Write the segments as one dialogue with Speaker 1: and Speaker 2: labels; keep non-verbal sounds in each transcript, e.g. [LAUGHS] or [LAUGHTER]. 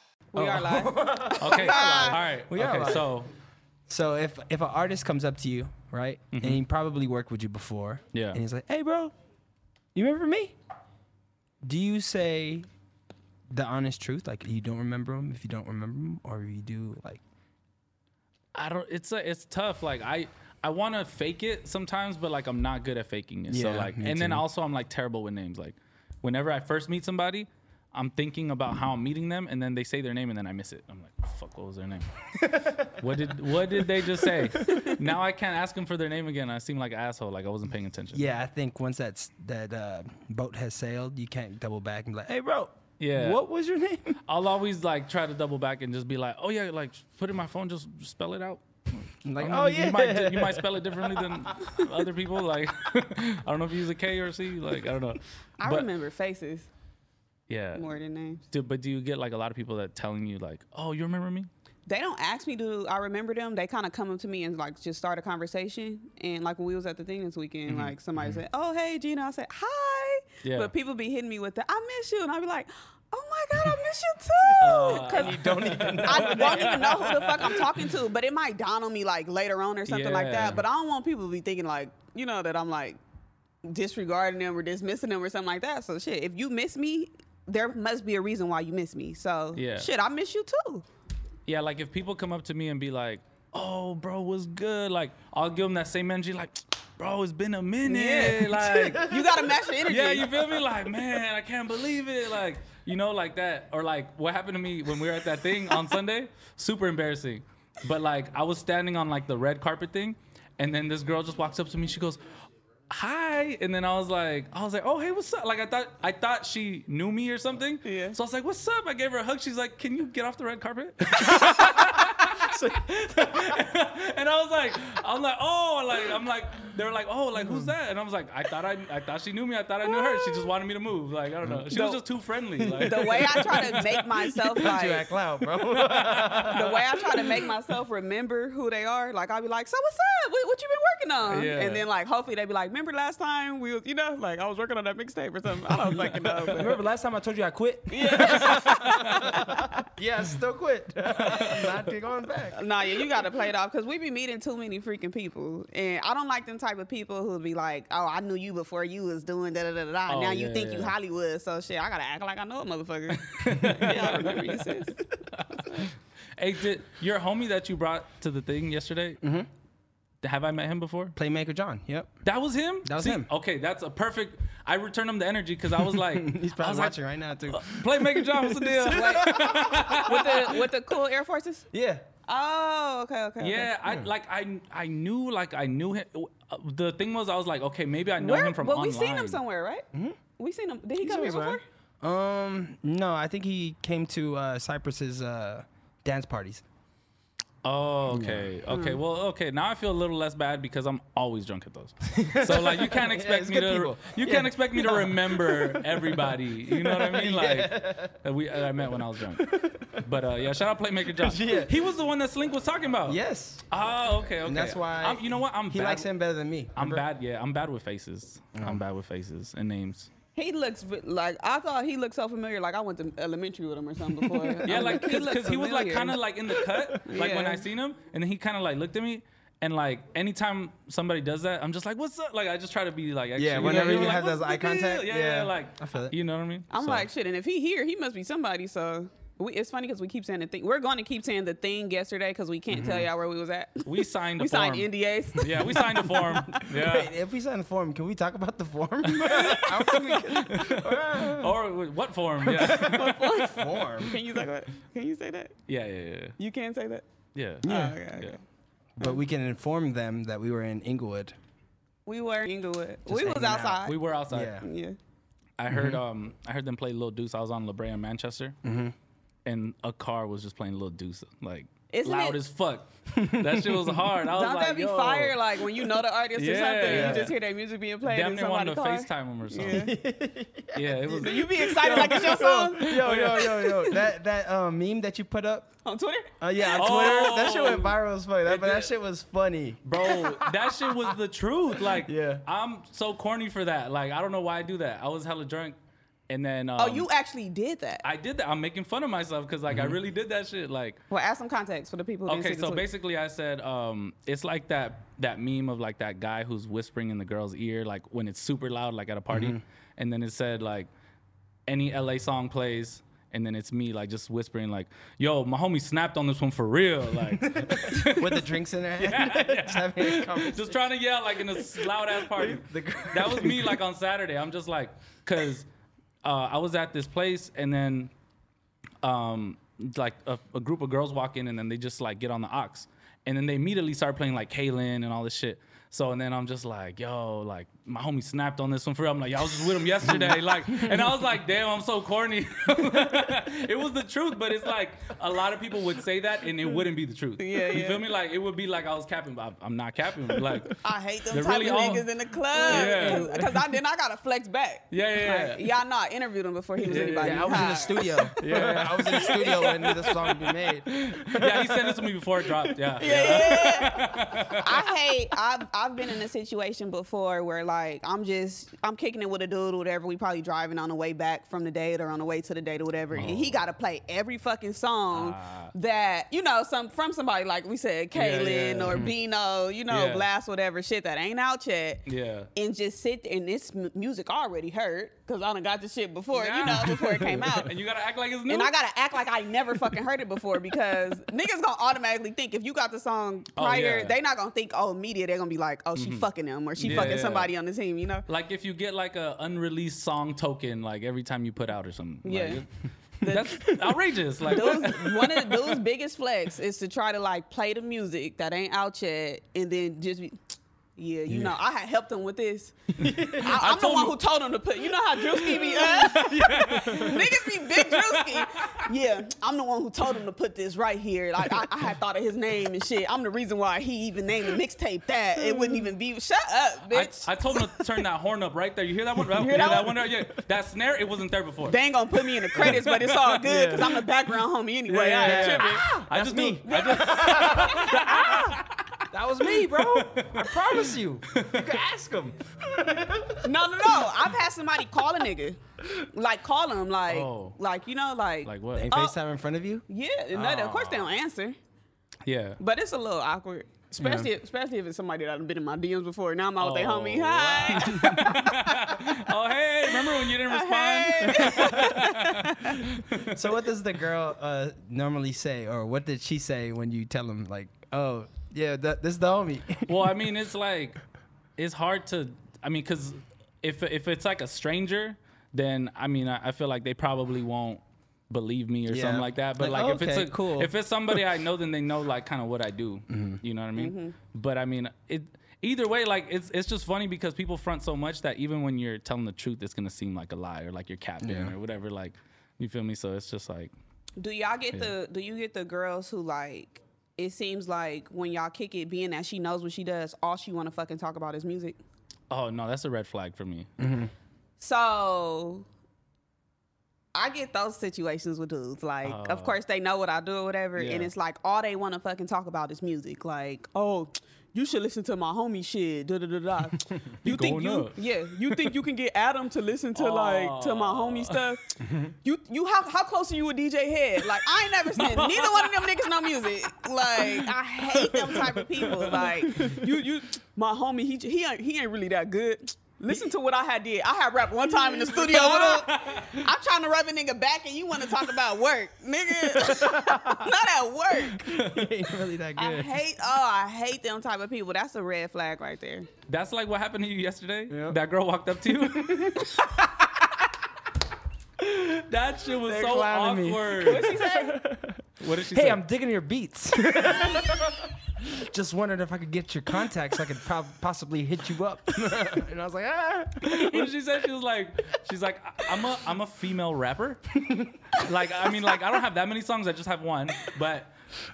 Speaker 1: [LAUGHS] Okay. All right.
Speaker 2: We are
Speaker 1: okay.
Speaker 2: live.
Speaker 1: So
Speaker 2: So if if an artist comes up to you, right, and he probably worked with you before,
Speaker 1: Yeah.
Speaker 2: and he's like, "Hey, bro, you remember me?" Do you say the honest truth, like you don't remember him, if you don't remember him, or you do, like,
Speaker 1: I don't. It's a, it's tough. Like I I want to fake it sometimes, but like I'm not good at faking it. so
Speaker 2: Yeah,
Speaker 1: like,
Speaker 2: me
Speaker 1: and then
Speaker 2: too.
Speaker 1: also I'm like terrible with names. Like, whenever I first meet somebody, I'm thinking about how I'm meeting them, and then they say their name, and then I miss it. I'm like, fuck, what was
Speaker 2: [LAUGHS]
Speaker 1: their name? what did what did they just say? now I can't ask them for their name again. I seem like an asshole. Like I wasn't paying attention.
Speaker 2: yeah, I think once that's that uh, boat has sailed, you can't double back and be like, "Hey, bro,
Speaker 1: Yeah.
Speaker 2: what was your [LAUGHS] name?"
Speaker 1: I'll always like try to double back and just be like, oh yeah, like put in my phone, just spell it out.
Speaker 2: I'm like,
Speaker 1: I
Speaker 2: "Oh
Speaker 1: mean,
Speaker 2: yeah,
Speaker 1: you might di- you might spell it differently
Speaker 2: [LAUGHS]
Speaker 1: than other people. Like [LAUGHS] I don't know if you use a K or a C. Like I don't know.
Speaker 3: I
Speaker 1: But-
Speaker 3: remember faces
Speaker 1: Yeah.
Speaker 3: more than names.
Speaker 1: Do, but do you get like a lot of people that telling you like, oh, you remember me?
Speaker 3: They don't ask me, do I remember them? They kind of come up to me and like just start a conversation. And like when we was at the thing this weekend, like somebody said, "Oh hey Gina," I said, "Hi."
Speaker 1: Yeah.
Speaker 3: But people be hitting me with the, "I miss you," and I be like, "Oh my god, I miss you too." 'Cause [LAUGHS]
Speaker 2: don't even. Know.
Speaker 3: I won't even know who the fuck I'm talking to, but it might dawn on me like later on or something like
Speaker 1: Yeah.
Speaker 3: that. But I don't want people to be thinking like, you know, that I'm like disregarding them or dismissing them or something like that. So shit, if you miss me, there must be a reason why you miss me. So
Speaker 1: Yeah.
Speaker 3: shit, I miss you too.
Speaker 1: Yeah. Like if people come up to me and be like, oh, bro, was good. Like I'll give them that same energy. Like, bro, it's been a minute. [LAUGHS] Like
Speaker 3: [LAUGHS] You gotta match the energy.
Speaker 1: Yeah, you feel me? Like, man, I can't believe it. Like, you know, like that. Or like what happened to me when we were at that thing on Sunday? Super embarrassing. But like I was standing on like the red carpet thing, and then this girl just walks up to me, she goes, Hi. And then I was like, I was like, oh hey, what's up? Like I thought I thought she knew me or something.
Speaker 3: Yeah.
Speaker 1: So I was like, what's up? I gave her a hug. She's like, Can you get off the red carpet? [LAUGHS] and I was like, I'm like, oh, like I'm like, they were like, oh, like who's that? And I was like, I thought I, I thought she knew me. I thought I knew her. She just wanted me to move. Like I don't know. She was just too
Speaker 2: [LAUGHS]
Speaker 1: friendly. Like,
Speaker 3: the
Speaker 1: [LAUGHS]
Speaker 3: way I try to make myself
Speaker 2: You
Speaker 3: like
Speaker 2: act loud, bro.
Speaker 3: the way I try to make myself remember who they are, like I'll be like, "So what's up? What, what you been working on?"
Speaker 1: Yeah.
Speaker 3: And then like hopefully they be like, "Remember last time we, was, you know, like I was working on that mixtape or something." I don't fucking know. but- [LAUGHS]
Speaker 2: Remember last time I told you I quit? Yeah. yeah, I still quit. I'm not going back.
Speaker 3: Nah, yeah, you gotta play it off because we be meeting too many freaking people, and I don't like them type of people who be like, "Oh, I knew you before you was doing da da da da, da.
Speaker 1: Oh,
Speaker 3: now you
Speaker 1: yeah,
Speaker 3: think you
Speaker 1: yeah.
Speaker 3: Hollywood." So shit, I gotta act like I know a motherfucker. yeah, I remember you sis.
Speaker 1: hey, did your homie that you brought to the thing yesterday? Have I met him before?
Speaker 2: Playmaker John. Yep.
Speaker 1: That was him.
Speaker 2: Mm-hmm. That was him.
Speaker 1: Okay, that's a perfect. I returned him the energy because I was like,
Speaker 2: [LAUGHS] He's
Speaker 1: I
Speaker 2: probably
Speaker 1: was
Speaker 2: watching
Speaker 1: like, uh,
Speaker 2: right now too.
Speaker 1: Playmaker John, what's the
Speaker 2: [LAUGHS]
Speaker 1: deal? Like,
Speaker 3: with the with the cool Air Forces.
Speaker 2: Yeah.
Speaker 3: Oh, okay, okay. okay.
Speaker 1: yeah, I
Speaker 2: Hmm.
Speaker 1: like I I knew like I knew him. Uh, The thing was, I was like, okay, maybe I know
Speaker 3: Where?
Speaker 1: him from
Speaker 3: but
Speaker 1: online. Hmm?
Speaker 3: we seen him somewhere, right? We seen him. Did he come here
Speaker 2: always
Speaker 3: before?
Speaker 2: around. Um, no, I think he came to uh, Cypress's uh, dance parties.
Speaker 1: Oh, okay.
Speaker 2: Hmm.
Speaker 1: Okay. Well, okay. Now I feel a little less bad because I'm always drunk at those. So like you
Speaker 2: [LAUGHS]
Speaker 1: can't expect
Speaker 2: it's
Speaker 1: me
Speaker 2: good
Speaker 1: to
Speaker 2: people.
Speaker 1: you
Speaker 2: Yeah.
Speaker 1: can't expect me to remember
Speaker 2: [LAUGHS]
Speaker 1: everybody. You know what I mean? Like that we that I met when I was drunk. But uh, yeah, shout out Playmaker John.
Speaker 2: [LAUGHS] Yeah.
Speaker 1: He was the one that Slink was talking about.
Speaker 2: Yes.
Speaker 1: Oh, okay, okay.
Speaker 2: And that's why.
Speaker 1: I'm, you know what? I'm
Speaker 2: he
Speaker 1: bad.
Speaker 2: likes him better Uh-huh. than me.
Speaker 1: I'm
Speaker 2: Remember?
Speaker 1: bad. Yeah, I'm bad with faces. I'm bad with faces and names.
Speaker 3: He looks v- like I thought he looked so familiar. Like I went to elementary with him or something
Speaker 1: [LAUGHS]
Speaker 3: before.
Speaker 1: Yeah,
Speaker 3: I'm
Speaker 1: like
Speaker 3: looks
Speaker 1: because he, was like
Speaker 3: familiar.
Speaker 1: kind of like in the cut, like when
Speaker 3: Yeah.
Speaker 1: I seen him, and then he kind of like looked at me, and like anytime somebody does that, I'm just like, what's up? Like I just try to be like, extra,
Speaker 2: Yeah,
Speaker 1: you know,
Speaker 2: whenever
Speaker 1: you know,
Speaker 2: you
Speaker 1: like,
Speaker 2: have
Speaker 1: what's
Speaker 2: those
Speaker 1: the
Speaker 2: eye
Speaker 1: deal?
Speaker 2: contact,
Speaker 1: yeah, yeah,
Speaker 2: yeah.
Speaker 1: like
Speaker 2: I feel
Speaker 3: [LAUGHS]
Speaker 2: it.
Speaker 1: You know what I mean?
Speaker 3: I'm
Speaker 1: So,
Speaker 3: like shit, and if he here, he must be somebody. So We, it's funny because we keep saying the thing. We're going to keep saying the thing yesterday because we can't tell y'all where we was at. [LAUGHS]
Speaker 1: Mm-hmm. We signed a
Speaker 3: we
Speaker 1: form.
Speaker 3: signed NDAs.
Speaker 1: [LAUGHS] Yeah, we signed a
Speaker 3: [LAUGHS]
Speaker 1: form. Yeah.
Speaker 2: If we sign the form, can we talk about the
Speaker 1: [LAUGHS]
Speaker 2: form? [LAUGHS]
Speaker 1: Or w- what form?
Speaker 2: [LAUGHS]
Speaker 1: Yeah.
Speaker 2: form.
Speaker 3: Can you say that? Can you say that?
Speaker 1: Yeah, yeah,
Speaker 3: You can say that.
Speaker 1: yeah. Uh,
Speaker 3: Oh,
Speaker 1: Yeah.
Speaker 3: okay, okay.
Speaker 1: Yeah.
Speaker 2: But we can inform them that we were in Inglewood.
Speaker 3: We were in Inglewood. we was
Speaker 2: hanging out.
Speaker 3: outside.
Speaker 1: We were outside.
Speaker 2: [LAUGHS] Yeah. Mm-hmm.
Speaker 3: yeah.
Speaker 1: I heard um I heard them play Lil Deuce. I was on La Brea in Manchester, and a car was just playing Lil Deuce like
Speaker 3: Isn't
Speaker 1: loud
Speaker 3: it-
Speaker 1: as fuck. that shit was
Speaker 3: [LAUGHS]
Speaker 1: hard. I was
Speaker 3: Don't
Speaker 1: like,
Speaker 3: that be
Speaker 1: Yo.
Speaker 3: fire? Like when you know the artist or
Speaker 1: [LAUGHS] Yeah.
Speaker 3: something,
Speaker 1: Yeah.
Speaker 3: you just hear that music being played
Speaker 1: Damn
Speaker 3: in
Speaker 1: near wanted
Speaker 3: somebody's
Speaker 1: to
Speaker 3: car.
Speaker 1: FaceTime him or something.
Speaker 3: [LAUGHS]
Speaker 1: Yeah, it was.
Speaker 3: You be excited like
Speaker 1: [LAUGHS]
Speaker 3: it's your song
Speaker 2: Yo, yo, yo, yo. That that um, meme that you put up,
Speaker 3: on Twitter.
Speaker 2: uh, yeah, on
Speaker 1: Oh.
Speaker 2: Twitter, that shit went viral as fuck. That, but that shit was funny.
Speaker 1: Bro, that shit was the truth. Like,
Speaker 2: Yeah.
Speaker 1: I'm so corny for that. Like, I don't know why I do that. I was hella drunk, and then um,
Speaker 3: Oh, you Mm-hmm. actually did that.
Speaker 1: I did that. I'm making fun of myself because like I really did that shit. Like,
Speaker 3: well, add some context for the people. Who
Speaker 1: okay,
Speaker 3: didn't see
Speaker 1: so
Speaker 3: the tweet.
Speaker 1: basically I said um, it's like that that meme of like that guy who's whispering in the girl's ear like when it's super loud like at a party,
Speaker 3: Mm-hmm.
Speaker 1: and then it said like any LA song plays. And then it's me like just whispering like, "Yo, my homie snapped on this one for real."
Speaker 3: [LAUGHS]
Speaker 1: Like,
Speaker 2: With the drinks in their hand. [LAUGHS] Just having a conversation.
Speaker 1: [LAUGHS] just trying to yell like in a loud ass party. that was me like on Saturday. I'm just like, cause uh, I was at this place and then um, like a, a group of girls walk in and then they just like get on the ox and then they immediately start playing like Kaylin and all this shit. So and then I'm just like, yo, like my homie snapped on this one for real. I'm like, yo, I was just with him yesterday, [LAUGHS] like, and I was like, damn, I'm so corny. [LAUGHS] it was the truth, but it's like a lot of people would say that and it wouldn't be the truth.
Speaker 3: Yeah,
Speaker 1: you
Speaker 3: yeah.
Speaker 1: feel me? Like it would be like I was capping, but I'm not capping. Like,
Speaker 3: I hate them
Speaker 1: They're
Speaker 3: type
Speaker 1: really
Speaker 3: of
Speaker 1: on.
Speaker 3: niggas in the club.
Speaker 1: Yeah.
Speaker 3: [LAUGHS] Because I then I gotta flex back.
Speaker 1: Yeah, yeah,
Speaker 3: Like,
Speaker 1: yeah.
Speaker 3: y'all know I interviewed him before he was
Speaker 1: Yeah, yeah,
Speaker 3: anybody.
Speaker 1: yeah.
Speaker 2: I was in the
Speaker 3: Hi. [LAUGHS]
Speaker 2: studio. Yeah, I was in the studio when this song was being made.
Speaker 1: yeah, he sent it to me before it dropped. Yeah,
Speaker 3: Yeah, yeah, yeah. I hate. I've I've been in a situation before where like I'm just I'm kicking it with a dude, or whatever. We probably driving on the way back from the date or on the way to the date or whatever, and
Speaker 1: Oh.
Speaker 3: he got to play every fucking song that you know some from somebody like we said,
Speaker 1: Ah. Yeah,
Speaker 3: Kaylin
Speaker 1: yeah.
Speaker 3: or Bino, you know,
Speaker 1: Yeah.
Speaker 3: Blast, whatever shit that ain't out yet.
Speaker 1: Yeah.
Speaker 3: and just sit there, and this m- music already heard because I done got this shit before, you know,
Speaker 1: Yeah.
Speaker 3: before it
Speaker 1: [LAUGHS]
Speaker 3: came out.
Speaker 1: and you gotta act like it's new.
Speaker 3: And I gotta act like I never fucking heard it before because [LAUGHS] niggas gonna automatically think if you got the song
Speaker 1: Oh,
Speaker 3: prior,
Speaker 1: yeah. Mm-hmm.
Speaker 3: they not gonna think, oh, media, they're gonna be like, oh, she fucking him or she
Speaker 1: Yeah,
Speaker 3: fucking
Speaker 1: yeah.
Speaker 3: somebody on the team, you know?
Speaker 1: like if you get like a unreleased song token like every time you put out or something. Like,
Speaker 3: Yeah.
Speaker 1: [LAUGHS]
Speaker 3: [LAUGHS]
Speaker 1: that's outrageous. Like [LAUGHS]
Speaker 3: Those, one of the dude's biggest flex is to try to like play the music that ain't out yet and then just be, yeah, you know, I had helped him with
Speaker 1: [LAUGHS]
Speaker 3: this. I, I'm the
Speaker 1: told
Speaker 3: one
Speaker 1: you-
Speaker 3: who told him to put, you know how Drewski
Speaker 1: [LAUGHS]
Speaker 3: be, uh, niggas be big Drewski. Yeah, I'm the one who told him to put this right here. Like, I, I had thought of his name and shit. I'm the reason why he even named the mixtape that. It wouldn't even be, shut up,
Speaker 1: I,
Speaker 3: bitch.
Speaker 1: I told him to turn that horn up right there. You hear that one? You hear
Speaker 3: that
Speaker 1: that
Speaker 3: one?
Speaker 1: one? right Yeah, that snare it wasn't there before.
Speaker 3: they ain't gonna put me in the credits, but it's all good because I'm the background homie anyway. I ain't tripping.
Speaker 1: I just do-
Speaker 2: me.
Speaker 1: I just, [LAUGHS]
Speaker 2: That was me, bro. I promise you. You can ask them.
Speaker 3: No, no, no. I've had somebody call a nigga, like call him, like,
Speaker 1: Oh.
Speaker 3: like you know, like, uh,
Speaker 1: like
Speaker 2: They
Speaker 1: what?
Speaker 2: FaceTime in front of you?
Speaker 3: yeah. and that- Of course they don't answer,
Speaker 1: Yeah.
Speaker 3: but it's a little awkward, especially especially if it's somebody that I've been in my DMs before. Now I'm out with their
Speaker 1: Oh,
Speaker 3: homie. [LAUGHS] Hi.
Speaker 1: Oh hey, remember when you didn't respond?
Speaker 3: Hey.
Speaker 2: So what does the girl uh, normally say, or what did she say when you tell them like, oh yeah, that, this is the homie? [LAUGHS]
Speaker 1: Well, I mean, it's like it's hard to. I mean, because if if it's like a stranger, then I mean, I, I feel like they probably won't believe me or
Speaker 2: Yeah.
Speaker 1: something like that. But
Speaker 2: Like,
Speaker 1: like, if it's
Speaker 2: okay,
Speaker 1: a,
Speaker 2: cool. Mm-hmm.
Speaker 1: if it's somebody I know, then they know like kind of what I do. You know what I mean? But I mean, it either way, like it's it's just funny because people front so much that even when you're telling the truth, it's gonna seem like a lie or like you're capping or whatever. Like, you feel me? So it's just like.
Speaker 3: do y'all get the? Do you get the girls who like? It seems like when y'all kick it, being that she knows what she does, all she want to fucking talk about is music.
Speaker 1: Oh no, that's a red flag for me.
Speaker 3: So I get those situations with dudes. Like, of course they know what I do or whatever, and
Speaker 1: Oh. Yeah.
Speaker 3: it's like all they want to fucking talk about is music. Like, oh, you should listen to my homie shit. Da da da
Speaker 1: [LAUGHS]
Speaker 3: da. You think
Speaker 1: going
Speaker 3: you?
Speaker 1: up.
Speaker 3: Yeah, you think you can get Adam to listen to like to my homie
Speaker 1: [LAUGHS]
Speaker 3: stuff? you you how how close are you with DJ Head? Like, I ain't never
Speaker 1: [LAUGHS]
Speaker 3: seen neither one of them niggas know music. Like, I hate them type of people. Like, you you my homie he he ain't, he ain't really that good. Listen to what I had did. I had rap one time in the studio. What up?
Speaker 1: [LAUGHS]
Speaker 3: I'm trying to rub a nigga back, and you want to talk about work, nigga? [LAUGHS] Not at work.
Speaker 2: ain't really that
Speaker 3: I
Speaker 2: good.
Speaker 3: hate. Oh, I hate them type of people. That's a red flag right there.
Speaker 1: That's like what happened to you yesterday. That girl walked up to you. [LAUGHS] that shit was
Speaker 2: They're
Speaker 1: so
Speaker 2: clowning me.
Speaker 1: awkward. What did she say? What did she say?
Speaker 2: Hey, I'm digging your beats. [LAUGHS] Just wondered if I could get your contacts. I could prob- possibly hit you up. [LAUGHS] and I was like, ah.
Speaker 1: what did she say? She was like, she's like, "I- I'm a I'm a female
Speaker 2: [LAUGHS]
Speaker 1: rapper. like I mean, like I don't have that many songs. I just have one. But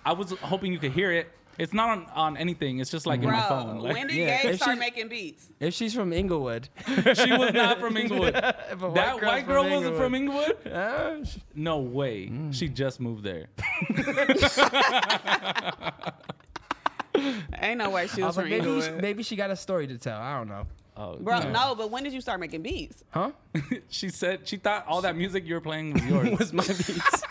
Speaker 1: I was hoping you could hear it. It's not on, on anything. It's just like in my phone.
Speaker 3: Bro,
Speaker 1: Like,
Speaker 3: when did
Speaker 2: yeah.
Speaker 3: Gabe
Speaker 2: If
Speaker 3: start
Speaker 2: she-
Speaker 3: making beats?
Speaker 2: If she's
Speaker 1: [LAUGHS]
Speaker 2: from Inglewood,
Speaker 1: she was not from Inglewood. that
Speaker 2: if a
Speaker 1: white girl,
Speaker 2: from
Speaker 1: wasn't from Inglewood.
Speaker 2: [LAUGHS] Inglewood, uh, she-
Speaker 1: No way.
Speaker 2: Mm.
Speaker 1: She just moved there.
Speaker 3: Ain't no way she
Speaker 2: I
Speaker 3: was
Speaker 2: was
Speaker 3: from
Speaker 2: like, Oh, maybe,
Speaker 3: Inglewood.
Speaker 2: maybe she got a story to tell. I don't know.
Speaker 3: Bro, no, but when did you start making
Speaker 2: [LAUGHS]
Speaker 3: beats?
Speaker 2: Huh?
Speaker 1: Oh, She said she thought all that music you were playing [LAUGHS]
Speaker 2: [LAUGHS]
Speaker 1: was yours.
Speaker 2: It's my beats.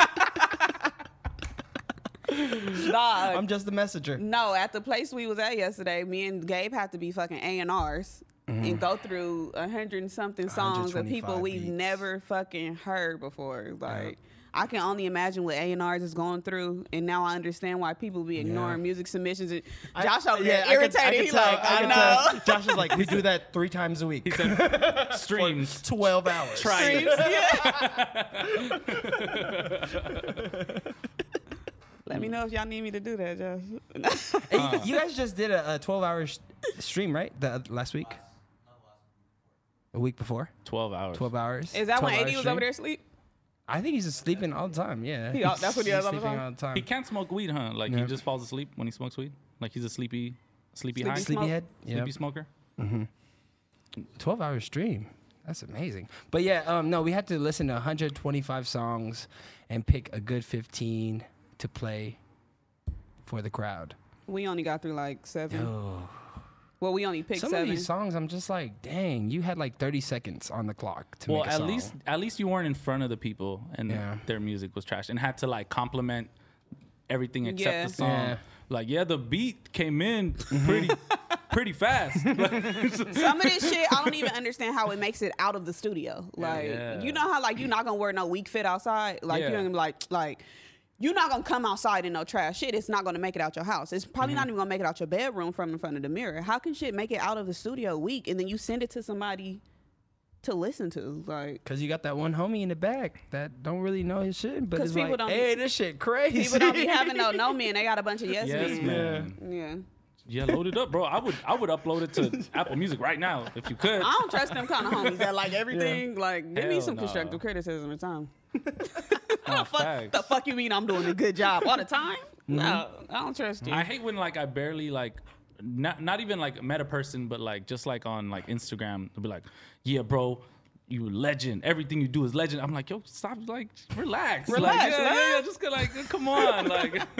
Speaker 3: Dog.
Speaker 2: I'm just the messenger.
Speaker 3: No, at the place we was at yesterday, me and Gabe had to be fucking A and R's
Speaker 2: Mm-hmm.
Speaker 3: and go through a hundred and something songs of people
Speaker 2: 125
Speaker 3: we've
Speaker 2: beats.
Speaker 3: never fucking heard before. Like I can only imagine what A and R's is going through, and now I understand why people be ignoring music submissions. And Josh over there
Speaker 2: I could-
Speaker 3: irritated.
Speaker 2: I could
Speaker 3: he
Speaker 2: tell-
Speaker 3: like, I,
Speaker 2: could
Speaker 3: know.
Speaker 2: tell. Josh is like, we do that three times a week. He said
Speaker 1: Streams.
Speaker 2: 12 hours.
Speaker 1: Try it.
Speaker 3: [LAUGHS] Let me know if y'all need me to do that, Josh.
Speaker 2: Hey, you- you guys just did a, a 12 hour sh- stream, right? The, last week? A week before?
Speaker 1: Twelve hours.
Speaker 2: 12 hours.
Speaker 3: Is that
Speaker 2: 12
Speaker 3: when
Speaker 2: hour
Speaker 3: AD was
Speaker 2: stream?
Speaker 3: over there asleep?
Speaker 2: I think he's just sleeping all the time. Yeah.
Speaker 3: He- that's what he
Speaker 2: He's
Speaker 3: does all the
Speaker 2: sleeping
Speaker 3: time?
Speaker 2: all the time.
Speaker 1: He can't smoke weed, huh? Like he just falls asleep when he smokes weed. Like he's a sleepy, sleepy, high,
Speaker 3: smoke.
Speaker 2: Sleepyhead.
Speaker 1: sleepy
Speaker 2: Yeah.
Speaker 1: smoker.
Speaker 2: 12 hour stream. That's amazing. But yeah, um, no, we had to listen to 125 songs and pick a good 15 to play for the crowd.
Speaker 3: We only got through like seven. Well, we only picked
Speaker 2: Some
Speaker 3: seven.
Speaker 2: of these songs, I'm just like, dang, you had like 30 seconds on the clock to
Speaker 1: Well,
Speaker 2: make a
Speaker 1: at
Speaker 2: song.
Speaker 1: least at least you weren't in front of the people and
Speaker 2: Yeah.
Speaker 1: their music was trash and had to like compliment everything except
Speaker 3: Yeah.
Speaker 1: the song.
Speaker 2: Yeah. Mm-hmm.
Speaker 1: Like yeah, the beat came in
Speaker 2: [LAUGHS]
Speaker 1: pretty pretty fast. [LAUGHS]
Speaker 3: Some of this shit, I don't even understand how it makes it out of the studio. Like,
Speaker 1: Yeah.
Speaker 3: you know how like you're not gonna wear no weak fit outside. Like
Speaker 1: Yeah.
Speaker 3: you're gonna be like like you're not gonna come outside in no trash shit. It's not gonna make it out your house. It's probably not even gonna make it out your bedroom from in front of the mirror. How can shit make it out of the studio weak and then you send it to somebody to listen to? Like
Speaker 2: Cause you got that one homie in the back that don't really know his shit, but
Speaker 3: 'Cause
Speaker 2: it's
Speaker 3: people
Speaker 2: like,
Speaker 3: don't-
Speaker 2: hey, this shit crazy.
Speaker 3: people
Speaker 2: [LAUGHS]
Speaker 3: don't be having no no men. They got a bunch of yes,
Speaker 1: yes,
Speaker 3: men.
Speaker 1: man.
Speaker 3: Yeah.
Speaker 1: Yeah, load it up, bro. I would I would upload it
Speaker 2: [LAUGHS]
Speaker 1: to Apple Music right now if you could.
Speaker 3: I don't trust them kind of homies that
Speaker 1: [LAUGHS]
Speaker 3: like everything. Like, give me
Speaker 1: Hell
Speaker 3: some
Speaker 1: no.
Speaker 3: constructive criticism at time.
Speaker 1: Oh,
Speaker 3: Fuck,
Speaker 1: facts. Mm-hmm.
Speaker 3: the fuck you mean I'm doing a good job all the time? No, I don't trust you.
Speaker 1: I hate when like I barely like not not even like met a person, but like just like on like Instagram, they'll be like, "Yeah, bro, you a legend. Everything you do is legend." I'm like, "Yo, stop, like, relax, like,
Speaker 3: Relax,
Speaker 1: yeah, yeah,
Speaker 3: man.
Speaker 1: yeah, just go, like, come on, like, [LAUGHS]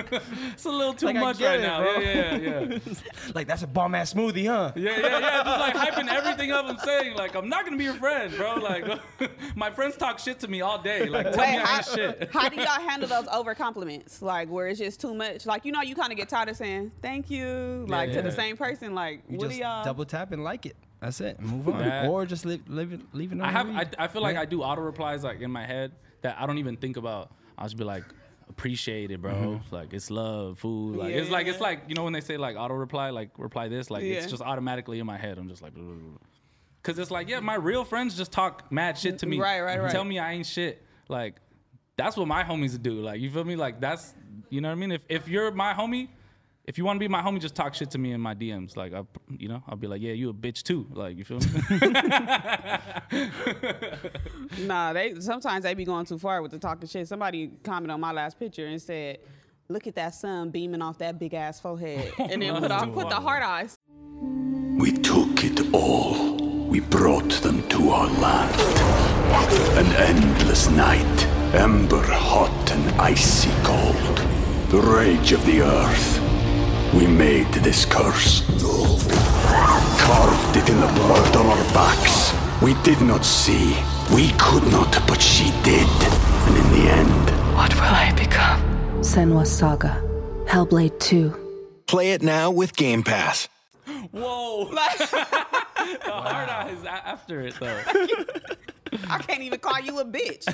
Speaker 1: it's a little too
Speaker 2: Like, I
Speaker 1: much
Speaker 2: get
Speaker 1: right
Speaker 2: it,
Speaker 1: now,
Speaker 2: bro.
Speaker 1: yeah, yeah,
Speaker 2: [LAUGHS]
Speaker 1: yeah,
Speaker 2: like that's a bomb ass smoothie, huh?
Speaker 1: yeah, yeah, yeah, just like hyping everything up. I'm saying, like, I'm not gonna be your friend, bro. Like, [LAUGHS] my friends talk shit to me all day, like, tell me
Speaker 3: Wait,
Speaker 1: I
Speaker 3: how,
Speaker 1: ain't shit.
Speaker 3: how do y'all handle those over compliments? Like where it's just too much. Like you know, you kind of get tired of saying thank you, like to the
Speaker 1: yeah.
Speaker 3: same person. Like
Speaker 2: You
Speaker 3: what do
Speaker 2: just
Speaker 3: y'all?
Speaker 2: double tap and like it. That's it. Move on,
Speaker 1: That-
Speaker 2: or just leave, leave it, leave it.
Speaker 1: I have. I,
Speaker 2: unread.
Speaker 1: I feel like I do auto replies like in my head that I don't even think about. I'll just be like, appreciate it, bro. Like it's love, food. Like it's like it's
Speaker 3: Yeah.
Speaker 1: like you know when they say like auto reply, like reply this, like it's
Speaker 3: Yeah.
Speaker 1: just automatically in my head. I'm just like. [LAUGHS] Cause it's like, yeah, my real friends just talk mad shit to me.
Speaker 3: Right, right, right.
Speaker 1: Tell me I ain't shit. Like, that's what my homies do. Like, you feel me? Like, that's, you know what I mean? If if you're my homie, if you want to be my homie, just talk shit to me in my DMs. Like, I, you know, I'll be like, yeah, you a bitch too. Like, you feel me?
Speaker 3: [LAUGHS]
Speaker 1: [LAUGHS]
Speaker 3: Nah, they sometimes they be going too far with the talking shit. Somebody commented on my last picture and said, "Look at that sun beaming off that big ass forehead," and
Speaker 1: [LAUGHS]
Speaker 3: then put on put the heart eyes. [LAUGHS]
Speaker 4: We took it all. We brought them to our land. An endless night, ember hot and icy cold. The rage of the earth. We made this curse. Carved it in the blood on our backs. We did not see. We could not, but she did. And in the end,
Speaker 5: What will I become? Senwa Saga. Hellblade 2.
Speaker 6: Play it now with Game Pass.
Speaker 1: Whoa.
Speaker 3: Like,
Speaker 1: hard eyes a- after it though.
Speaker 3: I can't even call you a bitch.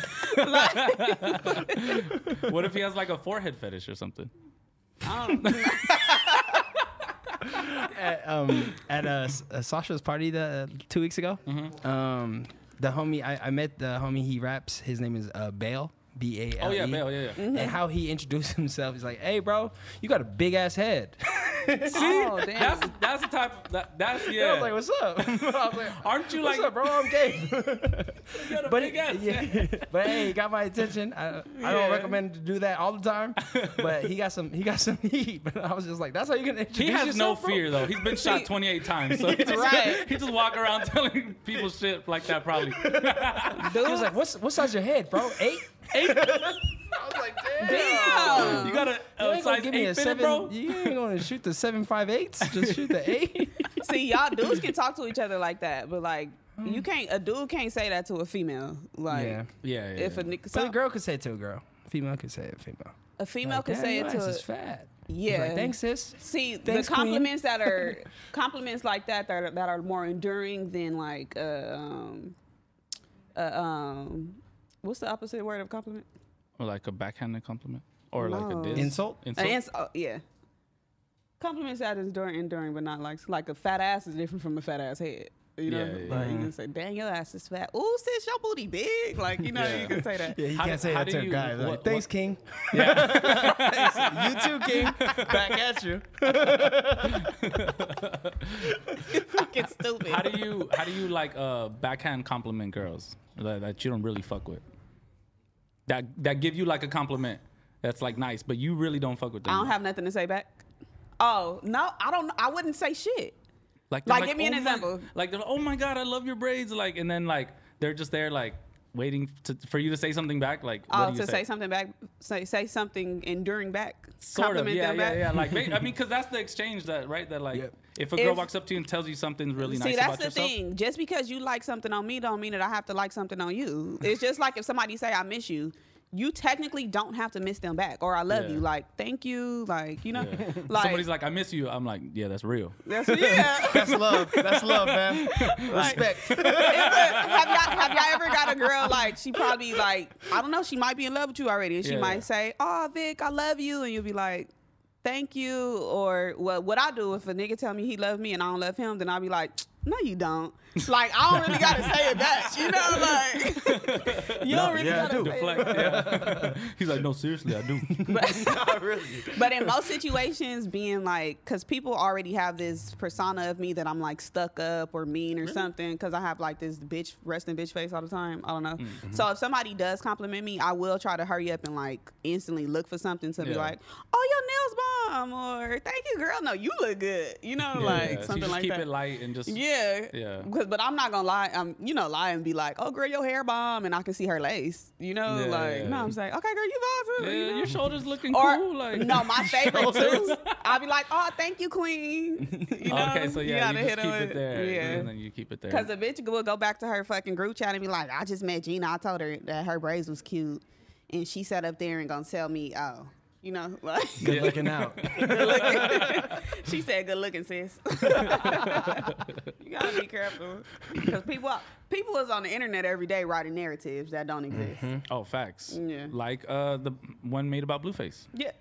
Speaker 1: what if he has like a forehead fetish or something?
Speaker 2: um, at uh, S- uh, Sasha's party the, uh, two weeks ago.
Speaker 1: Mm-hmm.
Speaker 2: Um, the homie I, I met the homie he raps. His name is uh, Bale. B A L E.
Speaker 1: Oh, yeah, Bale, yeah, yeah.
Speaker 2: And how he introduced himself, he's like, "Hey, bro, you got a big ass head." [LAUGHS]
Speaker 1: See,
Speaker 3: Oh, damn.
Speaker 1: that's that's the type. That, that's
Speaker 2: I
Speaker 1: yeah.
Speaker 2: was like, "What's up?" [LAUGHS] I was like,
Speaker 1: Aren't [LAUGHS] you
Speaker 2: "What's
Speaker 1: like?
Speaker 2: up, bro? I'm gay."
Speaker 1: you
Speaker 2: [LAUGHS]
Speaker 1: got a
Speaker 2: but
Speaker 1: big
Speaker 2: it-
Speaker 1: ass
Speaker 2: yeah, [LAUGHS] but hey, he got my attention. I, I
Speaker 1: Yeah.
Speaker 2: don't recommend to do that all the time, but he got some he got some [LAUGHS] heat. But I was just like, "That's how you can
Speaker 1: [LAUGHS]
Speaker 2: introduce
Speaker 1: He has no
Speaker 2: yourself, bro?"
Speaker 1: fear though. He's
Speaker 2: [LAUGHS]
Speaker 1: been shot 28 times, so he just,
Speaker 3: Right.
Speaker 1: [LAUGHS] he just walk around telling people shit like that. Probably.
Speaker 2: He was like, "What's what size your head, bro? Eight?
Speaker 3: [LAUGHS]
Speaker 2: Eight?
Speaker 3: Damn.
Speaker 1: You got a,
Speaker 2: You
Speaker 1: a
Speaker 2: ain't gonna
Speaker 1: size
Speaker 2: give me a
Speaker 1: eight fitted,
Speaker 2: seven.
Speaker 1: bro.
Speaker 2: You ain't gonna shoot the seven five eights. Just shoot the [LAUGHS] eight.
Speaker 3: See, y'all dudes can talk to each other like that, but like you can't. A dude can't say that to a female. Like
Speaker 2: Mm. Yeah.
Speaker 1: Yeah, yeah.
Speaker 3: if
Speaker 1: yeah.
Speaker 3: a nick-
Speaker 2: So
Speaker 3: some-
Speaker 2: a girl could say it to a girl. Female could say it. to Female.
Speaker 3: a female
Speaker 2: Like,
Speaker 3: could
Speaker 2: "Damn,
Speaker 3: say
Speaker 2: your
Speaker 3: it
Speaker 2: ass
Speaker 3: to.
Speaker 2: is fat. He's
Speaker 3: Yeah.
Speaker 2: Like, Thanks, sis.
Speaker 3: See
Speaker 2: Thanks,
Speaker 3: the
Speaker 2: queen."
Speaker 3: compliments that are
Speaker 2: [LAUGHS]
Speaker 3: compliments like that that are, that are more enduring than like uh, um, uh, um, what's the opposite word of compliment?
Speaker 1: or like a backhanded compliment, or like
Speaker 3: No.
Speaker 1: a diss.
Speaker 2: Insult?
Speaker 3: An
Speaker 1: Insult.
Speaker 3: ins- oh, yeah. Compliments that is during enduring, but not like like a fat ass is different from a fat ass head. You know,
Speaker 1: Yeah, yeah,
Speaker 3: like you can say, "Dang, your ass is fat." Ooh, sis, your booty big. Like you know,
Speaker 1: [LAUGHS] Yeah.
Speaker 3: you can say that.
Speaker 2: Yeah, you
Speaker 1: How
Speaker 2: can't
Speaker 1: do-
Speaker 2: say
Speaker 1: how
Speaker 2: that
Speaker 1: do
Speaker 2: to a
Speaker 1: you-
Speaker 2: guy. Like,
Speaker 1: what-
Speaker 2: Thanks, [LAUGHS] King. Thanks. You too, King. Back at you.
Speaker 3: Fucking stupid.
Speaker 1: How do you how do you like uh backhand compliment girls that, that you don't really fuck with? That that give you like a compliment that's like nice, but you really don't fuck with them.
Speaker 3: I don't have nothing to say back. Oh no, I don't. I wouldn't say shit.
Speaker 1: Like, they're
Speaker 3: Like, give me an
Speaker 1: "Oh my-"
Speaker 3: example.
Speaker 1: Like, they're like, oh my god, I love your braids. Like, and then like they're just there like waiting to, for you to say something back. Like, what
Speaker 3: Oh,
Speaker 1: do
Speaker 3: to
Speaker 1: you
Speaker 3: say? something back, say say something enduring back,
Speaker 1: Sort of,
Speaker 3: compliment
Speaker 1: yeah,
Speaker 3: them
Speaker 1: yeah,
Speaker 3: back.
Speaker 1: yeah.
Speaker 3: [LAUGHS]
Speaker 1: Like, ma- I mean, because that's the exchange that right that like
Speaker 2: Yep.
Speaker 1: if a girl
Speaker 3: If-
Speaker 1: walks up to you and tells you something really
Speaker 3: See,
Speaker 1: nice
Speaker 3: that's
Speaker 1: about
Speaker 3: the
Speaker 1: yourself.
Speaker 3: thing. Just because you like something on me, don't mean that I have to like something on
Speaker 1: [LAUGHS]
Speaker 3: you. It's just like if somebody say I miss you, you technically don't have to miss them back or I love
Speaker 1: Yeah.
Speaker 3: you. Like thank you, like you know, like
Speaker 1: Somebody's like, I miss you. I'm like, yeah, that's real.
Speaker 3: [LAUGHS] that's, yeah.
Speaker 1: [LAUGHS]
Speaker 2: That's love. That's love, [LAUGHS] man. Respect.
Speaker 3: have y'all have y'all ever got a girl like she probably like I don't know she might be in love with you already and she
Speaker 1: Yeah,
Speaker 3: might
Speaker 1: yeah.
Speaker 3: say oh Vic I love you and you'll be like thank you or well, what I do if a nigga tell me he love me and I don't love him then I'll be like no you don't like I don't really gotta say it back you know like [LAUGHS] you don't really
Speaker 6: yeah, I
Speaker 3: gotta
Speaker 6: do.
Speaker 3: say it
Speaker 1: Deflect. yeah. [LAUGHS] He's like, no, seriously, I do.
Speaker 3: But in most situations, being like, because people already have this persona of me that I'm like stuck up or mean or
Speaker 1: Mm-hmm.
Speaker 3: something, because I have like this bitch resting bitch face all the time. I don't know.
Speaker 1: Mm-hmm.
Speaker 3: So if somebody does compliment me, I will try to hurry up and like instantly look for something to be
Speaker 1: Yeah.
Speaker 3: like, oh, your nails bomb, or thank you, girl. No, you look good. You know,
Speaker 1: Yeah,
Speaker 3: like
Speaker 1: yeah. So you
Speaker 3: something
Speaker 1: just
Speaker 3: like
Speaker 1: keep
Speaker 3: that.
Speaker 1: it light and just
Speaker 3: yeah.
Speaker 1: Yeah.
Speaker 3: 'Cause- but I'm not gonna lie. I'm, you know, lie and be like, "Oh, girl, your hair bomb," and I can see her lace. You know,
Speaker 1: Yeah,
Speaker 3: like,
Speaker 1: yeah,
Speaker 3: no,
Speaker 1: yeah.
Speaker 3: I'm just like, "Okay, girl, you bomb too." you
Speaker 1: Yeah,
Speaker 3: know?
Speaker 1: your shoulders looking
Speaker 3: or
Speaker 1: cool. Like
Speaker 3: no, my favorite too. I'll be like, oh, thank you,
Speaker 1: [LAUGHS]
Speaker 3: queen. You know,
Speaker 1: [LAUGHS] okay, so yeah, you,
Speaker 3: gotta
Speaker 1: just
Speaker 3: hit 'em
Speaker 1: keep
Speaker 3: with-
Speaker 1: it there. And
Speaker 3: Yeah.
Speaker 1: then you keep it there.
Speaker 3: Because the bitch will go back to her fucking group chat and be like, I just met Gina. I told her that her braids was cute. And she sat up there and gonna tell me, oh, you know, [LAUGHS] like,
Speaker 2: Good looking out.
Speaker 3: good looking. she said, good looking, sis. [LAUGHS] you gotta be careful. Because people, people is on the internet every day writing narratives that don't exist.
Speaker 1: oh, facts.
Speaker 3: Yeah.
Speaker 1: Like uh, the one made about Blueface.
Speaker 3: Yeah.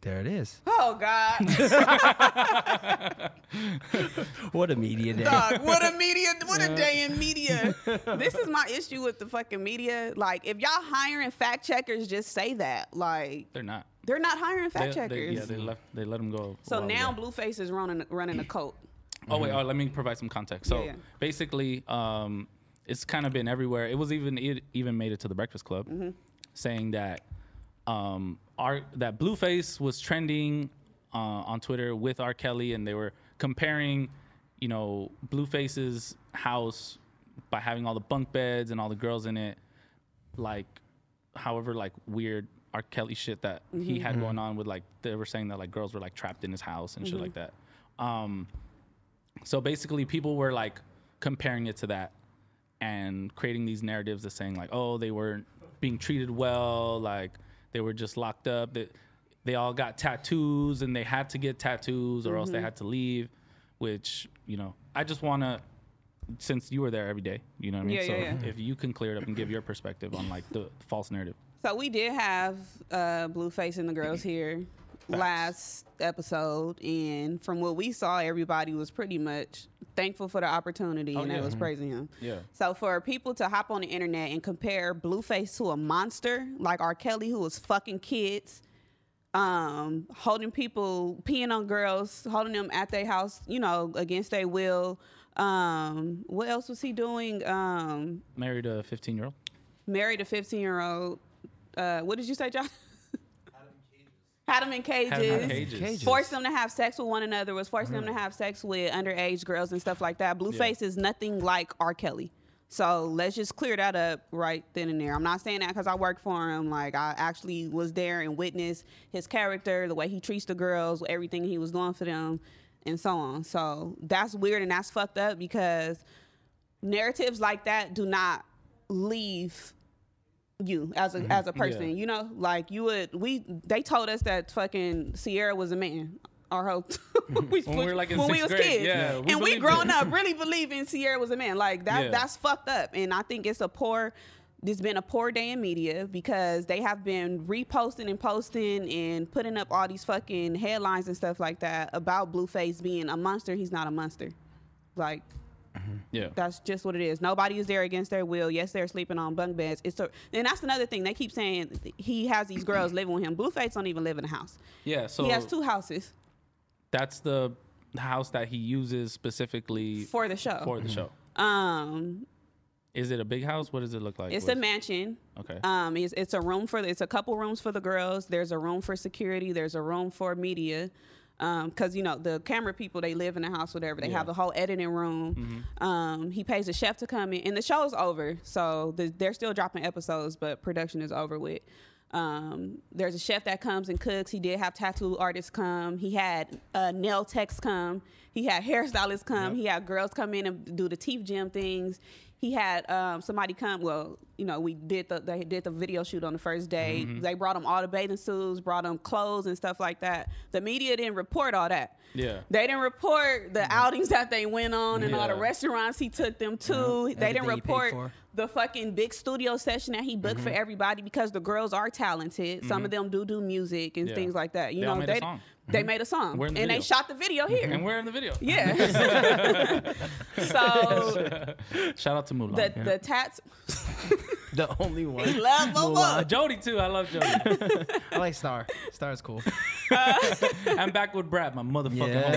Speaker 2: There it is.
Speaker 3: Oh, God. [LAUGHS]
Speaker 2: What a media day.
Speaker 3: Dog, what a media, what a day in
Speaker 1: [LAUGHS]
Speaker 3: media. this is my issue with the fucking media. Like, if y'all hiring fact checkers, just say that. Like,
Speaker 1: They're not.
Speaker 3: they're not hiring
Speaker 1: They-
Speaker 3: fact
Speaker 1: they-
Speaker 3: checkers.
Speaker 1: yeah, they left. They let him go. a
Speaker 3: so
Speaker 1: while
Speaker 3: now
Speaker 1: ago.
Speaker 3: Blueface is running running a cult.
Speaker 1: Oh wait, oh, let me provide some context. So
Speaker 3: Mm-hmm. Yeah, yeah.
Speaker 1: basically, um, it's kind of been everywhere. It was even it even made it to the Breakfast Club,
Speaker 3: Mm-hmm.
Speaker 1: saying that um, our that Blueface was trending uh, on Twitter with R. Kelly, and they were comparing, you know, Blueface's house by having all the bunk beds and all the girls in it, like, however, like weird. R. Kelly shit that he had
Speaker 3: Mm-hmm.
Speaker 1: going on with like they were saying that like girls were like trapped in his house and shit
Speaker 3: Mm-hmm.
Speaker 1: like that. Um, so basically, people were like comparing it to that and creating these narratives of saying like, oh, they weren't being treated well, like they were just locked up. They, they all got tattoos and they
Speaker 3: Mm-hmm.
Speaker 1: had to get tattoos or else they had to leave. Which you know, I just wanna since you were there every day, you know what I mean.
Speaker 3: Yeah,
Speaker 1: so
Speaker 3: yeah, yeah.
Speaker 1: if you can clear it up and give your perspective on like the false narrative.
Speaker 3: So we did have uh, Blueface and the girls here last episode, and from what we saw, everybody was pretty much thankful for the opportunity, and
Speaker 1: Oh, yeah. Mm-hmm.
Speaker 3: they was praising him.
Speaker 1: Yeah.
Speaker 3: So for people to hop on the internet and compare Blueface to a monster like R. Kelly, who was fucking kids. Um, holding people, peeing on girls, holding them at their house, you know, against their will. Um, what else was he doing? Um,
Speaker 1: Married a 15 year old.
Speaker 3: married a 15 year old. Uh, what did you say, John? Had them in cages.
Speaker 1: Had 'em in cages. Mm-hmm.
Speaker 2: Cages.
Speaker 3: Forced them to have sex with one another. Was forcing them to have sex with underage girls and stuff like that. Blueface is nothing like R. Kelly. So let's just clear that up right then and there. I'm not saying that because I worked for him. Like I actually was there and witnessed his character, the way he treats the girls, everything he was doing for them, and so on. So that's weird and that's fucked up because narratives like that do not leave you as a
Speaker 1: Mm-hmm.
Speaker 3: as a person. You know, like you would we they told us that fucking Sierra was a man. Our whole [LAUGHS] we,
Speaker 1: When we were, like, in sixth
Speaker 3: was
Speaker 1: grade,
Speaker 3: kids,
Speaker 1: yeah, we
Speaker 3: and we
Speaker 1: believed
Speaker 3: grown
Speaker 1: it.
Speaker 3: up
Speaker 1: [LAUGHS]
Speaker 3: really believing Sierra was a man. Like that
Speaker 1: Yeah.
Speaker 3: that's fucked up, and I think it's a poor. There's been a poor day in media because they have been reposting and posting and putting up all these fucking headlines and stuff like that about Blueface being a monster. He's not a monster. Like
Speaker 1: Yeah.
Speaker 3: that's just what it is. Nobody is there against their will. Yes, they're sleeping on bunk beds. It's a, and that's another thing. They keep saying he has these girls living with him. Blueface don't even live in a house.
Speaker 1: yeah. So
Speaker 3: he has two houses
Speaker 1: that's the house that he uses specifically
Speaker 3: for the show.
Speaker 1: for the show.
Speaker 3: um,
Speaker 1: Mm-hmm. Is it a big house? What does it look like?
Speaker 3: it's
Speaker 1: What
Speaker 3: a
Speaker 1: is-
Speaker 3: mansion.
Speaker 1: Okay.
Speaker 3: Um, it's, it's a room for it's a couple rooms for the girls. There's a room for security. There's a room for media. Um, 'cause cause you know the camera people they live in the house whatever they have the whole editing room.
Speaker 1: Mm-hmm.
Speaker 3: Um, he pays a chef to come in, and the show's over, so the, they're still dropping episodes, but production is over with. Um, there's a chef that comes and cooks. He did have tattoo artists come. He had uh, nail techs come. He had [LAUGHS] hairstylists come. He had girls come in and do the teeth gym things. He had um, somebody come. Well, you know, we did the they did the video shoot on the first day. They brought them all the bathing suits, brought them clothes and stuff like that. The media didn't report all that.
Speaker 1: Yeah.
Speaker 3: they didn't report the outings that they went on and all the
Speaker 1: Mm-hmm. Yeah.
Speaker 3: restaurants he took them to. They
Speaker 2: Everything
Speaker 3: didn't
Speaker 2: he paid
Speaker 3: report
Speaker 2: for.
Speaker 3: the fucking big studio session that he booked for
Speaker 1: Mm-hmm.
Speaker 3: everybody because the girls are talented. Some of them do do music and
Speaker 1: Yeah.
Speaker 3: things like that. You
Speaker 1: They
Speaker 3: know,
Speaker 1: all made a
Speaker 3: they
Speaker 1: song. Mm-hmm.
Speaker 3: they made a song
Speaker 1: We're in
Speaker 3: and they
Speaker 1: the video. Mm-hmm.
Speaker 3: shot the video here.
Speaker 1: and we're in
Speaker 3: [LAUGHS]
Speaker 1: the video. [LAUGHS]
Speaker 3: yeah. so
Speaker 1: Shout out to Mulan.
Speaker 3: the the tats [LAUGHS]
Speaker 2: The only one.
Speaker 3: love Mulan.
Speaker 1: Uh, Jody too. I love Jody. [LAUGHS]
Speaker 2: I like Star. Star's cool.
Speaker 1: I'm back with Brad, my motherfucking homie.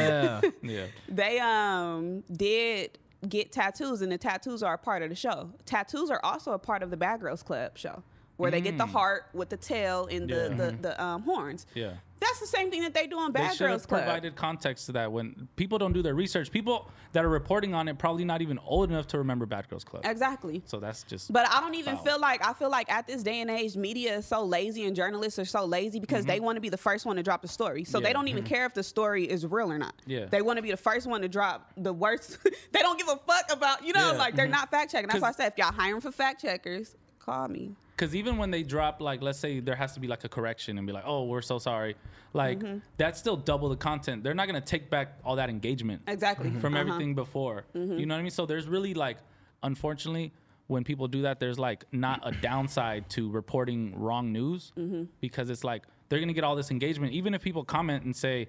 Speaker 2: Yeah.
Speaker 1: Yeah.
Speaker 3: They um did get tattoos and the tattoos are a part of the show. Tattoos are also a part of the Bad Girls Club show. Where they get the heart with the tail and the
Speaker 1: Mm. Yeah. Mm-hmm.
Speaker 3: the, the um, horns.
Speaker 1: Yeah.
Speaker 3: That's the same thing that they do on
Speaker 1: They
Speaker 3: Bad
Speaker 1: should
Speaker 3: Girls
Speaker 1: have
Speaker 3: Club.
Speaker 1: provided context to that when people don't do their research. People that are reporting on it probably not even old enough to remember Bad Girls Club.
Speaker 3: Exactly.
Speaker 1: So that's just.
Speaker 3: But I don't even
Speaker 1: Foul.
Speaker 3: feel like I feel like at this day and age, media is so lazy and journalists are so lazy because they want to be the first one to drop the story. So they
Speaker 1: Mm-hmm. Yeah. Mm.
Speaker 3: don't even care if the story is real or not.
Speaker 1: Yeah.
Speaker 3: They want to be the first one to drop the worst. [LAUGHS] they don't give a fuck about you know
Speaker 1: Yeah. Mm-hmm.
Speaker 3: like they're not fact checking. That's why I
Speaker 1: 'Cause- Mm-hmm.
Speaker 3: said if y'all hiring for fact checkers, call me.
Speaker 1: Because even when they drop, like, let's say there has to be like a correction and be like, oh, we're so sorry. Like,
Speaker 3: Mm-hmm.
Speaker 1: that's still double the content. They're not going to take back all that engagement.
Speaker 3: Exactly.
Speaker 1: From
Speaker 3: Uh-huh. Mm-hmm.
Speaker 1: everything before. You know what I mean? So there's really like, unfortunately, when people do that, there's like not a downside to reporting wrong news
Speaker 3: Mm-hmm.
Speaker 1: because it's like they're going to get all this engagement. Even if people comment and say,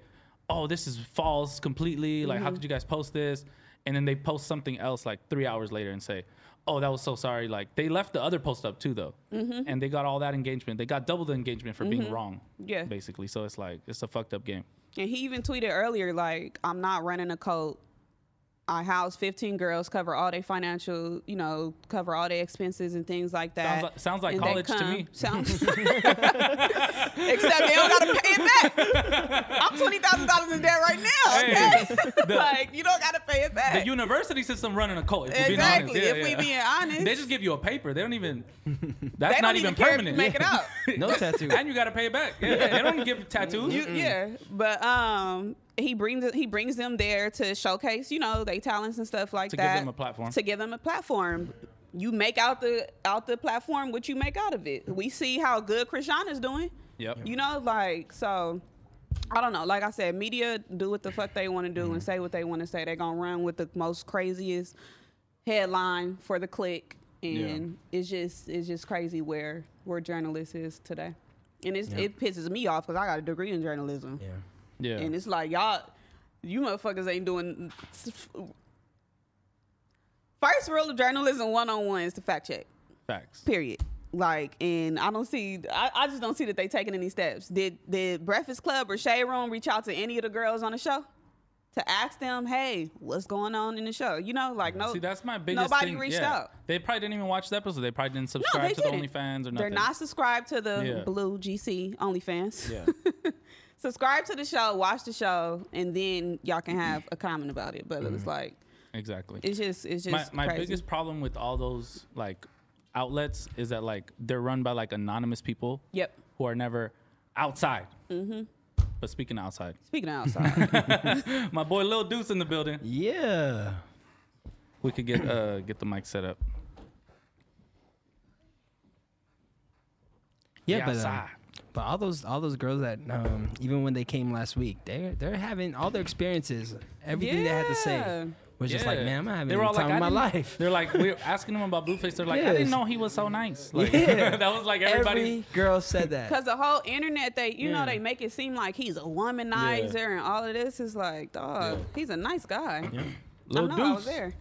Speaker 1: oh, this is false completely. Like,
Speaker 3: Mm-hmm.
Speaker 1: how could you guys post this? And then they post something else like three hours later and say, oh, that was so sorry. Like, they left the other post up too, though.
Speaker 3: Mm-hmm.
Speaker 1: And they got all that engagement. They got double the engagement for being wrong.
Speaker 3: Yeah.
Speaker 1: Basically. So it's like, it's a fucked up game.
Speaker 3: And he even tweeted earlier, like, I'm not running a cult. I house 15 girls, cover all their financial, you know, cover all their expenses and things like that.
Speaker 1: Sounds like- sounds like
Speaker 3: And they
Speaker 1: college to
Speaker 3: come-
Speaker 1: me.
Speaker 3: Sounds.
Speaker 1: [LAUGHS]
Speaker 3: Except they don't gotta pay it back. I'm twenty thousand dollars in debt right now.
Speaker 1: Hey,
Speaker 3: Okay, [LAUGHS] like you don't gotta pay it back.
Speaker 1: The university system running a cult. If we're being honest.
Speaker 3: exactly.
Speaker 1: Yeah,
Speaker 3: if we
Speaker 1: yeah.
Speaker 3: being honest,
Speaker 1: They just give you a paper. They don't even.
Speaker 3: they
Speaker 1: That's
Speaker 3: don't
Speaker 1: not
Speaker 3: even
Speaker 1: even
Speaker 3: care if you
Speaker 1: permanent.
Speaker 3: Make it
Speaker 1: [LAUGHS]
Speaker 3: out.
Speaker 2: No tattoo.
Speaker 1: and you got to pay it back. Yeah, they don't give tattoos.
Speaker 3: You- yeah, but um, he brings he brings them there to showcase, you know, their talents and stuff like
Speaker 1: To give
Speaker 3: that.
Speaker 1: them a platform.
Speaker 3: To give them a platform. You make out the out the platform what you make out of it. We see how good Krishana's doing.
Speaker 1: Yep.
Speaker 3: You know, like so. I don't know. Like I said, media do what the fuck they want to do and say what they want to say. They're gonna run with the most craziest headline for the click, and it's just it's just crazy where where journalists is today, and it's, it pisses me off because I got a degree in journalism,
Speaker 2: [LAUGHS] Yeah.
Speaker 1: Yeah.
Speaker 3: and it's like y'all, you motherfuckers ain't doing. First rule of journalism one on one is to fact check.
Speaker 1: facts.
Speaker 3: Period. Like, and I don't see, I, I just don't see that they taking any steps. Did did Breakfast Club or Shade Room reach out to any of the girls on the show to ask them, hey, what's going on in the show? You know, like no,
Speaker 1: See, that's my biggest
Speaker 3: nobody
Speaker 1: thing.
Speaker 3: reached
Speaker 1: yeah.
Speaker 3: out.
Speaker 1: They probably didn't even watch the episode. They probably didn't
Speaker 3: No,
Speaker 1: subscribe
Speaker 3: they
Speaker 1: to
Speaker 3: didn't.
Speaker 1: the OnlyFans or nothing.
Speaker 3: They're not subscribed to the
Speaker 1: Yeah.
Speaker 3: Blue GC OnlyFans. [LAUGHS] subscribe to the show, watch the show, and then y'all can have a comment about it. But it was like,
Speaker 1: exactly.
Speaker 3: it's just, it's
Speaker 1: Mm-hmm. my,
Speaker 3: just
Speaker 1: my
Speaker 3: crazy.
Speaker 1: biggest problem with all those like outlets is that like they're run by like anonymous people
Speaker 3: Yep.
Speaker 1: who are never outside mm-hmm. but speaking of outside
Speaker 3: Speaking
Speaker 1: [LAUGHS]
Speaker 3: of outside,
Speaker 1: my boy lil deuce in the building
Speaker 2: Yeah.
Speaker 1: we could get uh get the mic set up
Speaker 2: Yeah,
Speaker 1: The
Speaker 2: but, um,
Speaker 1: outside.
Speaker 2: but all those all those girls that um, even when they came last week, they they're having all their experiences, everything they had
Speaker 3: Yeah.
Speaker 2: to say was just like,
Speaker 1: Yeah.
Speaker 2: man, I'm having
Speaker 1: They
Speaker 2: the
Speaker 1: were all
Speaker 2: time of
Speaker 1: "I
Speaker 2: my
Speaker 1: didn't-" [LAUGHS]
Speaker 2: life. [LAUGHS]
Speaker 1: They're like, we're asking him about Blueface. They're like, I
Speaker 2: Yes.
Speaker 1: didn't know he was so
Speaker 2: [LAUGHS]
Speaker 1: nice. Like,
Speaker 2: Yeah.
Speaker 1: [LAUGHS] that was like everybody.
Speaker 2: Every girl said that.
Speaker 3: because the whole internet, they, you
Speaker 1: Yeah.
Speaker 3: know, they make it seem like he's a womanizer and all of this is like, dog, he's a nice guy.
Speaker 1: [LAUGHS] Lil
Speaker 3: I know I was
Speaker 1: Deuce.
Speaker 3: there.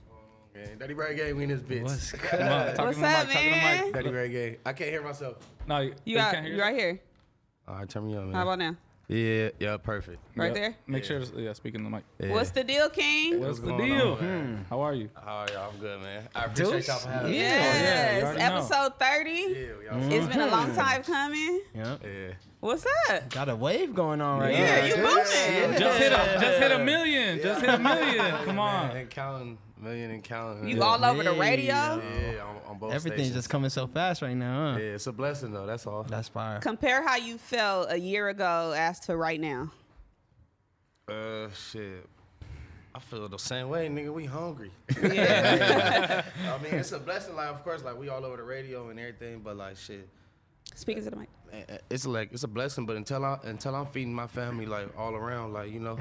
Speaker 7: Man, Daddy Ray Gay, we in this bitch.
Speaker 2: What's
Speaker 1: Come on, talking
Speaker 3: What's
Speaker 1: to the mic,
Speaker 3: up,
Speaker 1: talking to the
Speaker 3: man?
Speaker 1: mic.
Speaker 7: [LAUGHS] Daddy Ray Gay. I can't hear myself.
Speaker 1: No, you,
Speaker 3: You got,
Speaker 1: can't hear
Speaker 3: you right here.
Speaker 7: All right, turn me on, man.
Speaker 3: How about now?
Speaker 7: Yeah, yeah, perfect.
Speaker 3: Right
Speaker 1: Yep.
Speaker 3: there.
Speaker 1: Make sure, it's- yeah, speaking the mic.
Speaker 3: What's the deal, King?
Speaker 1: What's the
Speaker 7: going
Speaker 1: deal?
Speaker 7: on, man?
Speaker 1: How are you?
Speaker 7: How are y'all? I'm good, man. I appreciate y'all for having me.
Speaker 1: yeah, you
Speaker 3: Yes,
Speaker 1: already know. Mm-hmm.
Speaker 3: episode 30.
Speaker 7: Yeah, y'all.
Speaker 3: It's been a long time coming.
Speaker 2: yeah.
Speaker 7: Yeah.
Speaker 3: What's up?
Speaker 2: Got a wave going on right
Speaker 3: Yeah,
Speaker 2: now.
Speaker 3: you booming.
Speaker 1: Just hit a, just hit a million. Just hit a million. Come on.
Speaker 7: And counting, million and counting.
Speaker 3: You
Speaker 7: yeah.
Speaker 3: all over the radio.
Speaker 7: Yeah, on, on both
Speaker 2: Everything's
Speaker 7: stations.
Speaker 2: just coming so fast right now. Huh?
Speaker 7: Yeah, it's a blessing though. That's all.
Speaker 2: That's fire.
Speaker 3: Compare how you felt a year ago as to right now.
Speaker 7: Uh, shit. I feel the same way, nigga. We hungry.
Speaker 3: Yeah.
Speaker 7: [LAUGHS] I mean, it's a blessing, like of course, like we all over the radio and everything, but like shit.
Speaker 3: Speaking to the mic.
Speaker 7: man, it's like it's a blessing, but until I until I'm feeding my family like all around, like you know,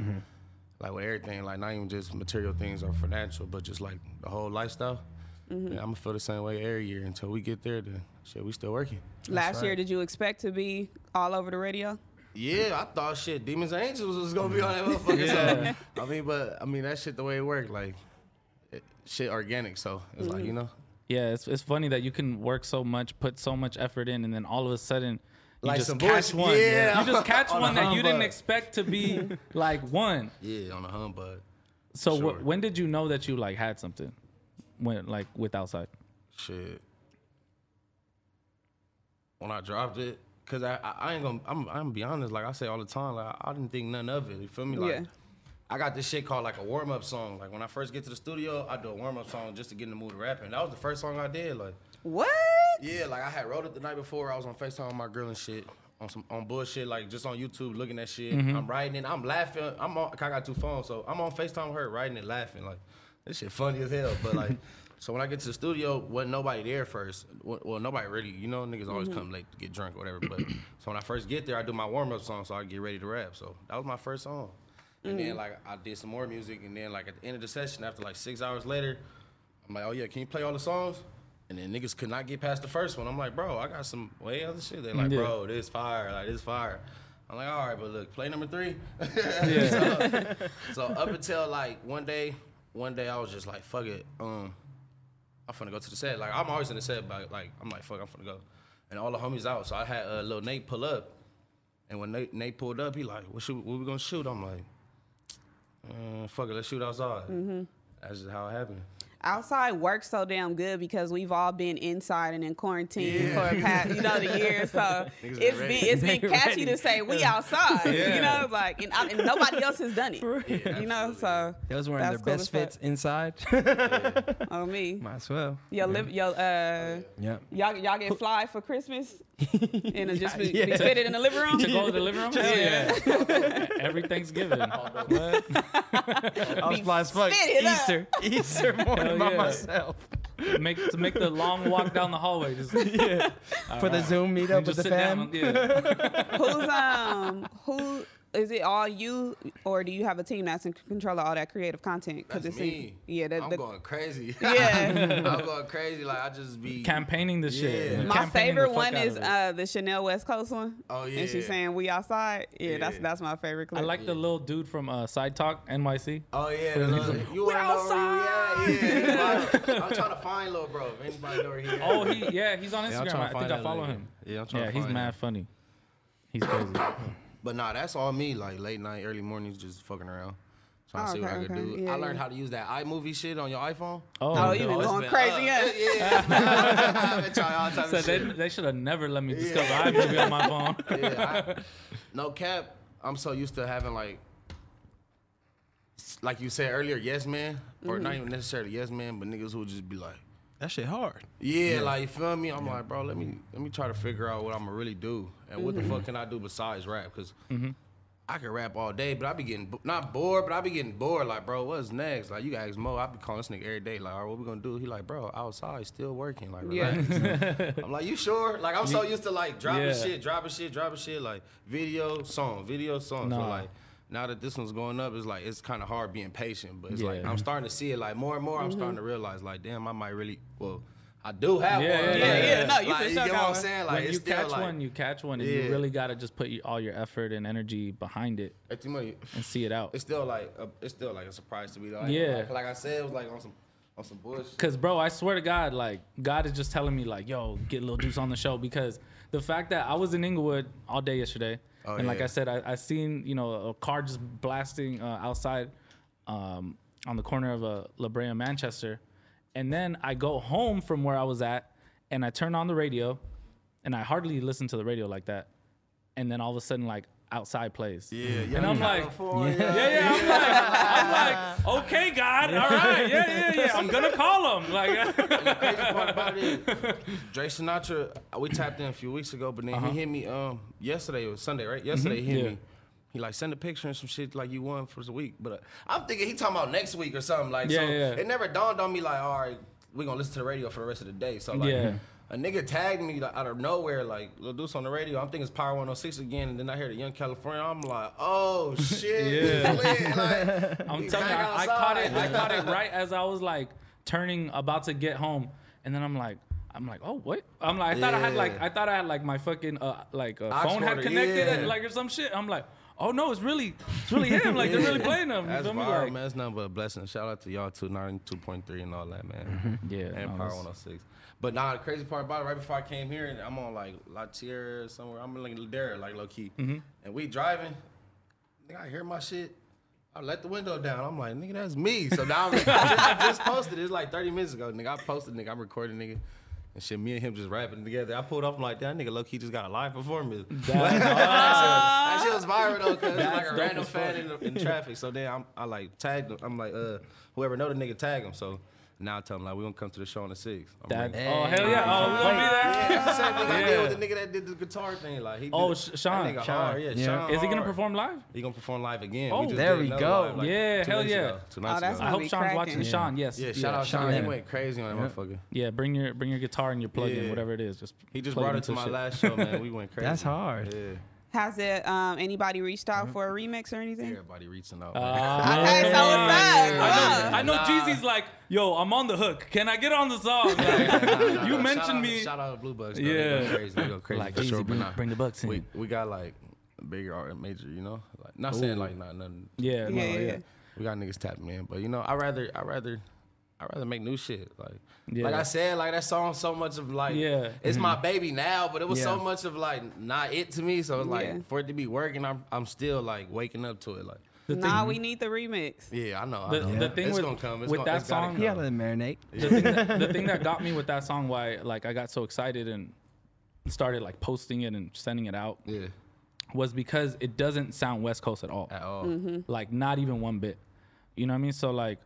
Speaker 7: like with everything, like not even just material things or financial, but just like the whole lifestyle. I'm gonna feel the same way every year until we get there. Then shit, we still working.
Speaker 3: Last year, did you expect to be all over the radio?
Speaker 7: Yeah, I thought shit, demons and angels was gonna be on that motherfucker. So I mean, but I mean that shit the way it worked, like it, shit organic. So it's like you know,
Speaker 1: Yeah, it's, it's funny that you can work so much, put so much effort in, and then all of a sudden you
Speaker 7: Like
Speaker 1: just
Speaker 7: some
Speaker 1: catch
Speaker 7: bullshit.
Speaker 1: one.
Speaker 7: Yeah.
Speaker 1: You just catch
Speaker 7: [LAUGHS] On a
Speaker 1: one that you didn't
Speaker 7: humbug.
Speaker 1: expect to
Speaker 7: [LAUGHS]
Speaker 1: be like one.
Speaker 7: yeah, on the humbug.
Speaker 1: So
Speaker 7: Sure.
Speaker 1: wh- when did you know that you like had something? When like with outside?
Speaker 7: Shit. When I dropped it, cause I, I, I ain't gonna I'm I'm be honest, like I say all the time, like I didn't think nothing of it. You feel me? Like
Speaker 3: Yeah.
Speaker 7: I got this shit called like a warm up song. Like when I first get to the studio, I do a warm up song just to get in the mood of rapping. That was the first song I did. Like
Speaker 3: What?
Speaker 7: yeah, like I had wrote it the night before. I was on Facetime with my girl and shit on some on bullshit, like just on YouTube looking at shit. I'm writing it, I'm laughing. I'm on. 'cause I got two phones, so I'm on Facetime with her writing it, laughing. Like this shit funny as hell. But like, so when I get to the studio, wasn't nobody there first. Wa- Well, nobody really. You know, niggas always come late to get drunk or whatever. But so when I first get there, I do my warm up song, so I get ready to rap. So that was my first song. And then like I did some more music, and then like at the end of the session, after like six hours later, I'm like, oh yeah, can you play all the songs? And then niggas could not get past the first one. I'm like, bro, I got some way other shit. They like,
Speaker 1: Yeah.
Speaker 7: bro, this fire, like this fire. I'm like, all right, but look, play number three. [LAUGHS] so, so up until like one day, one day I was just like, fuck it, um, I'm finna go to the set. Like I'm always in the set, but like I'm like, fuck, I'm finna go. And all the homies out, so I had uh, little Nate pull up. And when Nate, Nate pulled up, he like, what, should, what we gonna shoot? I'm like, uh, fuck it, let's shoot outside. That's just how it happened.
Speaker 3: Outside works so damn good because we've all been inside and in quarantine for a past, you know,
Speaker 2: [LAUGHS]
Speaker 3: the year. So
Speaker 7: Niggas
Speaker 3: it's
Speaker 7: been
Speaker 3: been it's been catchy to say we outside, you know, like and, I- and nobody else has done it, you know. So
Speaker 2: Those were in their
Speaker 3: that's cool
Speaker 2: best
Speaker 3: as fuck.
Speaker 2: fits inside.
Speaker 1: [LAUGHS]
Speaker 2: [LAUGHS]
Speaker 3: on me.
Speaker 2: Might as well.
Speaker 3: Yo, live, yo, uh,
Speaker 2: Yeah.
Speaker 3: y'all y'all get fly for
Speaker 2: [LAUGHS]
Speaker 3: Christmas and it just be,
Speaker 2: Yeah.
Speaker 3: be fitted in the living room.
Speaker 1: To go to the [LAUGHS] living room? Hell yeah. Every [LAUGHS] Thanksgiving. What?
Speaker 2: I was fly as fuck.
Speaker 3: spit it up. [LAUGHS]
Speaker 2: Easter. [LAUGHS] Easter morning
Speaker 1: Hell
Speaker 2: by
Speaker 1: yeah.
Speaker 2: myself.
Speaker 1: Make to make the long walk down the hallway.
Speaker 7: [LAUGHS]
Speaker 1: Just,
Speaker 2: For the Zoom meetup
Speaker 1: just
Speaker 2: with the
Speaker 7: [LAUGHS]
Speaker 1: sit down.
Speaker 2: fam.
Speaker 1: Yeah.
Speaker 3: Who's um who is it all you or do you have a team that's in c- control of all that creative content?
Speaker 7: That's
Speaker 3: it's
Speaker 7: me.
Speaker 3: In, yeah, that,
Speaker 7: I'm
Speaker 3: the- [LAUGHS]
Speaker 7: going crazy. [LAUGHS]
Speaker 3: Yeah.
Speaker 7: I'm going crazy. Like I just be
Speaker 1: Campaigning this shit.
Speaker 7: Yeah.
Speaker 3: my
Speaker 1: Campaigning the
Speaker 3: favorite
Speaker 1: fuck
Speaker 3: one
Speaker 1: out
Speaker 3: is
Speaker 1: of it.
Speaker 3: uh, the Chanel West Coast one.
Speaker 7: Oh,
Speaker 3: and she's
Speaker 7: yeah.
Speaker 3: saying we outside. Yeah, that's
Speaker 7: Yeah.
Speaker 3: that's my favorite
Speaker 1: I
Speaker 3: clip.
Speaker 1: like the little dude from uh, Side Talk NYC.
Speaker 7: Oh yeah, the little, you wanna know where you at?
Speaker 3: [LAUGHS]
Speaker 7: Yeah, I'm trying to find little bro. If anybody know where he at.
Speaker 1: Oh, he yeah, he's on
Speaker 7: Yeah, I'm
Speaker 1: Instagram.
Speaker 7: tryna
Speaker 1: I think
Speaker 7: find
Speaker 1: I
Speaker 7: that
Speaker 1: follow
Speaker 7: lady.
Speaker 1: him.
Speaker 7: Yeah, I'm tryna
Speaker 1: Yeah, he's
Speaker 7: find
Speaker 1: mad
Speaker 7: him.
Speaker 1: funny. He's
Speaker 7: [LAUGHS]
Speaker 1: crazy. Oh,
Speaker 7: But nah, that's all me. Like late night, early mornings, just fucking around. Trying to
Speaker 3: Oh,
Speaker 7: see what
Speaker 3: okay,
Speaker 7: I could
Speaker 3: okay.
Speaker 7: do.
Speaker 3: Yeah,
Speaker 7: I learned
Speaker 3: yeah.
Speaker 7: how to use that iMovie shit on your iPhone.
Speaker 3: Oh,
Speaker 1: Oh,
Speaker 3: you been
Speaker 7: it's
Speaker 3: going
Speaker 7: been-
Speaker 3: crazy,
Speaker 7: uh,
Speaker 3: yeah.
Speaker 7: [LAUGHS] Yeah, [LAUGHS] it's been- I've been trying all types
Speaker 1: so
Speaker 7: of
Speaker 1: they,
Speaker 7: shit.
Speaker 1: they should have never let me discover iMovie on my
Speaker 7: [LAUGHS]
Speaker 1: phone.
Speaker 7: Yeah, I- no cap. I'm so used to having like, like you said earlier, yes man, or not even necessarily yes man, but niggas who would just be like,
Speaker 8: That shit hard.
Speaker 7: yeah, like you feel me? I'm like, bro, let me let me try to figure out what I'm gonna really do and what the
Speaker 1: Mm-hmm.
Speaker 7: fuck can I do besides rap? because I can rap all day, but I be getting bo- not bored, but I be getting bored. Like, bro, what's next? Like, you gotta ask Mo. I be calling this nigga every day. Like, all right, what we gonna do? He like, bro, outside, still working. Like,
Speaker 3: Yeah.
Speaker 7: relax.
Speaker 1: [LAUGHS]
Speaker 7: I'm like, you sure? Like, I'm so used to like dropping
Speaker 1: Yeah.
Speaker 7: shit, dropping shit, dropping shit. Like, video song, video song. So
Speaker 1: Nah.
Speaker 7: like. Now that this one's going up, it's like it's kind of hard being patient, but it's like
Speaker 1: Yeah.
Speaker 7: I'm starting to see it like more and more. I'm starting to realize like, damn, I might really well, I do have
Speaker 1: Yeah,
Speaker 7: one.
Speaker 1: yeah,
Speaker 7: like,
Speaker 1: yeah. Yeah,
Speaker 3: no, you
Speaker 7: like,
Speaker 3: for
Speaker 7: you
Speaker 3: sure
Speaker 7: get
Speaker 3: got
Speaker 7: what I'm
Speaker 3: one.
Speaker 7: saying? Like,
Speaker 1: when
Speaker 7: it's
Speaker 1: you
Speaker 7: still
Speaker 1: catch
Speaker 7: like,
Speaker 1: one, you catch one, and
Speaker 7: Yeah.
Speaker 1: you really gotta just put y- all your effort and energy behind it
Speaker 7: It's money.
Speaker 1: and see it out.
Speaker 7: It's still like a, it's still like a surprise to me though.
Speaker 1: Yeah.
Speaker 7: Like, like I said, it was like on some on some bullshit.
Speaker 1: Cause bro, I swear to God, like God is just telling me like, yo, get Lil Deuce on the show because the fact that I was in Inglewood all day yesterday,
Speaker 7: Oh,
Speaker 1: and like
Speaker 7: yeah.
Speaker 1: I said, I, I seen you know a car just blasting uh, outside um, on the corner of uh, La Brea and Manchester, and then I go home from where I was at, and I turn on the radio, and I hardly listen to the radio like that, and then all of a sudden like outside plays, yeah, and I'm like, yeah, yeah. I'm like, I'm like, okay, God, all right, yeah, yeah, yeah. I'm gonna call him. Like, [LAUGHS]
Speaker 7: crazy part about it, Dre Sinatra, uh, we tapped in a few weeks ago, but then
Speaker 1: Uh-huh.
Speaker 7: he hit me um yesterday. It was Sunday, right? Yesterday he hit
Speaker 1: Mm-hmm. Yeah.
Speaker 7: me. He like send a picture and some shit like you won for the week, but uh, I'm thinking he talking about next week or something. Like,
Speaker 1: Yeah,
Speaker 7: so
Speaker 1: yeah.
Speaker 7: it never dawned on me like, all right, we gonna listen to the radio for the rest of the day. So like.
Speaker 1: Yeah.
Speaker 7: A nigga tagged me like, out of nowhere, like Lil Deuce on the radio. I'm thinking it's Power 106 again, and then I hear the Young California. I'm like, oh shit,
Speaker 1: [LAUGHS] Yeah.
Speaker 7: lit,
Speaker 1: [LAUGHS]
Speaker 7: like,
Speaker 1: I'm
Speaker 7: we
Speaker 1: telling you,
Speaker 7: back
Speaker 1: I, I caught it.
Speaker 7: outside.
Speaker 1: I caught it right as I was like turning, about to get home, and then I'm like. I'm like, oh what? I'm like, I thought I had like,
Speaker 7: Yeah.
Speaker 1: I thought I had like my fucking uh, like uh, phone had
Speaker 7: Oxforder,
Speaker 1: connected
Speaker 7: yeah.
Speaker 1: like or some shit. I'm like, oh no, it's really, it's really him. Like they're really playing him. You
Speaker 7: That's
Speaker 1: feel me?
Speaker 7: viral,
Speaker 1: Like-
Speaker 7: man. It's nothing but a blessing. Shout out to y'all too, 92.3 and all that, man.
Speaker 1: Mm-hmm. Yeah,
Speaker 7: And
Speaker 1: no,
Speaker 7: Power
Speaker 1: that's-
Speaker 7: 106. But nah, the crazy part about it, right before I came here, and I'm on like La Tierra somewhere. I'm in like Ladera, like low key.
Speaker 1: Mm-hmm.
Speaker 7: And we driving. Nigga, I hear my shit. I let the window down. I'm like, nigga, that's me. So now I'm, I, just, I just posted it. It's like 30 minutes ago. Nigga, I posted, nigga. I'm recording, nigga. And shit, me and him just rapping together. I pulled up, I'm like, that nigga low key just got a live performance. [LAUGHS] That shit was viral though, cause it was like a random fan in, the- in traffic. So then I'm, I like tagged him. I'm like, uh, whoever know the nigga tag him. So now I tell him like we gonna come to the show on the sixth.
Speaker 1: That,
Speaker 7: I'm like,
Speaker 1: oh hell yeah! Oh, we're gonna be there.
Speaker 7: yeah, that's the same thing I
Speaker 1: Yeah.
Speaker 7: did with the nigga that did the guitar thing. Like he did
Speaker 1: Oh,
Speaker 7: it.
Speaker 1: Sh- Sean,
Speaker 7: That nigga
Speaker 1: Sean.
Speaker 7: hard, yeah,
Speaker 8: Yeah.
Speaker 7: Sean
Speaker 1: Is he gonna
Speaker 7: hard.
Speaker 1: perform live?
Speaker 7: He gonna perform live again.
Speaker 1: Oh,
Speaker 7: just
Speaker 1: there
Speaker 7: did
Speaker 2: we
Speaker 7: another
Speaker 2: go.
Speaker 7: live, like,
Speaker 1: Yeah,
Speaker 7: two
Speaker 1: hell
Speaker 7: nights
Speaker 1: yeah.
Speaker 7: ago, two nights
Speaker 3: Oh, that's
Speaker 7: ago.
Speaker 1: I
Speaker 3: Gonna
Speaker 1: hope
Speaker 3: be
Speaker 1: Sean's watching.
Speaker 3: cracking.
Speaker 1: Sean, yes.
Speaker 7: Yeah, shout out Sean.
Speaker 2: Sean.
Speaker 7: He went crazy on that motherfucker.
Speaker 1: Yeah, bring your bring your guitar and your plug in,
Speaker 7: Yeah.
Speaker 1: whatever it is. Just
Speaker 7: He just
Speaker 1: plug
Speaker 7: brought it
Speaker 1: into
Speaker 7: to my
Speaker 1: shit.
Speaker 7: last show, man. We
Speaker 1: [LAUGHS]
Speaker 7: went crazy.
Speaker 2: That's hard.
Speaker 7: Yeah,
Speaker 3: Has it um, anybody reached
Speaker 1: Uh-huh.
Speaker 3: out for a remix or anything?
Speaker 7: [LAUGHS] everybody reaching out.
Speaker 1: Ah,
Speaker 3: Okay, so what's up?
Speaker 1: I know, I know
Speaker 7: Nah.
Speaker 1: Jeezy's like, yo, I'm on the hook. Can I get on the
Speaker 3: [LAUGHS]
Speaker 1: song? Like,
Speaker 7: man.
Speaker 1: you
Speaker 7: shout out,
Speaker 1: mentioned me.
Speaker 7: Shout out to Blue Bucks.
Speaker 1: Yeah.
Speaker 7: Yeah, they go crazy. They go crazy
Speaker 1: Like,
Speaker 7: for
Speaker 1: Jeezy,
Speaker 7: sure. but
Speaker 1: bring-
Speaker 7: nah,
Speaker 1: bring the Bucks in.
Speaker 7: We we got like a bigger art major, you know. Like not saying like not nothing.
Speaker 1: Yeah, no,
Speaker 3: Yeah, yeah,
Speaker 1: yeah.
Speaker 3: yeah.
Speaker 7: We got niggas tapping in, but you know, I rather I rather I rather make new shit. Like
Speaker 1: Yeah.
Speaker 7: like I said, like that song so much of like
Speaker 1: Yeah. Mm-hmm.
Speaker 7: it's my baby now, but it was so
Speaker 2: Yeah.
Speaker 7: much of like not it to me. So it's like
Speaker 3: Yeah.
Speaker 7: for it to be working, I'm I'm still like waking up to it. Like
Speaker 3: Nah, we need the remix.
Speaker 7: yeah, I know.
Speaker 1: The-
Speaker 7: I know.
Speaker 1: the thing
Speaker 7: it's
Speaker 1: with-
Speaker 7: gonna come. It's
Speaker 1: with
Speaker 7: gonna,
Speaker 1: that
Speaker 7: it's gotta
Speaker 1: song-
Speaker 7: come.
Speaker 2: Yeah, let it marinate.
Speaker 1: The thing, that, the thing that got me with that song, why like I got so excited and started like posting it and sending it out,
Speaker 7: yeah,
Speaker 1: was because it doesn't sound West Coast at all.
Speaker 7: at all.
Speaker 1: like not even one bit you know what i mean so like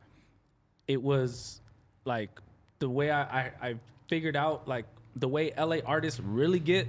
Speaker 1: it was like the way i i, I figured out like the way la artists really get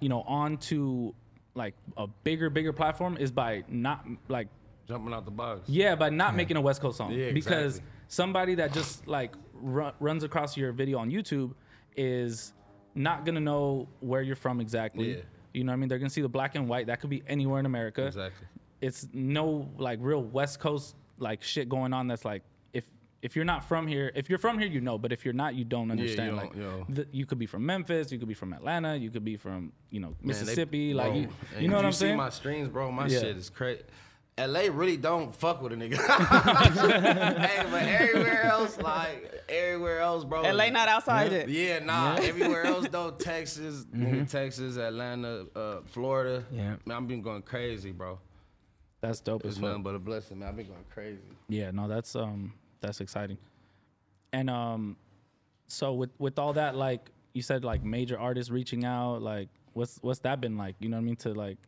Speaker 1: you know onto like a bigger bigger platform is by not like
Speaker 7: Jumping out the box.
Speaker 1: yeah, by not making a West Coast song.
Speaker 7: Yeah,
Speaker 1: Because
Speaker 7: exactly.
Speaker 1: somebody that just like ru- runs across your video on YouTube is not gonna know where you're from exactly.
Speaker 7: Yeah.
Speaker 1: You know what I mean? They're gonna see the black and white. That could be anywhere in America.
Speaker 7: Exactly.
Speaker 1: It's no like real West Coast like shit going on. That's like if if you're not from here, if you're from here, you know. But if you're not, you don't understand.
Speaker 7: don't-
Speaker 1: like
Speaker 7: you don't.
Speaker 1: the- you could be from Memphis, you could be from Atlanta, you could be from you know
Speaker 7: Man, they-
Speaker 1: Mississippi. like
Speaker 7: bro,
Speaker 1: you,
Speaker 7: and
Speaker 1: you
Speaker 7: if
Speaker 1: know what I'm
Speaker 7: See
Speaker 1: saying?
Speaker 7: my streams, bro. My
Speaker 1: Yeah.
Speaker 7: shit is crazy. LA really don't fuck with
Speaker 1: [LAUGHS]
Speaker 7: a nigga. [LAUGHS] hey, but everywhere else, like everywhere else, bro.
Speaker 3: LA not outside it.
Speaker 7: Yeah, nah.
Speaker 1: [LAUGHS]
Speaker 7: Everywhere else though, Texas,
Speaker 1: Mm-hmm.
Speaker 7: nigga, Texas, Atlanta, uh, Florida.
Speaker 2: Yeah.
Speaker 7: man, I've been going crazy, bro.
Speaker 1: That's dope as
Speaker 7: It's
Speaker 1: fuck.
Speaker 7: nothing but a blessing, man. I've been going crazy.
Speaker 1: Yeah, no, that's um that's exciting. And um so with with all that like you said like major artists reaching out, like what's what's that been like? You know what I mean? To like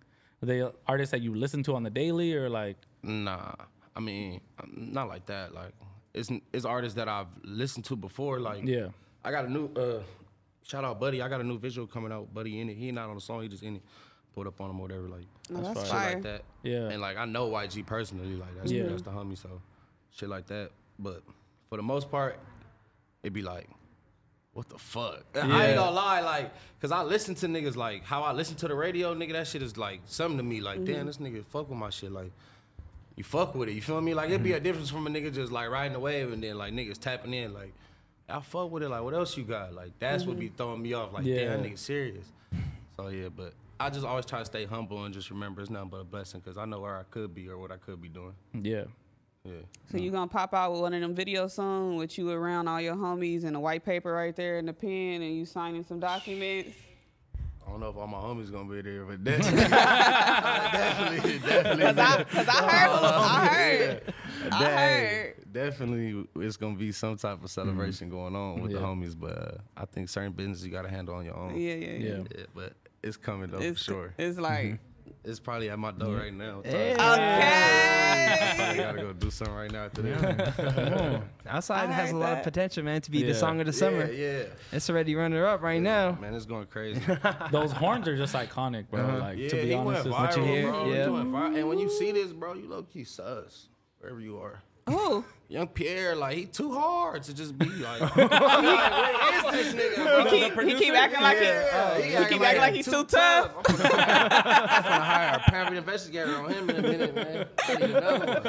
Speaker 1: are they artists that you listen to on the daily or like
Speaker 7: Nah, I mean, um, not like that. Like, it's it's artists that I've listened to before. Like,
Speaker 1: Yeah.
Speaker 7: I got a new uh, shout out, buddy. I got a new visual coming out, buddy. In it, he not on the song. He just in it, pulled up on him or whatever. Like,
Speaker 3: Oh, that's
Speaker 7: shit
Speaker 3: fire.
Speaker 7: like that.
Speaker 1: Yeah.
Speaker 7: and like I know YG personally. Like, that's
Speaker 1: Yeah.
Speaker 7: that's the homie. So, shit like that. But for the most part, it'd be like. What the fuck? [LAUGHS] I
Speaker 1: Yeah.
Speaker 7: ain't gonna lie, like, cause I listen to niggas like how I listen to the radio, nigga. That shit is like something to me. Like,
Speaker 3: Mm-hmm.
Speaker 7: damn, this nigga fuck with my shit. Like, you fuck with it. You feel me? Like it'd be
Speaker 3: Mm-hmm.
Speaker 7: a difference from a nigga just like riding the wave and then like niggas tapping in. Like I fuck with it. Like what else you got? Like that's what
Speaker 3: Mm-hmm.
Speaker 7: be throwing me off. Like
Speaker 1: Yeah.
Speaker 7: damn, that nigga serious. So yeah, but I just always try to stay humble and just remember it's nothing but a blessing because I know where I could be or what I could be doing.
Speaker 1: yeah.
Speaker 7: Yeah.
Speaker 3: So you gonna pop out with one of them videos soon with you around all your homies and a white paper right there and the pen and you signing some documents.
Speaker 7: I don't know if all my homies gonna be there, but definitely, [LAUGHS] definitely, definitely,
Speaker 3: Cause I, cause I heard,
Speaker 2: Uh,
Speaker 3: I heard. [LAUGHS] I
Speaker 7: Dang,
Speaker 3: heard. Mm-hmm.
Speaker 7: definitely, it's gonna be some type of celebration going on with the homies. But uh, I think certain business you gotta handle on your own.
Speaker 3: Yeah, yeah, yeah.
Speaker 1: Yeah.
Speaker 7: Yeah, but it's coming though
Speaker 3: It's
Speaker 7: for sure.
Speaker 3: It's like
Speaker 7: It's probably at my door right now. so I
Speaker 3: okay.
Speaker 7: probably gotta go do something right now after this.
Speaker 2: Outside
Speaker 3: I
Speaker 2: has a
Speaker 3: heard
Speaker 2: lot of
Speaker 3: that.
Speaker 2: potential, man, to be the
Speaker 1: Yeah.
Speaker 2: song of the
Speaker 7: Yeah,
Speaker 2: summer.
Speaker 7: yeah.
Speaker 2: It's already runner up right now.
Speaker 7: Man, it's
Speaker 2: [LAUGHS]
Speaker 7: going crazy.
Speaker 1: Those horns are just iconic, bro. Like
Speaker 7: Uh-huh. yeah,
Speaker 1: to be
Speaker 7: he
Speaker 1: honest,
Speaker 7: went
Speaker 1: it's like-
Speaker 7: viral,
Speaker 2: hear,
Speaker 7: bro. He
Speaker 2: yeah.
Speaker 7: went viral. And when you see this, bro, you low key sus wherever you are.
Speaker 2: Mm-hmm.
Speaker 3: Ooh,
Speaker 7: Young Pierre, like he too hard to just be like. [LAUGHS] I'm like, what is this nigga? Bro?
Speaker 3: he, he keep acting like
Speaker 7: Yeah,
Speaker 3: he, he keep acting like he's too tough.
Speaker 7: I'm gonna hire a private investigator on him in a minute, man. I need another one.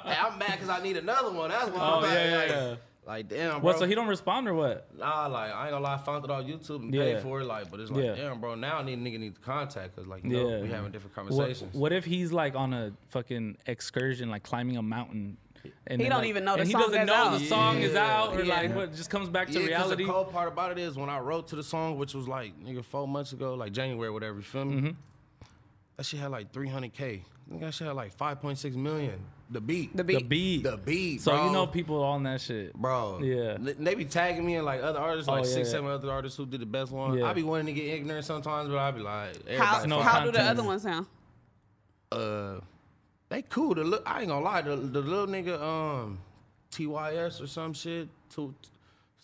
Speaker 7: Hey, I'm mad because I need another one. That's why.
Speaker 1: Oh,
Speaker 7: I'm mad,
Speaker 1: yeah,
Speaker 7: like,
Speaker 1: yeah, yeah.
Speaker 7: Like damn, bro.
Speaker 1: What so he don't respond or what?
Speaker 7: Nah, like I ain't gonna lie, I found it on YouTube and
Speaker 1: Yeah.
Speaker 7: paid for it. Like, but it's like,
Speaker 1: Yeah.
Speaker 7: damn, bro. Now I need nigga need to contact because like, you know,
Speaker 1: Yeah.
Speaker 7: we having different
Speaker 1: What,
Speaker 7: conversations.
Speaker 1: what if he's like on a fucking excursion, like climbing a mountain? And
Speaker 3: He
Speaker 1: then,
Speaker 3: don't
Speaker 1: like-
Speaker 3: even know the
Speaker 1: and he
Speaker 3: song that's
Speaker 1: doesn't know
Speaker 3: out.
Speaker 1: the song is out, or
Speaker 3: Yeah.
Speaker 1: like what just comes back to
Speaker 7: Yeah, 'cause
Speaker 1: reality.
Speaker 7: The cold part about it is when I wrote to the song, which was like nigga four months ago, like January, whatever. You feel me?
Speaker 1: Mm-hmm.
Speaker 7: That shit had like 300k. Nigga, That shit had like 5.6 million. The beat.
Speaker 3: The
Speaker 1: The
Speaker 3: beat.
Speaker 1: beat.
Speaker 7: The beat.
Speaker 1: So
Speaker 7: bro.
Speaker 1: you know people on that shit.
Speaker 7: Bro,
Speaker 1: Yeah.
Speaker 7: Li- they be tagging me and like other artists, like
Speaker 1: yeah,
Speaker 7: six,
Speaker 1: yeah.
Speaker 7: seven other artists who did the best one.
Speaker 1: Yeah.
Speaker 7: I be wanting to get ignorant sometimes, but I be like,
Speaker 3: How,
Speaker 7: everybody
Speaker 1: no
Speaker 7: fuck-
Speaker 3: how do the
Speaker 1: content.
Speaker 3: other ones sound?
Speaker 7: uh, they cool. The li- I ain't gonna lie, the, the little nigga, um, TYS or some shit, to,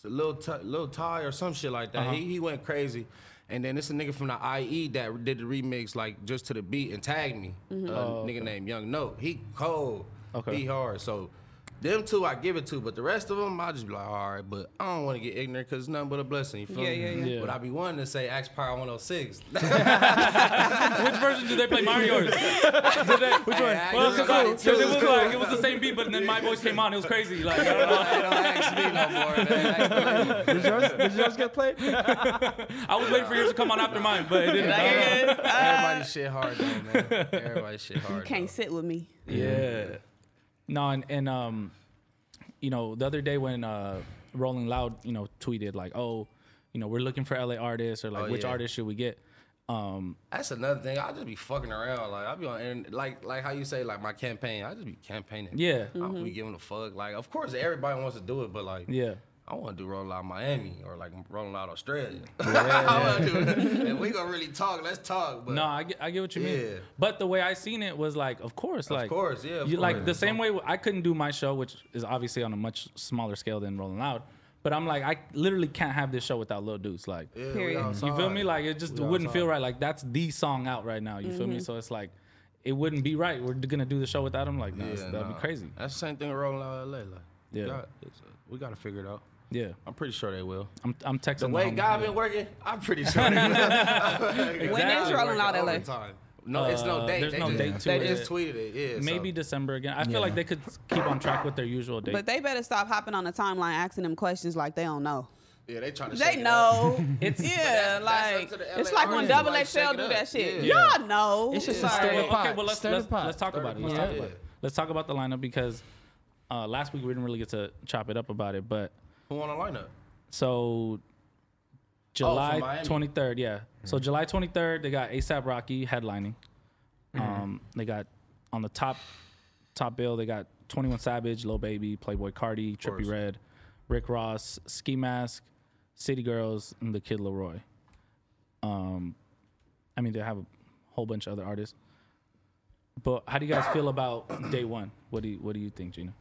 Speaker 7: to little t- little Ty or some shit like that. He, he went crazy, and then it's a nigga from the IE that did the remix like just to the beat and tagged me. Uh, Nigga named Young No. He cold.
Speaker 1: Okay.
Speaker 7: He hard. So. Them two I give it to, but the rest of them I just be like, all right, but I don't want to get ignorant because it's nothing but a blessing. You feel
Speaker 3: Yeah,
Speaker 7: me?
Speaker 3: yeah, yeah.
Speaker 1: Yeah.
Speaker 7: But I be wanting to say Axe Power [LAUGHS] 106.
Speaker 1: [LAUGHS] Which version did they [LAUGHS] play? Mine or yours? Did they- which one?
Speaker 7: I
Speaker 1: Well,
Speaker 7: guess
Speaker 1: it's
Speaker 7: I
Speaker 1: cool.
Speaker 7: did too.
Speaker 1: It was like it was the same beat, but then my voice came on. It was crazy. Like I don't know.
Speaker 7: Hey, don't ask me no more, man. Ask the lady.
Speaker 2: Did
Speaker 3: [LAUGHS]
Speaker 2: yours, did yours get played?
Speaker 1: I was waiting for yours to come on after mine, but it didn't.
Speaker 3: Like, uh,
Speaker 7: Everybody shit hard though, man.
Speaker 3: [LAUGHS]
Speaker 7: Everybody shit hard.
Speaker 3: can't sit with me.
Speaker 1: Yeah. No, and, and um, you know, the other day when uh, Rolling Loud, you know, tweeted like, "Oh, you know, we're looking for LA artists, or like,
Speaker 7: Oh,
Speaker 1: which
Speaker 7: yeah.
Speaker 1: artist should we get?" Um,
Speaker 7: That's another thing. I just be fucking around. Like I be on internet, like like how you say like my campaign. I just be campaigning.
Speaker 1: Yeah.
Speaker 7: I don't
Speaker 3: Mm-hmm.
Speaker 7: be giving a fuck. Like of course everybody wants to do it, but like
Speaker 1: yeah.
Speaker 7: I want to do Rolling Loud Miami or like Rolling Loud Australia. [LAUGHS] I want to do it. If we gonna really talk, let's talk. But
Speaker 1: No, I get, I get what you mean.
Speaker 7: Yeah.
Speaker 1: But the way I seen it was like, of course, like,
Speaker 7: course, yeah, of
Speaker 1: you, like the
Speaker 7: course.
Speaker 1: same way I couldn't do my show, which is obviously on a much smaller scale than Rolling Loud. But I'm like, I literally can't have this show without Lil Dudes. Like,
Speaker 7: yeah, we
Speaker 3: Period.
Speaker 7: outside.
Speaker 1: you feel me? Like, it just wouldn't feel right. Like, that's the song out right now. You feel
Speaker 3: Mm-hmm.
Speaker 1: me? So it's like, it wouldn't be right. We're gonna do the show without him. Like, no,
Speaker 7: Yeah,
Speaker 1: it's- that'd
Speaker 7: nah.
Speaker 1: be crazy.
Speaker 7: That's the same thing with Rolling Loud LA. Like, we
Speaker 1: Yeah.
Speaker 7: got- it's- we gotta figure it out.
Speaker 1: Yeah.
Speaker 7: I'm pretty sure they will.
Speaker 1: I'm, I'm texting
Speaker 7: The way
Speaker 1: him.
Speaker 7: God been working, I'm pretty sure. they will.
Speaker 3: When is Rolling Loud LA?
Speaker 7: Overtime. No, it's no
Speaker 1: Uh,
Speaker 7: date.
Speaker 1: there's
Speaker 7: they
Speaker 1: no
Speaker 7: just,
Speaker 1: date to
Speaker 7: They
Speaker 1: it.
Speaker 7: just tweeted it. Yeah. so-
Speaker 1: Maybe December again. I feel like they could keep on track with their usual date.
Speaker 3: But they better stop hopping on the timeline asking them questions like they don't know.
Speaker 7: yeah, they trying to. shake
Speaker 3: They
Speaker 7: it up.
Speaker 3: know.
Speaker 1: It's-
Speaker 3: yeah,
Speaker 7: that's
Speaker 3: like
Speaker 7: up to the
Speaker 3: it's
Speaker 7: LA
Speaker 3: like when
Speaker 7: artists to,
Speaker 3: Double
Speaker 7: like,
Speaker 3: XL
Speaker 7: shake
Speaker 3: do
Speaker 7: it
Speaker 3: that
Speaker 7: up.
Speaker 3: shit.
Speaker 1: Yeah.
Speaker 3: Y'all know.
Speaker 2: It's just a
Speaker 3: Like,
Speaker 2: Stir the
Speaker 1: Well,
Speaker 2: pot.
Speaker 1: okay, well let's
Speaker 2: Stir the
Speaker 1: let's,
Speaker 2: pot.
Speaker 1: let's talk about it. Let's
Speaker 2: pot.
Speaker 1: talk about it. Let's talk about the lineup because uh, last week we didn't really get to chop it up about it, but
Speaker 7: Who on the lineup?
Speaker 1: so July
Speaker 7: Oh, Miami. Mm-hmm.
Speaker 1: twenty third, yeah. So July twenty third, they got ASAP Rocky headlining.
Speaker 7: Mm-hmm.
Speaker 1: Um, they got on the top top bill, they got Twenty One Savage, Lil Baby, Playboy Cardi, Trippy Red, Rick Ross, Ski Mask, City Girls, and the Kid Leroy. Um, I mean they have a whole bunch of other artists. But how do you guys feel about [COUGHS] day one? What do you What do you think, Gina?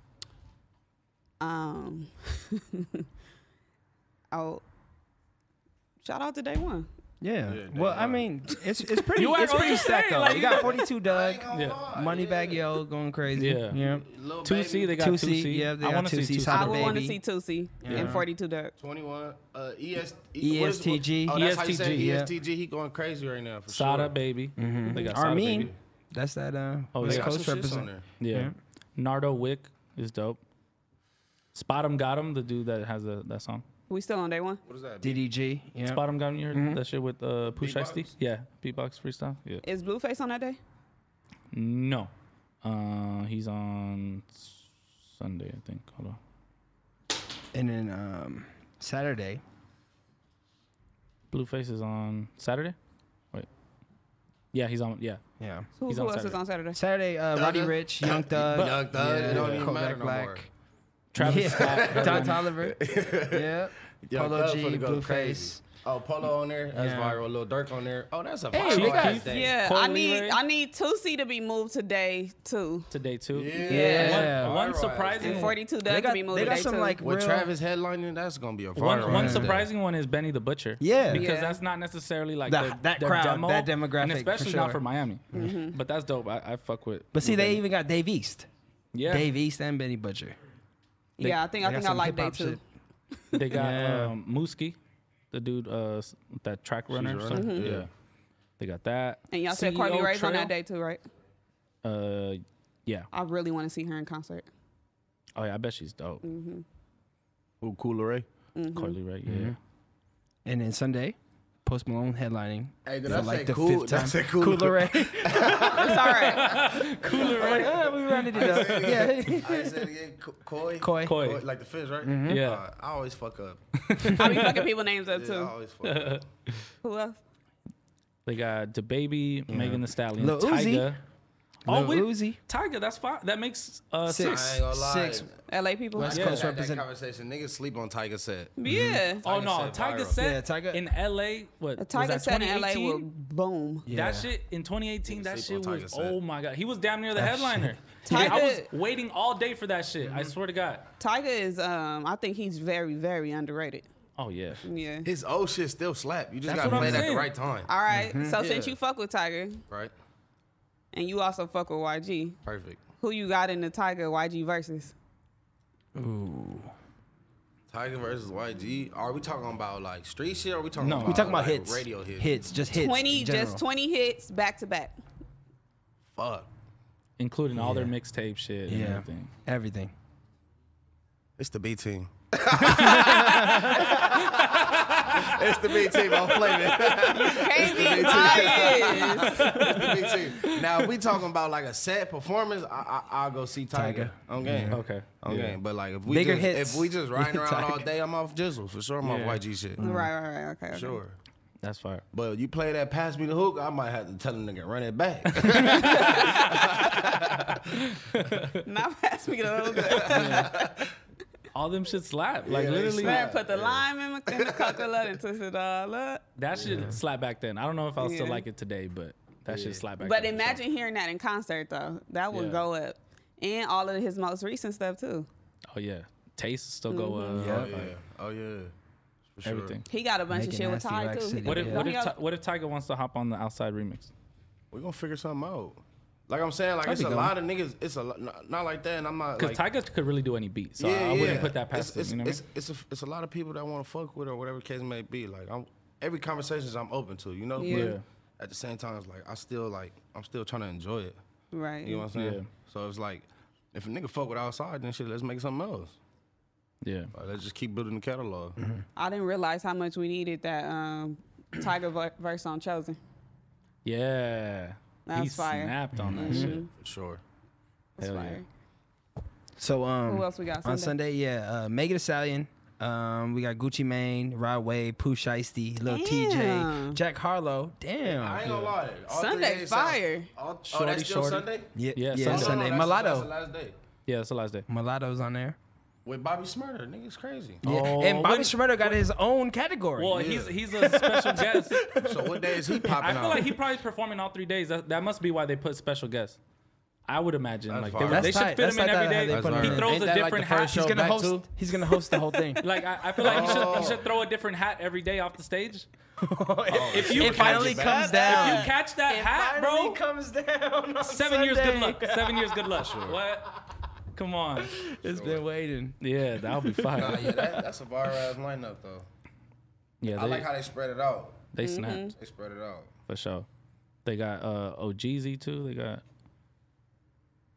Speaker 3: Um. [LAUGHS] oh. Shout out to Day One.
Speaker 2: Yeah. well, I mean, it's
Speaker 1: [LAUGHS]
Speaker 2: it's pretty
Speaker 1: You act
Speaker 2: it's pretty
Speaker 1: like-
Speaker 2: stacked though.
Speaker 1: like,
Speaker 2: you
Speaker 1: you
Speaker 2: got 42 Doug,
Speaker 1: Yeah,
Speaker 2: Moneybag Yo going crazy.
Speaker 1: Yeah.
Speaker 2: Yeah.
Speaker 7: Lil
Speaker 1: two
Speaker 7: Baby,
Speaker 1: C. They got two
Speaker 2: 2C,
Speaker 1: C.
Speaker 2: yeah, they
Speaker 1: I
Speaker 2: got
Speaker 1: want to
Speaker 2: 2C.
Speaker 1: see two C.
Speaker 2: Solid
Speaker 3: I would want to
Speaker 2: Baby.
Speaker 3: see Tusi and 42 Duck.
Speaker 7: 21. Uh, ES, e- what is- what-
Speaker 2: ESTG.
Speaker 7: Oh, that's how you say it,
Speaker 1: ESTG,
Speaker 2: yeah.
Speaker 7: ESTG. He going crazy right now. For
Speaker 1: Sada
Speaker 7: sure.
Speaker 1: baby. They got Sada
Speaker 2: Armin.
Speaker 1: baby.
Speaker 2: That's that uh oh,
Speaker 1: they
Speaker 2: West
Speaker 1: got
Speaker 7: Got some
Speaker 2: Coast
Speaker 7: shits on
Speaker 2: represent.
Speaker 7: there.
Speaker 1: Yeah. Nardo Wick is dope. Spot 'em got 'em, the dude that has the, that song.
Speaker 3: We still on Day One.
Speaker 7: What is that?
Speaker 2: DDG. Yeah.
Speaker 1: Spot 'em got 'em, you heard that shit with uh Push T? Yeah. Beatbox freestyle. Yeah.
Speaker 3: Is Blueface on that day?
Speaker 1: No. Uh he's on Sunday, I think. Hold on.
Speaker 2: And then um Saturday.
Speaker 1: Blueface is on Saturday? Wait. Yeah, he's on yeah.
Speaker 2: Yeah.
Speaker 3: Who,
Speaker 1: He's
Speaker 3: who
Speaker 1: on
Speaker 3: else is
Speaker 1: Saturday.
Speaker 3: on Saturday?
Speaker 2: Saturday, uh, Roddy
Speaker 7: Thug.
Speaker 1: [LAUGHS]
Speaker 2: Rich, Young Thug,
Speaker 7: Young Thug, it don't even
Speaker 2: Kodak
Speaker 7: matter no
Speaker 2: Black,
Speaker 7: more.
Speaker 1: Travis Scott. [LAUGHS]
Speaker 2: yeah, Don
Speaker 1: headlining.
Speaker 3: [LAUGHS]
Speaker 2: Tolliver, yeah, Polo
Speaker 7: Thug
Speaker 2: G,
Speaker 7: finna go
Speaker 2: Blueface.
Speaker 7: crazy. Oh, Polo on there. That's
Speaker 2: Yeah.
Speaker 7: viral. Lil Durk on there. Oh, that's a
Speaker 2: Hey,
Speaker 7: viral.
Speaker 2: we got-
Speaker 7: ass thing.
Speaker 3: Yeah, I
Speaker 1: Cole
Speaker 3: need
Speaker 1: Leroy?
Speaker 3: I need Tusi to be moved today too,
Speaker 1: Today too.
Speaker 2: Yeah.
Speaker 1: One, one
Speaker 7: Viral.
Speaker 3: and
Speaker 1: surprising
Speaker 3: 42 Duck
Speaker 2: They
Speaker 3: to
Speaker 2: got,
Speaker 3: be moved
Speaker 2: they got
Speaker 3: today
Speaker 2: some
Speaker 3: too.
Speaker 2: like
Speaker 7: With
Speaker 2: real,
Speaker 7: Travis headlining, that's gonna be a viral.
Speaker 1: One, one
Speaker 7: ass thing.
Speaker 1: surprising one is Benny the Butcher.
Speaker 2: Yeah.
Speaker 1: because
Speaker 3: Yeah.
Speaker 1: that's not necessarily like
Speaker 2: The-
Speaker 1: their-
Speaker 2: that
Speaker 1: their
Speaker 2: crowd,
Speaker 1: demo,
Speaker 2: that demographic,
Speaker 1: and
Speaker 2: for
Speaker 1: especially not
Speaker 2: sure.
Speaker 1: for Miami.
Speaker 3: Mm-hmm.
Speaker 1: [LAUGHS] But that's dope. I, I fuck with.
Speaker 2: But see, they even got Dave East,
Speaker 1: yeah,
Speaker 2: Dave East and Benny Butcher. They-
Speaker 3: yeah, I think I
Speaker 2: they got
Speaker 3: think I
Speaker 2: some
Speaker 3: like Day
Speaker 2: hip-hop
Speaker 3: Two.
Speaker 2: shit.
Speaker 1: they got
Speaker 2: Yeah.
Speaker 1: um, Mooski, the dude uh, s- that track runner. or
Speaker 7: running,
Speaker 1: something.
Speaker 7: yeah.
Speaker 1: Yeah, they got that.
Speaker 3: And y'all said Cardi
Speaker 1: CEO
Speaker 3: Ray's on that
Speaker 1: E Trail.
Speaker 3: day too, right?
Speaker 1: Uh, yeah.
Speaker 3: I really want to see her in concert.
Speaker 1: Oh yeah, I bet she's dope.
Speaker 3: Mm-hmm.
Speaker 7: Ooh, Cool Ray.
Speaker 1: Carly Rae. Yeah.
Speaker 7: Mm-hmm.
Speaker 2: And then Sunday, Post Malone headlining.
Speaker 7: Hey, did
Speaker 2: for
Speaker 7: I
Speaker 2: like
Speaker 7: say
Speaker 2: the
Speaker 7: cool?
Speaker 2: fifth
Speaker 7: Did I
Speaker 2: time.
Speaker 7: say cool?
Speaker 2: Cooler Ray. [LAUGHS]
Speaker 3: It's all right.
Speaker 2: like, ah, we rounded it up. Yeah.
Speaker 7: I
Speaker 2: [LAUGHS]
Speaker 7: said again, co- Koi.
Speaker 2: Koi. Mm-hmm.
Speaker 1: Koi.
Speaker 7: Koi, Like the fish, right?
Speaker 1: Yeah.
Speaker 7: Uh, I always fuck up.
Speaker 3: I be fucking people names up
Speaker 7: Yeah, I
Speaker 3: too.
Speaker 7: always fuck up.
Speaker 3: Who else?
Speaker 1: They got the baby, Megan the Stallion,
Speaker 2: Lil Uzi.
Speaker 1: Tyga. Oh,
Speaker 2: Lil
Speaker 1: wait,
Speaker 2: Uzi.
Speaker 1: Tyga. That's five. That makes uh, six.
Speaker 7: I ain't gonna
Speaker 2: [LAUGHS]
Speaker 7: lie.
Speaker 2: Six.
Speaker 3: LA people.
Speaker 2: West
Speaker 1: Yeah.
Speaker 2: Coast
Speaker 7: That, that
Speaker 2: represent.
Speaker 7: conversation, niggas sleep on Tiger set.
Speaker 3: Yeah.
Speaker 1: Oh
Speaker 7: Tyga
Speaker 1: no,
Speaker 7: said
Speaker 1: Tyga
Speaker 7: viral.
Speaker 1: said
Speaker 2: Yeah, Tyga-
Speaker 1: in L.A. What
Speaker 3: A
Speaker 1: was
Speaker 3: Tiger
Speaker 1: that
Speaker 3: set in LA
Speaker 1: 2018?
Speaker 3: will boom.
Speaker 2: Yeah.
Speaker 1: That shit in 2018, that
Speaker 7: sleep
Speaker 1: shit
Speaker 7: on
Speaker 1: was
Speaker 7: Tiger set.
Speaker 1: oh my god. He was damn near the headliner.
Speaker 3: Tiger-
Speaker 1: [LAUGHS] I was waiting all day for that shit. I swear to God.
Speaker 3: Tiger is um I think he's very, very underrated.
Speaker 1: Oh yeah.
Speaker 3: Yeah.
Speaker 7: His old shit still slap. You just
Speaker 1: That's
Speaker 7: gotta
Speaker 1: what
Speaker 7: play
Speaker 1: I'm
Speaker 7: it at the
Speaker 1: saying.
Speaker 7: right time.
Speaker 3: All right, So since
Speaker 7: Yeah.
Speaker 3: you fuck with Tiger
Speaker 7: Right?
Speaker 3: and you also fuck with YG,
Speaker 7: Perfect.
Speaker 3: who you got in the Tiger YG versus?
Speaker 7: Tiger versus YG. Are we talking about like street shit? Or are we talking?
Speaker 1: No.
Speaker 7: about,
Speaker 2: We talking about
Speaker 7: like,
Speaker 2: hits.
Speaker 7: Radio hits.
Speaker 2: Hits. Just hits.
Speaker 3: Twenty
Speaker 2: in
Speaker 3: just
Speaker 2: general.
Speaker 3: twenty hits back to [LAUGHS] back.
Speaker 7: Fuck.
Speaker 1: Including all their mixtape shit and
Speaker 2: Yeah.
Speaker 1: everything.
Speaker 2: Everything.
Speaker 7: It's the
Speaker 1: [LAUGHS]
Speaker 7: B team. [LAUGHS] it's the B team on Flavin.
Speaker 3: Can't be
Speaker 7: It's [LAUGHS] the
Speaker 3: biased.
Speaker 7: it's [LAUGHS] the B team. Now, if we talking about like a set performance, I, I, I'll go see Tiger.
Speaker 2: Tiger.
Speaker 7: On game.
Speaker 1: Okay.
Speaker 7: On
Speaker 1: Yeah.
Speaker 7: game. But like if we
Speaker 2: Bigger
Speaker 7: just,
Speaker 2: hits.
Speaker 7: if we just riding around all
Speaker 2: Tiger.
Speaker 7: day, I'm off Jizzle for sure. I'm
Speaker 1: Yeah.
Speaker 7: off YG shit.
Speaker 3: right, right, right. Okay. okay.
Speaker 7: Sure.
Speaker 1: That's fire.
Speaker 7: But you play that pass me the hook, I might have to tell a nigga run
Speaker 1: [LAUGHS]
Speaker 7: it back. [LAUGHS]
Speaker 3: Now pass me the little bit.
Speaker 1: All them shit slap. Like
Speaker 7: they
Speaker 1: literally
Speaker 7: slap.
Speaker 3: Put the lime in, my- in the coconut and twist it all up.
Speaker 1: that shit slap back then. I don't know if I'll still
Speaker 3: Yeah.
Speaker 1: like it today, but that shit slap back
Speaker 3: But
Speaker 1: then.
Speaker 3: imagine hearing that in concert though. That would
Speaker 1: Yeah.
Speaker 3: go up. And all of his most recent stuff too.
Speaker 1: Oh yeah. Taste still go
Speaker 3: Mm-hmm.
Speaker 1: uh,
Speaker 7: Oh yeah. Oh yeah. For sure.
Speaker 1: everything.
Speaker 3: He got a bunch
Speaker 2: Make
Speaker 3: of
Speaker 2: it
Speaker 3: shit with
Speaker 2: nasty,
Speaker 3: Ty
Speaker 2: Rack
Speaker 3: too.
Speaker 2: City.
Speaker 1: What if
Speaker 2: Yeah.
Speaker 1: what
Speaker 3: Don't
Speaker 1: if
Speaker 3: he
Speaker 1: Ti-
Speaker 3: got-
Speaker 1: what if Tiger wants to hop on the outside remix?
Speaker 7: We're gonna figure something out. Like I'm saying, like
Speaker 1: That'd
Speaker 7: it's a
Speaker 1: be dope.
Speaker 7: lot of niggas. It's a lot, not- not like that. And I'm not
Speaker 1: Because
Speaker 7: like,
Speaker 1: Tyga could really do any beat, so I wouldn't put that past
Speaker 7: it's,
Speaker 1: him. You know
Speaker 7: It's, it's, a, it's a lot of people that want to fuck with or whatever case may be. Like I'm, every conversations I'm open to, you know.
Speaker 3: Yeah.
Speaker 1: Yeah.
Speaker 7: But at the same time, it's like I still like I'm still trying to enjoy it.
Speaker 3: Right.
Speaker 7: You know what I'm saying?
Speaker 1: Yeah.
Speaker 7: So it's like if a nigga fuck with outside, then shit, let's make something else.
Speaker 1: what I mean?
Speaker 7: Like, let's just keep building the catalog.
Speaker 1: Mm-hmm.
Speaker 3: I didn't realize how much we needed that um, Tiger ver- verse on Chosen.
Speaker 1: Yeah, yeah.
Speaker 3: That
Speaker 1: he
Speaker 3: was fire.
Speaker 1: snapped on that shit.
Speaker 7: For sure.
Speaker 3: That's
Speaker 1: Hell yeah.
Speaker 3: fire.
Speaker 2: So um,
Speaker 3: Who else we got
Speaker 2: on Sunday?
Speaker 3: Sunday?
Speaker 2: Yeah, uh, Megan Thee Stallion. Um, we got Gucci Mane, Rod Wave, Pooh Shiesty, Lil TJ,
Speaker 3: Damn.
Speaker 2: Jack Harlow. Damn.
Speaker 7: I ain't gonna lie. All three
Speaker 3: Sunday
Speaker 7: days
Speaker 3: fire.
Speaker 7: Sound, all, oh,
Speaker 1: Shorty,
Speaker 7: that's still
Speaker 1: shorty.
Speaker 7: Sunday?
Speaker 2: yeah,
Speaker 1: Yeah,
Speaker 2: yeah,
Speaker 1: Sunday.
Speaker 7: No, no,
Speaker 2: Sunday.
Speaker 7: that's-
Speaker 2: Mulatto.
Speaker 7: That's the last day.
Speaker 1: Yeah, that's the last day.
Speaker 2: Mulatto's on there.
Speaker 7: With Bobby Smurder, nigga's crazy.
Speaker 2: Yeah.
Speaker 1: Oh,
Speaker 2: and Bobby
Speaker 1: wait-
Speaker 2: Shmurda got his own category.
Speaker 1: Well, he's he's a special
Speaker 7: [LAUGHS]
Speaker 1: guest.
Speaker 7: So what day [LAUGHS] is he
Speaker 1: I
Speaker 7: popping
Speaker 1: feel
Speaker 7: out?
Speaker 1: like he probably performing all three days. That, that must be why they put special guests. I would imagine
Speaker 7: That's
Speaker 1: like
Speaker 7: fire.
Speaker 1: they,
Speaker 7: That's
Speaker 1: they should fit him in every day.
Speaker 7: put him
Speaker 1: He
Speaker 7: in.
Speaker 1: throws
Speaker 2: Ain't
Speaker 1: a
Speaker 2: that
Speaker 1: different
Speaker 2: like the
Speaker 1: hat.
Speaker 2: first Show
Speaker 1: [LAUGHS] He's
Speaker 2: gonna
Speaker 1: gonna
Speaker 2: host. He's gonna host the whole thing.
Speaker 1: Like I, I feel like he should he should throw a different hat every day off the
Speaker 7: [LAUGHS]
Speaker 1: stage.
Speaker 7: Oh,
Speaker 1: if you
Speaker 2: it
Speaker 1: catch
Speaker 2: finally
Speaker 1: it,
Speaker 2: comes
Speaker 1: if
Speaker 2: down.
Speaker 1: you catch that hat, bro,
Speaker 2: comes down. on
Speaker 1: seven years
Speaker 2: Sunday.
Speaker 1: good luck. Seven years good luck. What? Come on.
Speaker 2: It's been waiting.
Speaker 1: Yeah, that'll be
Speaker 7: Nah,
Speaker 1: fire.
Speaker 7: yeah, that, that's a viral ass lineup though.
Speaker 1: Yeah,
Speaker 7: I
Speaker 1: they,
Speaker 7: like how they spread it out.
Speaker 1: they snapped
Speaker 7: They spread it out.
Speaker 1: for sure. They got uh OGZ too. They got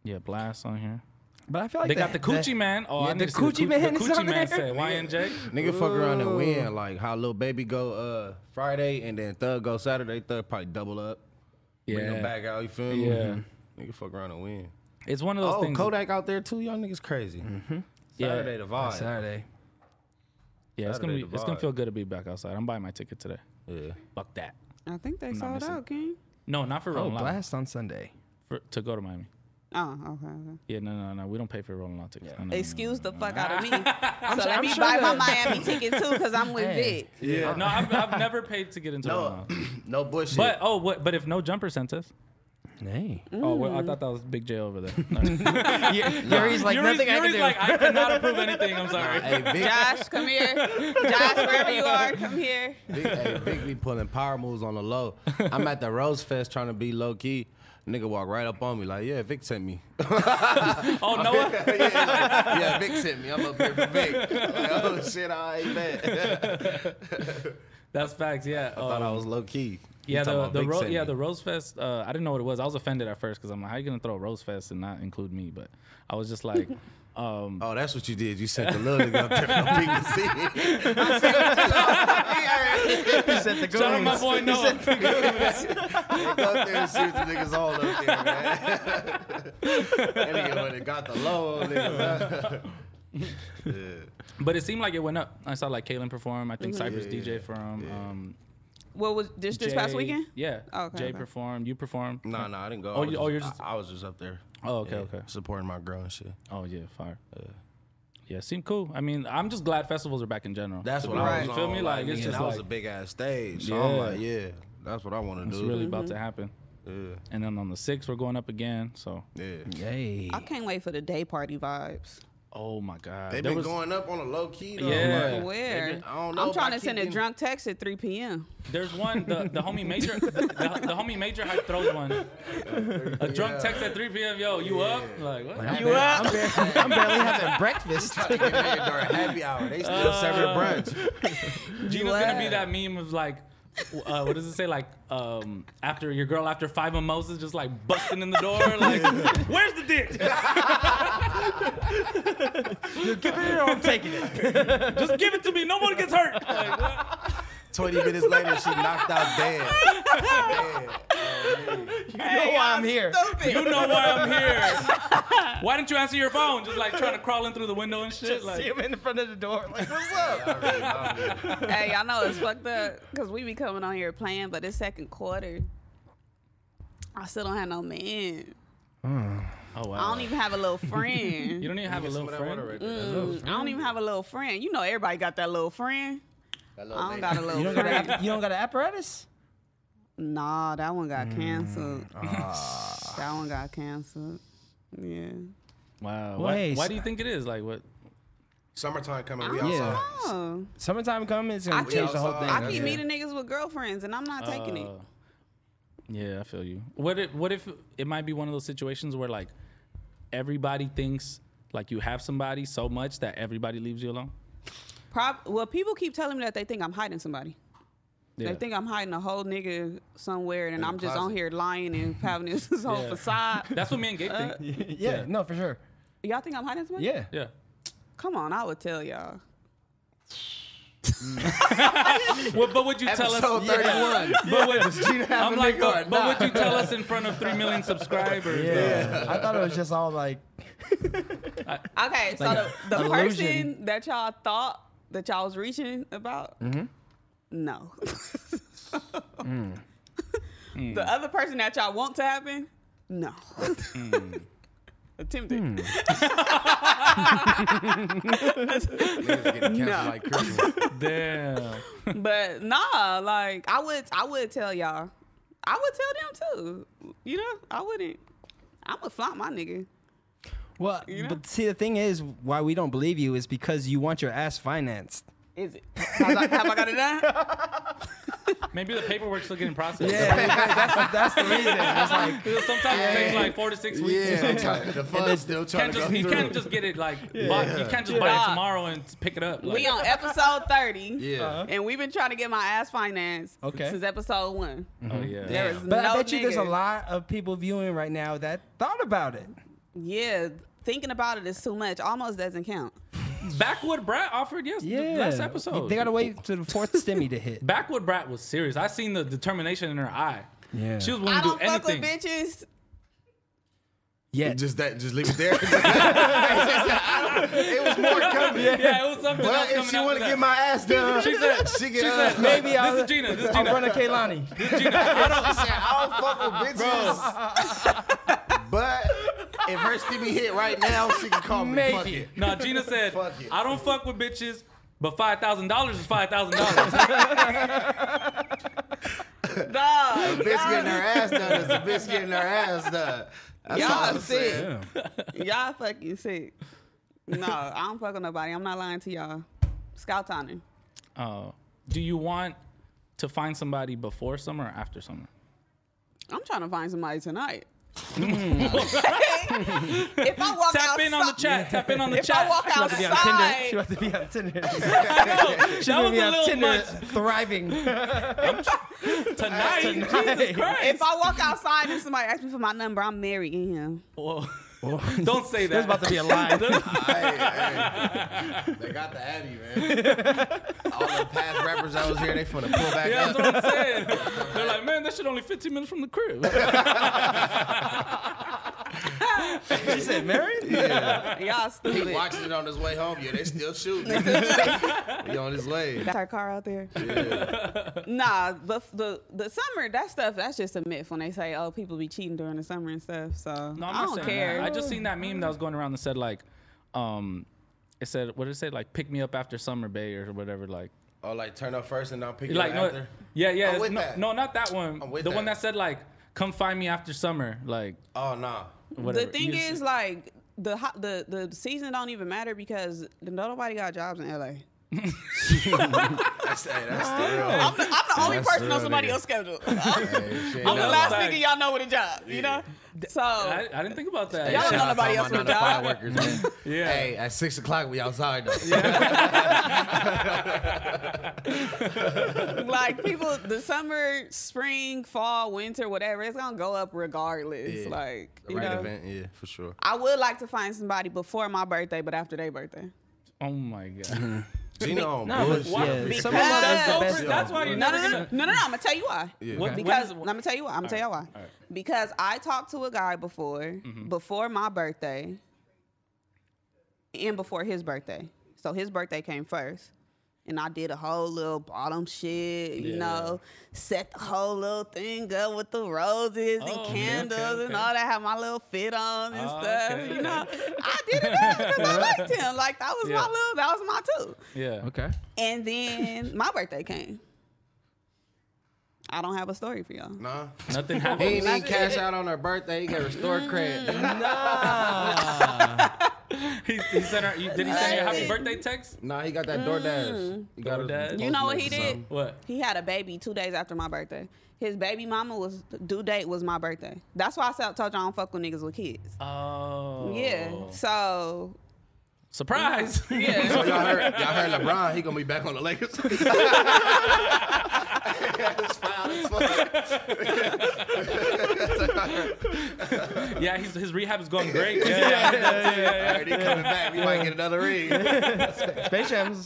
Speaker 1: yeah Blast on here.
Speaker 2: But I feel like
Speaker 1: They got the Coochie Man. Oh,
Speaker 2: yeah,
Speaker 1: I
Speaker 2: the
Speaker 1: need to see
Speaker 2: Coochie Man
Speaker 1: The
Speaker 2: is on
Speaker 1: Coochie Man
Speaker 2: there.
Speaker 1: said YNJ.
Speaker 7: Nigga fuck around and win like how little baby go uh Friday and then Thug go Saturday. Thug probably double up. Bring them
Speaker 1: Yeah,
Speaker 7: back out. You feel me? Mm-hmm.
Speaker 1: Yeah.
Speaker 7: Nigga fuck around and win.
Speaker 1: it's one of those
Speaker 7: Oh,
Speaker 1: things.
Speaker 7: Kodak out there too. Y'all niggas crazy.
Speaker 1: Yeah.
Speaker 7: Saturday the vibe.
Speaker 2: Saturday.
Speaker 1: Yeah, it's gonna
Speaker 7: Saturday
Speaker 1: be.
Speaker 7: the
Speaker 1: It's gonna
Speaker 7: vibe.
Speaker 1: feel good to be back outside. I'm buying my ticket today.
Speaker 7: Yeah.
Speaker 1: Fuck that.
Speaker 3: I think they
Speaker 1: not
Speaker 3: sold
Speaker 1: missing.
Speaker 3: out, King.
Speaker 1: No, not for
Speaker 2: Oh,
Speaker 1: Rolling Loud.
Speaker 2: blast on Sunday.
Speaker 1: For, to go to Miami.
Speaker 3: Oh, okay. okay.
Speaker 1: Yeah, no, no, no. We don't pay for Rolling Loud tickets. No, no, no, no,
Speaker 3: Excuse
Speaker 1: no,
Speaker 3: the
Speaker 1: no,
Speaker 3: fuck
Speaker 1: no.
Speaker 3: out of me. so let
Speaker 2: [LAUGHS] I'm
Speaker 3: me
Speaker 2: sure
Speaker 3: buy my
Speaker 2: that-
Speaker 3: Miami ticket too, cause I'm with
Speaker 2: Hey.
Speaker 3: Vic.
Speaker 1: Yeah. No, I've, I've never paid to get
Speaker 2: [LAUGHS]
Speaker 1: into Rolling
Speaker 7: No,
Speaker 1: Loud.
Speaker 7: no bullshit.
Speaker 1: But oh, what? But if no jumper sent us.
Speaker 2: Hey.
Speaker 1: Oh, well,
Speaker 7: Mm.
Speaker 1: I thought that was Big J over [LAUGHS] there. No.
Speaker 2: Yuri's like
Speaker 1: Yuri's-
Speaker 2: nothing I can
Speaker 1: Yuri's
Speaker 2: do.
Speaker 1: like, I cannot approve anything. I'm [LAUGHS] sorry.
Speaker 7: hey, Vic,
Speaker 3: Josh, come
Speaker 2: [LAUGHS]
Speaker 3: here. Josh, wherever you are, come here.
Speaker 7: Big, hey, Big be pulling power moves on the low. I'm at the Rose Fest trying to be low key. Nigga walk right up on me like, yeah, Vic sent me.
Speaker 1: Oh, Noah.
Speaker 7: yeah, yeah, yeah, Vic sent me. I'm up here for Vic. Like, oh shit, I ain't mad.
Speaker 1: [LAUGHS]
Speaker 7: [LAUGHS]
Speaker 1: That's facts. Yeah.
Speaker 7: I thought I
Speaker 1: um,
Speaker 7: was low key.
Speaker 1: Yeah, the the Ro- yeah the Rose Fest. Uh, I didn't know what it was. I was offended at first because I'm like, how you gonna throw a Rose Fest and not include me? But I was just like, um,
Speaker 7: Oh, that's what you did. You sent the little nigga up there for Vic to
Speaker 1: [LAUGHS]
Speaker 7: see. it.
Speaker 2: the
Speaker 1: [LAUGHS] shout out my boy Noah.
Speaker 7: Go up there and see what the niggas all up there, man. that
Speaker 1: [LAUGHS]
Speaker 7: nigga went [LAUGHS] and got the low on niggas.
Speaker 1: [LAUGHS] But it seemed like it went up. I saw like Kaylin perform. I
Speaker 7: Mm-hmm.
Speaker 1: think Cypress DJ from. Um,
Speaker 3: What was this this past
Speaker 1: Jay-
Speaker 3: weekend?
Speaker 1: Yeah.
Speaker 3: Okay,
Speaker 1: Jay
Speaker 3: okay.
Speaker 1: performed. You performed.
Speaker 7: Oh, Nah, nah, I didn't go.
Speaker 1: Oh,
Speaker 7: I was
Speaker 1: you- oh, you're just-
Speaker 7: I, I was just up there.
Speaker 1: Oh, okay,
Speaker 7: Yeah,
Speaker 1: okay.
Speaker 7: Supporting my girl and shit.
Speaker 1: Oh yeah, fire. yeah, seemed cool. I mean, I'm just glad festivals are back in general.
Speaker 7: That's what I
Speaker 3: Right.
Speaker 7: was
Speaker 3: You
Speaker 1: feel
Speaker 7: on,
Speaker 1: me? Like, it's
Speaker 7: nigga,
Speaker 1: just
Speaker 7: that was
Speaker 1: like-
Speaker 7: a big ass stage. So I'm
Speaker 1: Yeah.
Speaker 7: like, yeah, that's what I want to
Speaker 1: It's
Speaker 7: do.
Speaker 1: really about to happen.
Speaker 7: Mm-hmm. yeah,
Speaker 1: And then on the sixth, we're going up again. So,
Speaker 7: yeah.
Speaker 2: Hey.
Speaker 3: I can't wait for the day party vibes.
Speaker 1: oh my god,
Speaker 7: They've
Speaker 1: There
Speaker 7: been
Speaker 1: was-
Speaker 7: going up on a low key though.
Speaker 1: Yeah.
Speaker 7: like,
Speaker 3: Where?
Speaker 7: they been- I don't know.
Speaker 3: am
Speaker 7: if
Speaker 3: trying
Speaker 7: I
Speaker 3: to
Speaker 7: keep
Speaker 3: send a
Speaker 7: getting-
Speaker 3: drunk text at 3 p.m.
Speaker 1: There's one the, the homie
Speaker 7: [LAUGHS]
Speaker 1: major the, the, the homie major hype throws one. A drunk text at 3 p.m. Yo, you up? Like what?
Speaker 2: You up? I'm barely, I'm barely having [LAUGHS] breakfast.
Speaker 7: [LAUGHS] They made it during happy hour. They still
Speaker 1: Uh.
Speaker 7: serving brunch.
Speaker 1: Gina's gonna be that meme of like, uh, what does it say? Like um, after your girl after five mimosas, just like busting in the
Speaker 7: [LAUGHS]
Speaker 1: door. Like where's the dick?
Speaker 2: I'm taking [LAUGHS] it.
Speaker 1: Just give it to me. No one gets hurt. Like, what?
Speaker 7: Twenty minutes later, she knocked out dead.
Speaker 2: You know why I'm here.
Speaker 1: You know why I'm here.
Speaker 7: [LAUGHS]
Speaker 1: Why didn't you answer your phone? Just like trying to crawl in through the window and shit.
Speaker 2: [LAUGHS] See
Speaker 1: Like
Speaker 2: him in the front of the door. Like, what's
Speaker 7: I
Speaker 2: up?
Speaker 7: already know, nigga.
Speaker 3: hey, y'all know it's fucked up because we be coming on here playing, but it's second quarter. I still don't have no man.
Speaker 1: oh wow.
Speaker 3: I don't even have a
Speaker 2: [LAUGHS]
Speaker 3: little friend.
Speaker 1: you don't even have a
Speaker 7: Some
Speaker 1: little
Speaker 7: of that water
Speaker 1: friend.
Speaker 7: right there. That's
Speaker 3: I don't even have a little friend. You know, everybody got that little friend.
Speaker 7: that
Speaker 3: I
Speaker 7: little
Speaker 3: don't
Speaker 7: nigga.
Speaker 3: got a
Speaker 2: You
Speaker 3: little
Speaker 2: don't got
Speaker 3: friend.
Speaker 2: a, you don't got an apparatus?
Speaker 3: Nah, that one got canceled. [LAUGHS] that one got canceled. Yeah.
Speaker 1: Wow.
Speaker 2: Well, hey,
Speaker 1: Why, why
Speaker 2: s-
Speaker 1: do you think it is? Like what?
Speaker 7: Summertime coming. We
Speaker 2: don't
Speaker 7: outside.
Speaker 2: know.
Speaker 3: Oh.
Speaker 2: Summertime comes, it's gonna
Speaker 3: I
Speaker 2: change
Speaker 3: keep-
Speaker 2: the whole thing.
Speaker 7: I
Speaker 3: I keep
Speaker 7: yeah.
Speaker 3: meeting niggas with girlfriends and I'm not taking it.
Speaker 1: Uh, Yeah, I feel you. What if, what if it might be one of those situations where like everybody thinks like you have somebody so much that everybody leaves you alone?
Speaker 3: Prob- well, people keep telling me that they think I'm hiding somebody.
Speaker 1: Yeah.
Speaker 3: They think I'm hiding a whole nigga somewhere, and
Speaker 7: the
Speaker 3: I'm just on
Speaker 7: closet.
Speaker 3: here lying and having this, [LAUGHS] this whole
Speaker 1: Yeah.
Speaker 3: facade.
Speaker 1: That's what me and Gabe think.
Speaker 2: Yeah, no, for sure.
Speaker 3: Y'all think I'm hiding somebody?
Speaker 2: Yeah.
Speaker 1: Yeah.
Speaker 3: Come on, I would tell y'all.
Speaker 1: Well, but would you tell us?
Speaker 7: Episode 31.
Speaker 1: But would,
Speaker 7: [LAUGHS] Gina have
Speaker 1: I'm
Speaker 7: a
Speaker 1: like,
Speaker 7: nigga or
Speaker 1: but, but
Speaker 7: not?
Speaker 1: would you tell us in front of three million subscribers?
Speaker 2: Yeah. I thought it was just all like
Speaker 3: Okay, so
Speaker 2: Like
Speaker 3: the, the
Speaker 2: illusion.
Speaker 3: person that y'all thought that y'all was reaching about,
Speaker 2: Mm-hmm.
Speaker 3: no. [LAUGHS] The other person that y'all want to happen, no. [LAUGHS] Attempted.
Speaker 2: Mm.
Speaker 7: Niggas getting
Speaker 1: [LAUGHS]
Speaker 7: canceled like Christmas.
Speaker 1: Damn.
Speaker 3: But nah, like I would, I would tell y'all. I would tell them too. You know, I wouldn't. I would flaunt my nigga.
Speaker 2: Well,
Speaker 3: You know?
Speaker 2: but see, the thing is, why we don't believe you is because you want your ass financed.
Speaker 3: Is it? Have I, have I got it [LAUGHS] done?
Speaker 1: Maybe the paperwork's still getting processed.
Speaker 2: [LAUGHS] that's, the, that's the reason. It's like,
Speaker 1: Because sometimes it takes like four to six weeks. or
Speaker 7: Yeah,
Speaker 1: something.
Speaker 7: trying, the fun's still
Speaker 1: You can't
Speaker 7: trying to go
Speaker 1: just, you
Speaker 7: through.
Speaker 1: can't just get it
Speaker 7: [LAUGHS]
Speaker 1: like bought, you can't just buy
Speaker 3: Yeah.
Speaker 1: it tomorrow and pick it up. Like,
Speaker 3: We on episode thirty.
Speaker 7: yeah.
Speaker 1: Uh-huh.
Speaker 3: And we've been trying to get my ass financed
Speaker 2: Okay.
Speaker 3: since episode one.
Speaker 1: oh yeah.
Speaker 7: Mm-hmm.
Speaker 3: There is
Speaker 2: [LAUGHS] but
Speaker 3: no
Speaker 2: I bet you there's a
Speaker 3: nigga-
Speaker 2: lot of people viewing right now that thought about it.
Speaker 3: Yeah, thinking about it is too much. Almost doesn't count.
Speaker 1: Backwood Brat offered yes.
Speaker 2: Yeah,
Speaker 1: Yeah. Last episode.
Speaker 2: They gotta wait to the fourth stimmy to hit.
Speaker 1: Backwood Brat was serious. I seen the determination in her eye.
Speaker 2: Yeah.
Speaker 1: She was
Speaker 3: I
Speaker 1: willing to do
Speaker 3: don't fuck with
Speaker 1: anything.
Speaker 3: bitches.
Speaker 2: Yeah.
Speaker 7: Just that, just leave it there. [LAUGHS] I don't- it was more coming.
Speaker 1: [LAUGHS] Yeah, it was something
Speaker 7: Well,
Speaker 1: else
Speaker 7: if
Speaker 1: coming
Speaker 7: she
Speaker 1: after
Speaker 7: want to
Speaker 1: that.
Speaker 7: get my ass done,
Speaker 1: She said-
Speaker 7: she
Speaker 1: she
Speaker 7: can. [LAUGHS]
Speaker 1: said,
Speaker 7: uh,
Speaker 2: Maybe
Speaker 1: this
Speaker 2: I'll,
Speaker 1: is Gina. This is
Speaker 2: I'll
Speaker 1: Gina.
Speaker 2: run a Kaylani.
Speaker 1: This
Speaker 7: [LAUGHS]
Speaker 1: is [LAUGHS] Gina. I don't-
Speaker 7: she said, I don't fuck with bitches. But if her stimmy hit right now, she can call me. Fuck
Speaker 2: Maybe.
Speaker 7: it.
Speaker 1: No, Gina said,
Speaker 7: Fuck it.
Speaker 1: I don't fuck with bitches, but five thousand dollars is five thousand
Speaker 7: [LAUGHS]
Speaker 1: dollars.
Speaker 3: Dog.
Speaker 7: Bitch getting her ass done is a bitch getting her ass done. That's all
Speaker 3: Y'all
Speaker 7: I'm
Speaker 3: sick.
Speaker 7: saying.
Speaker 3: Y'all fucking sick. No, I don't fuck with nobody. I'm not lying to y'all. Scout Tony.
Speaker 1: uh, do you want to find somebody before summer or after summer?
Speaker 3: I'm trying to find somebody
Speaker 2: [LAUGHS]
Speaker 3: tonight. if I walk
Speaker 1: Tap
Speaker 3: outside,
Speaker 1: in on the chat. Tap in on the
Speaker 3: If
Speaker 1: chat.
Speaker 3: I walk
Speaker 2: She about to be on Tinder.
Speaker 3: outside,
Speaker 2: She about to be on
Speaker 1: [LAUGHS]
Speaker 2: Tinder.
Speaker 1: that was
Speaker 2: She
Speaker 1: a
Speaker 2: about to be on
Speaker 1: little
Speaker 2: Tinder,
Speaker 1: much
Speaker 2: thriving.
Speaker 1: tonight.
Speaker 2: [LAUGHS]
Speaker 1: Jesus Christ.
Speaker 3: if I walk outside and somebody asks me for my number, I'm marrying
Speaker 2: [LAUGHS]
Speaker 3: him.
Speaker 1: [LAUGHS] Whoa. Don't say that.
Speaker 2: There's about to be a line.
Speaker 7: Hey, hey. They got the Addy, man. All the past rappers that was here, they finna pull
Speaker 1: [LAUGHS]
Speaker 7: back
Speaker 1: Yeah, that's
Speaker 7: up.
Speaker 1: what I'm saying. They're like, man, that shit only 15 minutes from the crib. [LAUGHS]
Speaker 2: she said, [LAUGHS] married?
Speaker 3: Y'all stupid.
Speaker 7: Watching it on his way home, yeah, they still shooting. [LAUGHS] he on his way.
Speaker 3: That's our car out there. [LAUGHS] Nah, but f- the the summer that stuff that's just a myth when they say oh people be cheating during the summer and stuff. So
Speaker 1: No, I'm
Speaker 3: I
Speaker 1: not
Speaker 3: don't
Speaker 1: saying that.
Speaker 3: care.
Speaker 1: I just seen that meme that was going around that said like, um, it said what did it say like pick me up after summer bay or whatever like
Speaker 7: Oh, like turn up first and I'll pick you
Speaker 1: like
Speaker 7: like,
Speaker 1: no,
Speaker 7: up after.
Speaker 1: yeah yeah
Speaker 7: I'm
Speaker 1: it's
Speaker 7: with
Speaker 1: no,
Speaker 7: that.
Speaker 1: no not that one
Speaker 7: I'm with
Speaker 1: the one
Speaker 7: that.
Speaker 1: that said like come find me after summer like
Speaker 7: Oh nah.
Speaker 1: whatever
Speaker 3: The thing
Speaker 1: You just-
Speaker 3: is like the ho- the the season don't even matter because nobody got jobs in LA.
Speaker 7: That's, hey, that's the real.
Speaker 3: I'm the, I'm the only
Speaker 7: that's
Speaker 3: person on
Speaker 7: real,
Speaker 3: somebody
Speaker 7: nigga.
Speaker 3: else's
Speaker 7: [LAUGHS]
Speaker 3: schedule. I'm
Speaker 7: Hey, shit,
Speaker 3: the
Speaker 7: nah.
Speaker 3: last
Speaker 1: like-
Speaker 3: nigga y'all know with a job. You know. So
Speaker 1: I, I didn't think about that.
Speaker 7: Hey,
Speaker 3: Y'all
Speaker 7: shout
Speaker 3: don't know
Speaker 7: out
Speaker 3: nobody else
Speaker 7: to all my
Speaker 3: with a
Speaker 7: nine-to-five
Speaker 3: job.
Speaker 7: workers, man.
Speaker 1: [LAUGHS] Yeah.
Speaker 7: Hey, at six o'clock we outside though.
Speaker 3: [LAUGHS] like people, the summer, spring, fall, winter, whatever, it's gonna go up regardless.
Speaker 7: Yeah.
Speaker 3: Like
Speaker 7: The
Speaker 3: you
Speaker 7: right
Speaker 3: know.
Speaker 7: event, yeah,
Speaker 1: [LAUGHS]
Speaker 7: for sure.
Speaker 3: I would like to find somebody before my birthday, but after their birthday.
Speaker 1: oh my god.
Speaker 7: Gina on Mm-hmm. bullshit.
Speaker 1: why?
Speaker 2: Yeah,
Speaker 1: Because
Speaker 2: summer love is the
Speaker 3: that's
Speaker 2: best.
Speaker 1: over- that's
Speaker 2: though.
Speaker 1: why you're
Speaker 3: No,
Speaker 1: never
Speaker 3: no, no,
Speaker 1: gonna.
Speaker 3: no, no, no. I'm gonna tell you why.
Speaker 1: What- when
Speaker 3: Because
Speaker 1: is-
Speaker 3: I'm gonna tell you why. I'm gonna tell you why.
Speaker 1: right. Mm-hmm.
Speaker 3: Because I talked to a guy before, before my birthday, and before his birthday. So his birthday came first. And I did a whole little bottom shit, you
Speaker 1: Yeah.
Speaker 3: know, set the whole little thing up with the roses
Speaker 1: Oh,
Speaker 3: and
Speaker 1: okay,
Speaker 3: candles
Speaker 1: okay,
Speaker 3: and
Speaker 1: okay.
Speaker 3: all that. Had my little fit on and
Speaker 1: Oh,
Speaker 3: stuff,
Speaker 1: okay,
Speaker 3: you know.
Speaker 1: okay.
Speaker 3: I did it because I liked him. Like that was
Speaker 1: Yeah.
Speaker 3: my little, that was my too.
Speaker 1: Yeah.
Speaker 2: Okay.
Speaker 3: And then my birthday came. I don't have a story for y'all.
Speaker 1: [LAUGHS]
Speaker 7: Nah.
Speaker 1: Nothing
Speaker 7: He
Speaker 1: happened.
Speaker 7: ain't even
Speaker 1: Mm.
Speaker 7: cash out on her birthday. He got restored credit.
Speaker 1: He he sent her. you- Did he send you a happy birthday text?
Speaker 7: Nah, he got that DoorDash. He got a
Speaker 1: Mm. DoorDash. You
Speaker 3: You
Speaker 7: Postmates
Speaker 3: know what
Speaker 7: or
Speaker 3: he did?
Speaker 7: something.
Speaker 1: What?
Speaker 3: He had a baby two days after my birthday. His baby mama was due date was my birthday. That's why I said- told y'all I don't fuck with niggas with kids.
Speaker 1: Oh.
Speaker 3: Yeah. So
Speaker 1: [LAUGHS] Surprise.
Speaker 7: So y'all heard, y'all heard LeBron, he gonna be back on
Speaker 1: [LAUGHS]
Speaker 7: the Lakers. [LAUGHS] It's foul as fuck.
Speaker 1: yeah. He's, his rehab is going great. Yeah. yeah, yeah, yeah,
Speaker 7: Alright, he coming back. We might get another [LAUGHS] ring.
Speaker 2: Space Jam's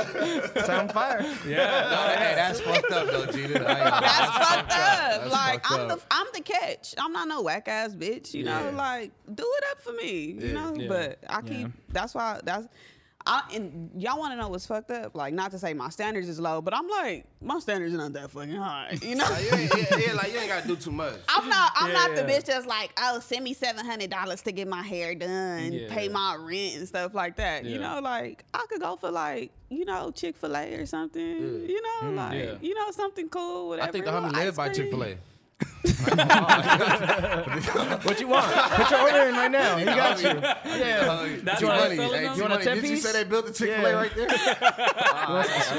Speaker 2: sound fire.
Speaker 7: No, hey, that's fucked up though, Gina.
Speaker 3: that's fucked up.
Speaker 7: That's
Speaker 3: like
Speaker 7: fucked
Speaker 3: I'm
Speaker 7: up.
Speaker 3: the I'm the catch. I'm not no whack ass bitch. You know,
Speaker 7: Yeah.
Speaker 3: like do it up for me. You know, but I keep. That's why. That's. I, and y'all want to know what's fucked up? Like, not to say my standards is low, but I'm like, my standards not that fucking high. You know,
Speaker 7: Like, you ain't, [LAUGHS] yeah, yeah, like you ain't gotta do too much.
Speaker 3: [LAUGHS] I'm not. I'm not the
Speaker 1: Yeah.
Speaker 3: bitch that's like, oh, send me seven hundred dollars to get my hair done,
Speaker 1: Yeah.
Speaker 3: pay my rent and stuff like that. You
Speaker 1: Yeah.
Speaker 3: know, like I could go for like, you know, Chick Fil A or something. You know, like
Speaker 1: Yeah.
Speaker 3: you know something cool. Whatever.
Speaker 7: Mm. I think the
Speaker 3: little
Speaker 7: homie live
Speaker 3: ice
Speaker 7: by
Speaker 3: cream.
Speaker 7: Chick Fil [LAUGHS] A.
Speaker 2: What you want?
Speaker 7: [LAUGHS]
Speaker 2: What you ordering right now? He got you. Yeah.
Speaker 1: That's
Speaker 7: Too
Speaker 1: why
Speaker 7: money.
Speaker 1: selling
Speaker 7: Hey,
Speaker 1: them?
Speaker 7: too
Speaker 2: You want a
Speaker 7: money.
Speaker 2: 10
Speaker 7: Did you
Speaker 2: piece?
Speaker 7: say they built the Chick Fil A
Speaker 2: Yeah.
Speaker 7: right [LAUGHS] there?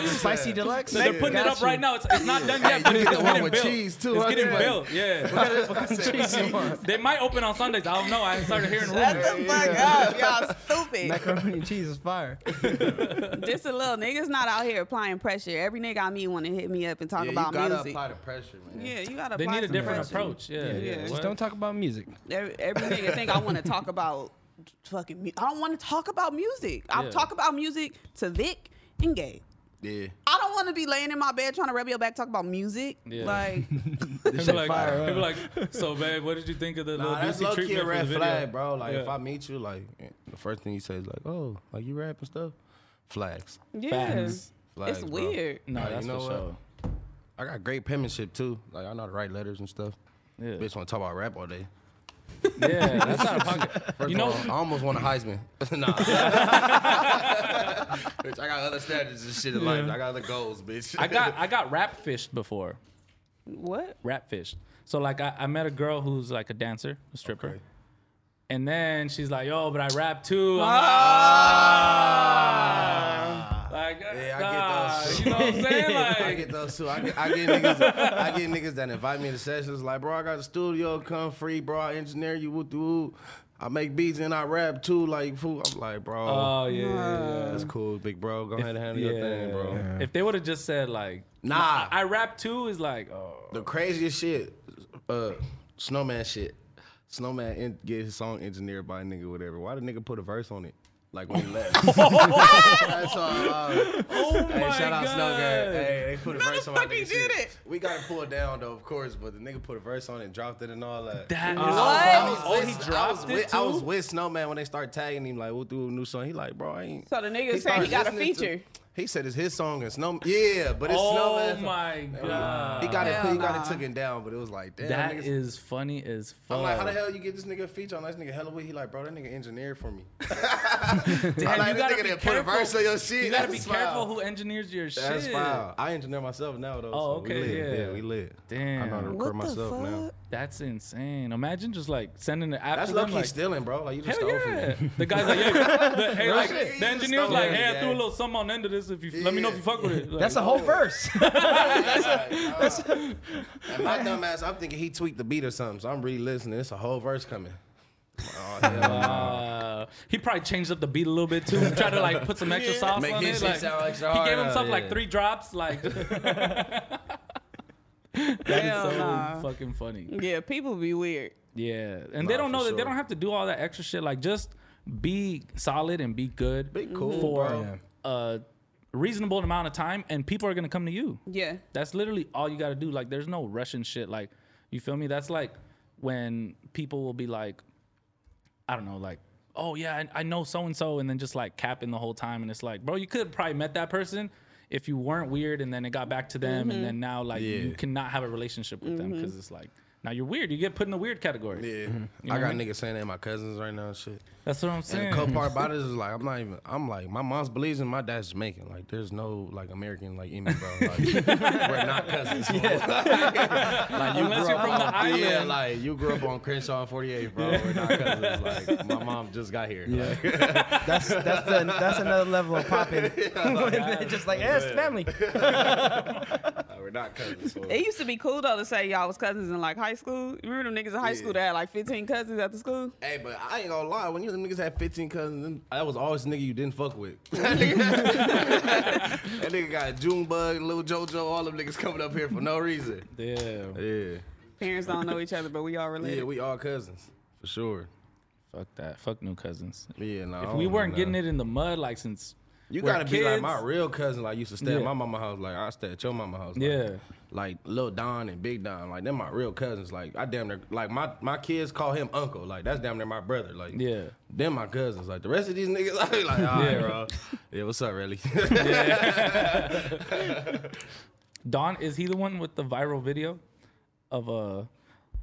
Speaker 2: Spicy deluxe.
Speaker 1: So they're putting it
Speaker 2: Got
Speaker 1: up right
Speaker 2: you.
Speaker 1: now. It's, it's not done
Speaker 7: Hey,
Speaker 1: yet, but
Speaker 7: you
Speaker 1: it's,
Speaker 7: get
Speaker 1: it's
Speaker 7: the one
Speaker 1: getting
Speaker 7: with
Speaker 1: built.
Speaker 7: cheese, too,
Speaker 1: it's
Speaker 7: huh?
Speaker 1: getting
Speaker 7: Yeah.
Speaker 1: built. Yeah.
Speaker 7: [LAUGHS] I said, "Jeez."
Speaker 1: they might open on Sundays. I don't know. I started hearing
Speaker 3: Shut
Speaker 1: rumors.
Speaker 3: the fuck up, y'all stupid.
Speaker 2: Macaroni and cheese is fire.
Speaker 3: Just a little niggas not out here applying pressure. Every nigga I meet want to hit me up and talk
Speaker 7: Yeah, you
Speaker 3: about
Speaker 7: gotta
Speaker 3: music.
Speaker 7: apply the pressure, man.
Speaker 3: Yeah, you gotta.
Speaker 1: They
Speaker 3: apply
Speaker 1: need a
Speaker 3: some
Speaker 1: different
Speaker 3: pressure.
Speaker 1: approach. Yeah.
Speaker 3: yeah.
Speaker 1: What?
Speaker 2: Just don't talk about music.
Speaker 3: Every, every nigga think I want to talk about fucking. Mu- I don't want to talk about music. I
Speaker 1: Yeah.
Speaker 3: will talk about music to Vic and Gabe.
Speaker 7: Yeah.
Speaker 3: I don't want to be laying in my bed trying to rub your back talk about music.
Speaker 1: Yeah. [LAUGHS]
Speaker 3: Like
Speaker 1: They be like, they be like, so babe, what did you think of the
Speaker 7: Nah, that's
Speaker 1: little
Speaker 7: low
Speaker 1: DC
Speaker 7: key
Speaker 1: treatment
Speaker 7: a
Speaker 1: for the
Speaker 7: red
Speaker 1: video?
Speaker 7: flag, bro. Like if
Speaker 1: Yeah.
Speaker 7: I meet you, like the first thing you say is like, "Oh, like you rap and stuff." Flags.
Speaker 3: yeah,
Speaker 1: Facts.
Speaker 7: Flags,
Speaker 3: it's
Speaker 7: bro.
Speaker 3: weird.
Speaker 1: No,
Speaker 7: Like,
Speaker 1: that's
Speaker 7: you know
Speaker 1: for
Speaker 7: what?
Speaker 1: sure.
Speaker 7: I got great penmanship too. Like I know how to write letters and stuff.
Speaker 1: Yeah.
Speaker 7: Bitch want to talk about rap all day. [LAUGHS]
Speaker 1: Yeah, that's out of pocket. You know,
Speaker 7: I almost won a Heisman.
Speaker 1: [LAUGHS]
Speaker 7: [LAUGHS] nah. bitch, I got other standards and shit in life. I got other goals, bitch. [LAUGHS]
Speaker 1: I got I got rap fished before.
Speaker 3: What?
Speaker 1: Rap fished. So like I, I met a girl who's like a dancer, a stripper.
Speaker 7: Okay.
Speaker 1: And then she's like, yo, but I rap too.
Speaker 7: Ah!
Speaker 1: I'm like, ah. like,
Speaker 7: Yeah, I get
Speaker 1: nah,
Speaker 7: those.
Speaker 1: You know what I'm saying?
Speaker 7: [LAUGHS] I
Speaker 1: Like,
Speaker 7: get those too. I get, I get niggas. I get niggas that invite me to sessions. Like, bro, I got a studio. Come free, bro. I engineer you. Woo, woo. I make beats and I rap too. Like, fool. I'm like, bro.
Speaker 1: oh yeah, yeah,
Speaker 7: that's cool, big bro. Go ahead and handle
Speaker 1: yeah.
Speaker 7: your thing, bro.
Speaker 1: Yeah. If they would have just said like,
Speaker 7: Nah.
Speaker 1: I rap too is like, oh,
Speaker 7: The craziest shit, uh, Snowman shit. Snowman en- get his song engineered by a nigga, whatever. Why the nigga put a verse on it? Like when he left. [LAUGHS] That's all. Uh,
Speaker 1: oh
Speaker 7: hey,
Speaker 1: my
Speaker 7: shout out Snow
Speaker 1: God.
Speaker 7: Gang. Hey, they put a verse on my
Speaker 3: Motherfucker
Speaker 7: nigga
Speaker 3: did
Speaker 7: shit.
Speaker 3: it.
Speaker 7: We got it pulled down though, of course, but the nigga put a verse on it, dropped it, and all that.
Speaker 1: That is
Speaker 7: I was
Speaker 1: Oh, he
Speaker 7: with- I was
Speaker 1: dropped it
Speaker 7: with, I was
Speaker 1: too?
Speaker 7: with Snowman when they started tagging him, like, we'll do a new song. He like, bro, I ain't.
Speaker 3: So the nigga said
Speaker 7: started
Speaker 3: he got a
Speaker 7: listening to-
Speaker 3: feature.
Speaker 7: he said it's his song and Snow. Yeah, but it's
Speaker 1: Oh
Speaker 7: Snowman's song.
Speaker 1: my god.
Speaker 7: He got it.
Speaker 3: Hell
Speaker 7: He got
Speaker 3: nah.
Speaker 7: it taken down, but it was like damn.
Speaker 1: That
Speaker 7: niggas-
Speaker 1: is funny as fuck.
Speaker 7: I'm like, how the hell you get this nigga a feature on this nigga hella weak? He like, bro, that nigga
Speaker 1: [LAUGHS]
Speaker 7: engineered for me.
Speaker 1: Damn,
Speaker 7: like,
Speaker 1: you
Speaker 7: this
Speaker 1: gotta
Speaker 7: nigga
Speaker 1: be
Speaker 7: done put a
Speaker 1: careful.
Speaker 7: verse on your shit.
Speaker 1: You gotta be
Speaker 7: That's
Speaker 1: careful
Speaker 7: foul.
Speaker 1: who engineers your shit.
Speaker 7: That's foul. I engineer myself now though.
Speaker 1: Oh,
Speaker 7: so we
Speaker 1: okay,
Speaker 7: lit.
Speaker 1: yeah.
Speaker 7: we lit. I
Speaker 1: Damn.
Speaker 7: know how
Speaker 3: What
Speaker 7: to
Speaker 3: the
Speaker 7: record myself
Speaker 3: fuck?
Speaker 7: now.
Speaker 1: That's insane. Imagine just like sending it after
Speaker 7: That's
Speaker 1: them,
Speaker 7: lucky
Speaker 1: like,
Speaker 7: stealing, bro. Like you just
Speaker 1: Hell
Speaker 7: stole
Speaker 1: yeah.
Speaker 7: from me.
Speaker 1: The guy's
Speaker 7: [LAUGHS]
Speaker 1: like, yeah. The, hey, like,
Speaker 7: shit, you
Speaker 1: the
Speaker 7: just
Speaker 1: engineer's
Speaker 7: stole
Speaker 1: like,
Speaker 7: it.
Speaker 1: hey, I threw
Speaker 7: Yeah.
Speaker 1: a little something on the end of this. If you let me know if you fuck with
Speaker 7: [LAUGHS]
Speaker 1: it. Like,
Speaker 2: That's a
Speaker 1: [LAUGHS]
Speaker 2: whole verse.
Speaker 7: And my dumb ass, I'm thinking he tweaked the beat or something. So I'm really listening. It's a whole verse coming. Oh, hell no.
Speaker 1: Uh, he probably changed up the beat a little bit
Speaker 7: [LAUGHS]
Speaker 1: too. Try to like put some extra sauce
Speaker 7: Make
Speaker 1: on
Speaker 7: his
Speaker 1: it.
Speaker 7: shit
Speaker 1: Like,
Speaker 7: sound extra
Speaker 1: he
Speaker 7: hard
Speaker 1: gave
Speaker 7: now,
Speaker 1: himself like
Speaker 7: yeah.
Speaker 1: three drops. Like, [LAUGHS]
Speaker 3: Hell
Speaker 1: so
Speaker 3: nah.
Speaker 1: fucking funny.
Speaker 3: Yeah, people be weird.
Speaker 1: Yeah, and they don't know
Speaker 7: for
Speaker 1: that they
Speaker 7: sure.
Speaker 1: don't have to do all that extra shit. Like just be solid and be good
Speaker 7: Be cool,
Speaker 1: for
Speaker 7: bro.
Speaker 1: a reasonable amount of time, and people are gonna come to you.
Speaker 3: Yeah.
Speaker 1: That's literally all you got to do. Like, there's no Russian shit. Like, you feel me? That's like when people will be like, I don't know, like, oh yeah, I, I know so and so, and then just like capping the whole time, and it's like, bro, you could have probably met that person if you weren't weird, and then it got back to them, and then now like you cannot have a relationship with them because it's like Now you're weird. You get put in the weird category.
Speaker 7: Yeah,
Speaker 1: Mm-hmm. You know
Speaker 7: I
Speaker 1: what I
Speaker 7: got
Speaker 1: mean?
Speaker 7: niggas saying that my cousins right now and shit.
Speaker 1: That's what I'm
Speaker 7: And
Speaker 1: saying.
Speaker 7: the cool
Speaker 1: [LAUGHS]
Speaker 7: part about it is like I'm not even. I'm like my mom's believes and my dad's Jamaican. Like there's no like American like in me, bro.
Speaker 1: [LAUGHS]
Speaker 7: Like, we're not cousins. fool. [LAUGHS] like,
Speaker 1: Unless
Speaker 7: grew
Speaker 1: you're from the
Speaker 7: up- Yeah,
Speaker 1: island.
Speaker 7: like you grew up on Crenshaw and 48, bro. We're not cousins. Like
Speaker 1: [LAUGHS]
Speaker 7: my mom just got here. Yeah. [LAUGHS]
Speaker 8: That's that's the, that's another level of
Speaker 1: [LAUGHS]
Speaker 8: popping.
Speaker 2: [LAUGHS]
Speaker 8: When they're just like, yes, family.
Speaker 7: uh, we're not cousins. fool.
Speaker 3: It used to be cool though to say y'all was cousins in like high school. You remember them niggas in high school that had like 15 cousins at the school?
Speaker 7: Hey, but I ain't gonna lie. When you them niggas had 15 cousins, them- that was always the nigga you didn't fuck with. [LAUGHS] that nigga got Junebug, Little JoJo, all them niggas coming up here for no reason.
Speaker 1: Damn.
Speaker 7: Yeah.
Speaker 3: Parents don't know each other, but we all related.
Speaker 7: Yeah, we all cousins. For sure.
Speaker 1: Fuck that. Fuck new cousins.
Speaker 7: Yeah, no.
Speaker 1: If we weren't getting it in the mud, like since
Speaker 7: You
Speaker 1: we're
Speaker 7: gotta be like
Speaker 1: kids-
Speaker 7: my real cousin. Like used to stay at
Speaker 1: Yeah.
Speaker 7: my mama house. Like I stay at your mama house. Like,
Speaker 1: Yeah.
Speaker 7: Like Lil Don and Big Don. Like them my real cousins. Like I damn near like my my kids call him uncle. Like that's damn near my brother. Like
Speaker 1: Yeah.
Speaker 7: Them my cousins. Like the rest of these niggas.
Speaker 1: [LAUGHS]
Speaker 7: [LAUGHS] I be like all right,
Speaker 1: Yeah.
Speaker 7: bro. Yeah, what's up, really? [LAUGHS]
Speaker 1: Don, is he the one with the viral video of uh,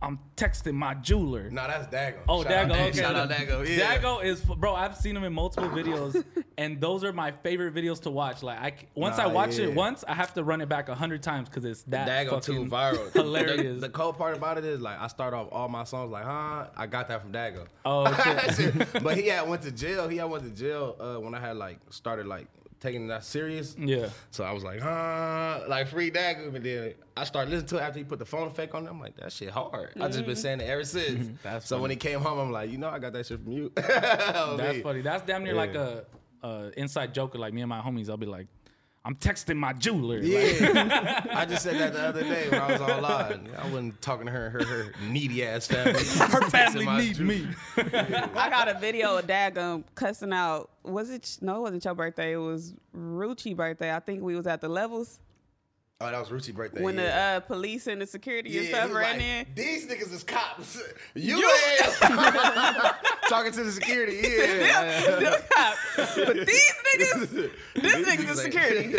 Speaker 1: I'm texting my jeweler.
Speaker 7: nah, that's Dago.
Speaker 1: Oh,
Speaker 7: Shout
Speaker 1: Dago.
Speaker 7: out Da-
Speaker 1: okay.
Speaker 7: Shout out Dago. Yeah.
Speaker 1: Dago is bro. I've seen him in multiple
Speaker 7: [LAUGHS]
Speaker 1: videos, and those are my favorite videos to watch. Like I, c- once I
Speaker 7: Nah,
Speaker 1: watch it
Speaker 7: yeah.
Speaker 1: once, I have to run it back a hundred times because it's that
Speaker 7: Dago too
Speaker 1: fucking [LAUGHS]
Speaker 7: viral. [LAUGHS]
Speaker 1: hilarious.
Speaker 7: The, the cool part about it is like I start off all my songs like, huh? I got that from Dago. [LAUGHS]
Speaker 1: oh shit.
Speaker 7: but he had went to jail. He had went to jail uh, when I had like started like taking that serious.
Speaker 1: Yeah.
Speaker 7: So I was like, huh, like free dagger. And then I started listening to it after he put the phone effect on it. I'm like, that shit hard. i just been saying it ever since.
Speaker 1: Mm-hmm. [LAUGHS] That's
Speaker 7: so when
Speaker 1: funny.
Speaker 7: he came home, I'm like, you know, I got that shit from you. [LAUGHS] Oh, That's
Speaker 1: That's funny. That's damn near like
Speaker 7: Yeah.
Speaker 1: a, a inside joke. of, Like me and my homies, I'll be like, I'm texting my jeweler. Like,
Speaker 7: Yeah, [LAUGHS] I just said that the other day when I was on live. I wasn't talking to her and her, her needy
Speaker 3: [LAUGHS]
Speaker 7: ass family.
Speaker 1: Her family
Speaker 7: Texting my
Speaker 1: needs
Speaker 7: Jew.
Speaker 1: me.
Speaker 3: I got a video of Dagum cussing out. Was it? No, it wasn't your birthday. It was Ruchi's birthday. I think we was at the levels
Speaker 7: Oh, that was Ruchi birthday.
Speaker 3: when
Speaker 7: yeah.
Speaker 3: the uh, police and the security and
Speaker 7: Yeah, he
Speaker 3: stuff
Speaker 7: was
Speaker 3: ran
Speaker 7: like, [LAUGHS]
Speaker 3: in.
Speaker 7: These niggas is cops. [LAUGHS]
Speaker 3: [LAUGHS]
Speaker 7: You, is. [LAUGHS] talking to the security.
Speaker 3: [LAUGHS]
Speaker 7: Yeah.
Speaker 3: The cop. But these niggas, this
Speaker 7: These
Speaker 3: niggas is
Speaker 7: like- [LAUGHS]
Speaker 3: security.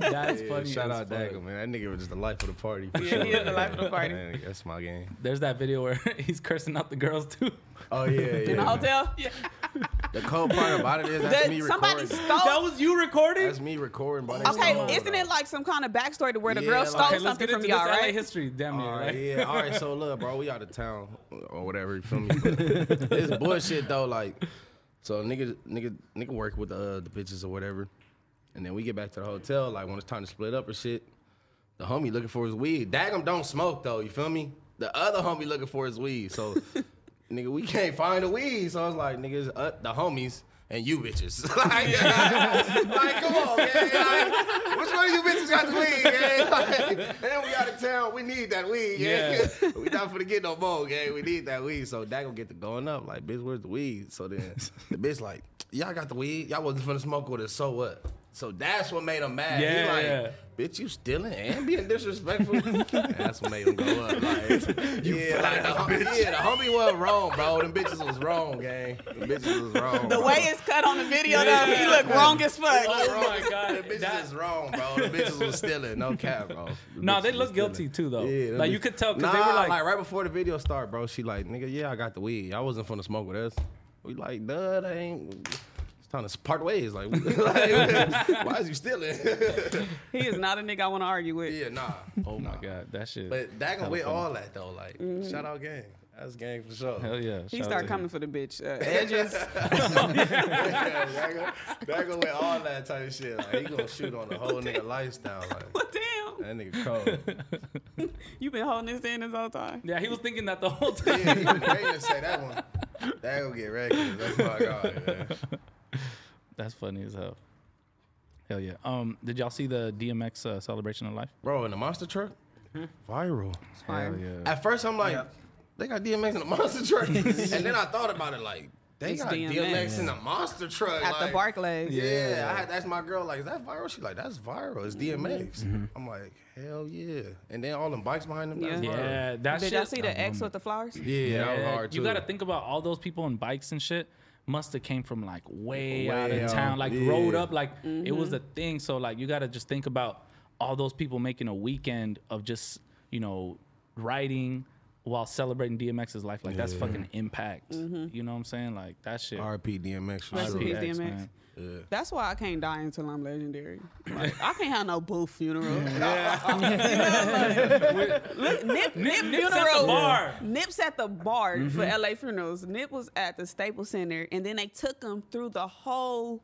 Speaker 1: That's funny.
Speaker 7: Shout
Speaker 1: as
Speaker 7: out
Speaker 1: fuck.
Speaker 7: Dago, man. That nigga was just the life of the party. For
Speaker 3: Yeah,
Speaker 7: sure.
Speaker 3: he is the life of the party.
Speaker 7: Man, that's my game.
Speaker 1: There's that video where [LAUGHS] he's cursing out the girls too.
Speaker 7: Oh yeah, yeah.
Speaker 3: In the hotel.
Speaker 7: The cold part about it is that's
Speaker 3: That-
Speaker 7: me
Speaker 3: somebody
Speaker 7: recording.
Speaker 1: That
Speaker 3: stole.
Speaker 1: was you recording.
Speaker 7: that's me recording. But they
Speaker 3: Okay,
Speaker 7: stole it.
Speaker 3: isn't it like some kind of backstory to where the
Speaker 7: Yeah,
Speaker 3: girl
Speaker 7: like-
Speaker 3: stole
Speaker 1: Okay, let's
Speaker 3: something
Speaker 1: get into
Speaker 3: from
Speaker 1: this
Speaker 3: y'all,
Speaker 1: LA
Speaker 3: right?
Speaker 1: history. Damn near.
Speaker 7: All
Speaker 1: Right?
Speaker 7: right, Oh, yeah. All right, so look, bro, we out of town or whatever. You feel me? it's bullshit though. Like, so nigga, nigga, nigga work with uh, the bitches or whatever, and then we get back to the hotel. Like when it's time to split up or shit, the homie looking for his weed. Dagum don't smoke though. You feel me? The other homie looking for his weed. So, nigga, we can't find the weed. So I was like, niggas, uh, the homies. And you bitches, [LAUGHS] like, like, come on, man. Like, which one of you bitches got the weed? Man? [LAUGHS] Like, and we out of town. We need that weed. Yeah, [LAUGHS] we not finna get no more, gang. We need that weed. So that gonna get to going up. Like, bitch, where's the weed? So then the bitch like, y'all got the weed. Y'all wasn't finna smoke with us. So what? So that's what made him mad.
Speaker 1: Yeah,
Speaker 7: he like,
Speaker 1: yeah.
Speaker 7: bitch, you stealing and
Speaker 1: [LAUGHS]
Speaker 7: being disrespectful. that's what made him go up. [LAUGHS] Like, yeah, like, the, hom- yeah, the homie was wrong, bro. Them bitches was wrong, gang. The bitches was wrong.
Speaker 3: The
Speaker 7: bro.
Speaker 3: way it's cut on the video, though, he look wrong as fuck.
Speaker 1: Oh my God,
Speaker 7: the bitches
Speaker 1: that-
Speaker 7: is wrong, bro. The bitches was stealing, no
Speaker 1: [LAUGHS]
Speaker 7: cap, bro. The
Speaker 1: No,
Speaker 7: bitches
Speaker 1: they
Speaker 7: was
Speaker 1: look guilty
Speaker 7: stealing.
Speaker 1: too though.
Speaker 7: Yeah,
Speaker 1: like
Speaker 7: that
Speaker 1: you
Speaker 7: bitch-
Speaker 1: could tell because
Speaker 7: nah,
Speaker 1: they were like,
Speaker 7: right before the video start, bro. She like, nigga, yeah, I got the weed. I wasn't finna smoke with us. We like, duh, that ain't. It's time to part ways. Like, [LAUGHS] like, [LAUGHS] why is you stealing?
Speaker 3: He is not a nigga I want to argue with.
Speaker 7: yeah, nah.
Speaker 1: "Oh my god, that shit."
Speaker 7: But that can with all that though. Like, shout out gang. That's gang for sure.
Speaker 1: Hell yeah.
Speaker 3: He
Speaker 1: shout out
Speaker 3: start
Speaker 1: to
Speaker 3: coming for the bitch. Uh, [LAUGHS]
Speaker 7: [LAUGHS]
Speaker 3: edges.
Speaker 7: yeah, that go- that go with all that type of shit. Like, he gonna shoot on the whole nigga lifestyle. Like,
Speaker 3: What damn?
Speaker 7: that
Speaker 1: [LAUGHS]
Speaker 7: nigga cold.
Speaker 3: You been holding this in this whole time.
Speaker 1: Yeah, he was thinking that the whole time.
Speaker 7: Yeah, they didn't say that one. That gonna get reckless. That's my god. Man.
Speaker 1: [LAUGHS] That's funny as hell. Hell yeah. Um, did y'all see the DMX uh, celebration of life?
Speaker 7: Bro, in the monster truck, Mm-hmm. viral.
Speaker 1: Hell yeah.
Speaker 7: At first, I'm like, they got DMX in the monster truck, [LAUGHS] and then I thought about it, like, they
Speaker 3: It's
Speaker 7: got DMX,
Speaker 3: DMX.
Speaker 7: in the monster truck
Speaker 3: At the
Speaker 7: like,
Speaker 3: Barclays.
Speaker 7: Yeah, I had to ask my girl, like, is that viral? She like, that's viral. It's DMX. I'm like, hell yeah. And then all them bikes behind them. That's
Speaker 3: Yeah.
Speaker 7: Viral.
Speaker 1: Yeah, that
Speaker 3: Did
Speaker 1: shit.
Speaker 3: y'all see the X with the flowers?
Speaker 7: Yeah, that was hard too.
Speaker 1: you got to think about all those people on bikes and shit. Must have came from like way,
Speaker 7: Way
Speaker 1: out of
Speaker 7: out,
Speaker 1: town, like rolled
Speaker 7: yeah.
Speaker 1: up, like it was a thing. So like you got to just think about all those people making a weekend of just you know riding, while celebrating DMX's life. Like that's
Speaker 7: Yeah.
Speaker 1: fucking impact.
Speaker 3: Mhm.
Speaker 1: You know what I'm saying? Like that shit.
Speaker 7: RP DMX. for
Speaker 3: Rest in
Speaker 7: sure.
Speaker 3: peace, DMX.
Speaker 1: man.
Speaker 3: That's why I can't die until I'm legendary. Like, I can't have no boo funeral. [LAUGHS] You know,
Speaker 1: [LAUGHS]
Speaker 3: like, look, Nip,
Speaker 1: Nip-
Speaker 3: Nip,
Speaker 1: Nip's at the
Speaker 3: funeral.
Speaker 1: bar.
Speaker 3: Nip's at the bar
Speaker 7: Mm-hmm.
Speaker 3: for
Speaker 1: Mhm.
Speaker 3: LA funerals. Nip was at the Staples Center, and then they took him through the whole,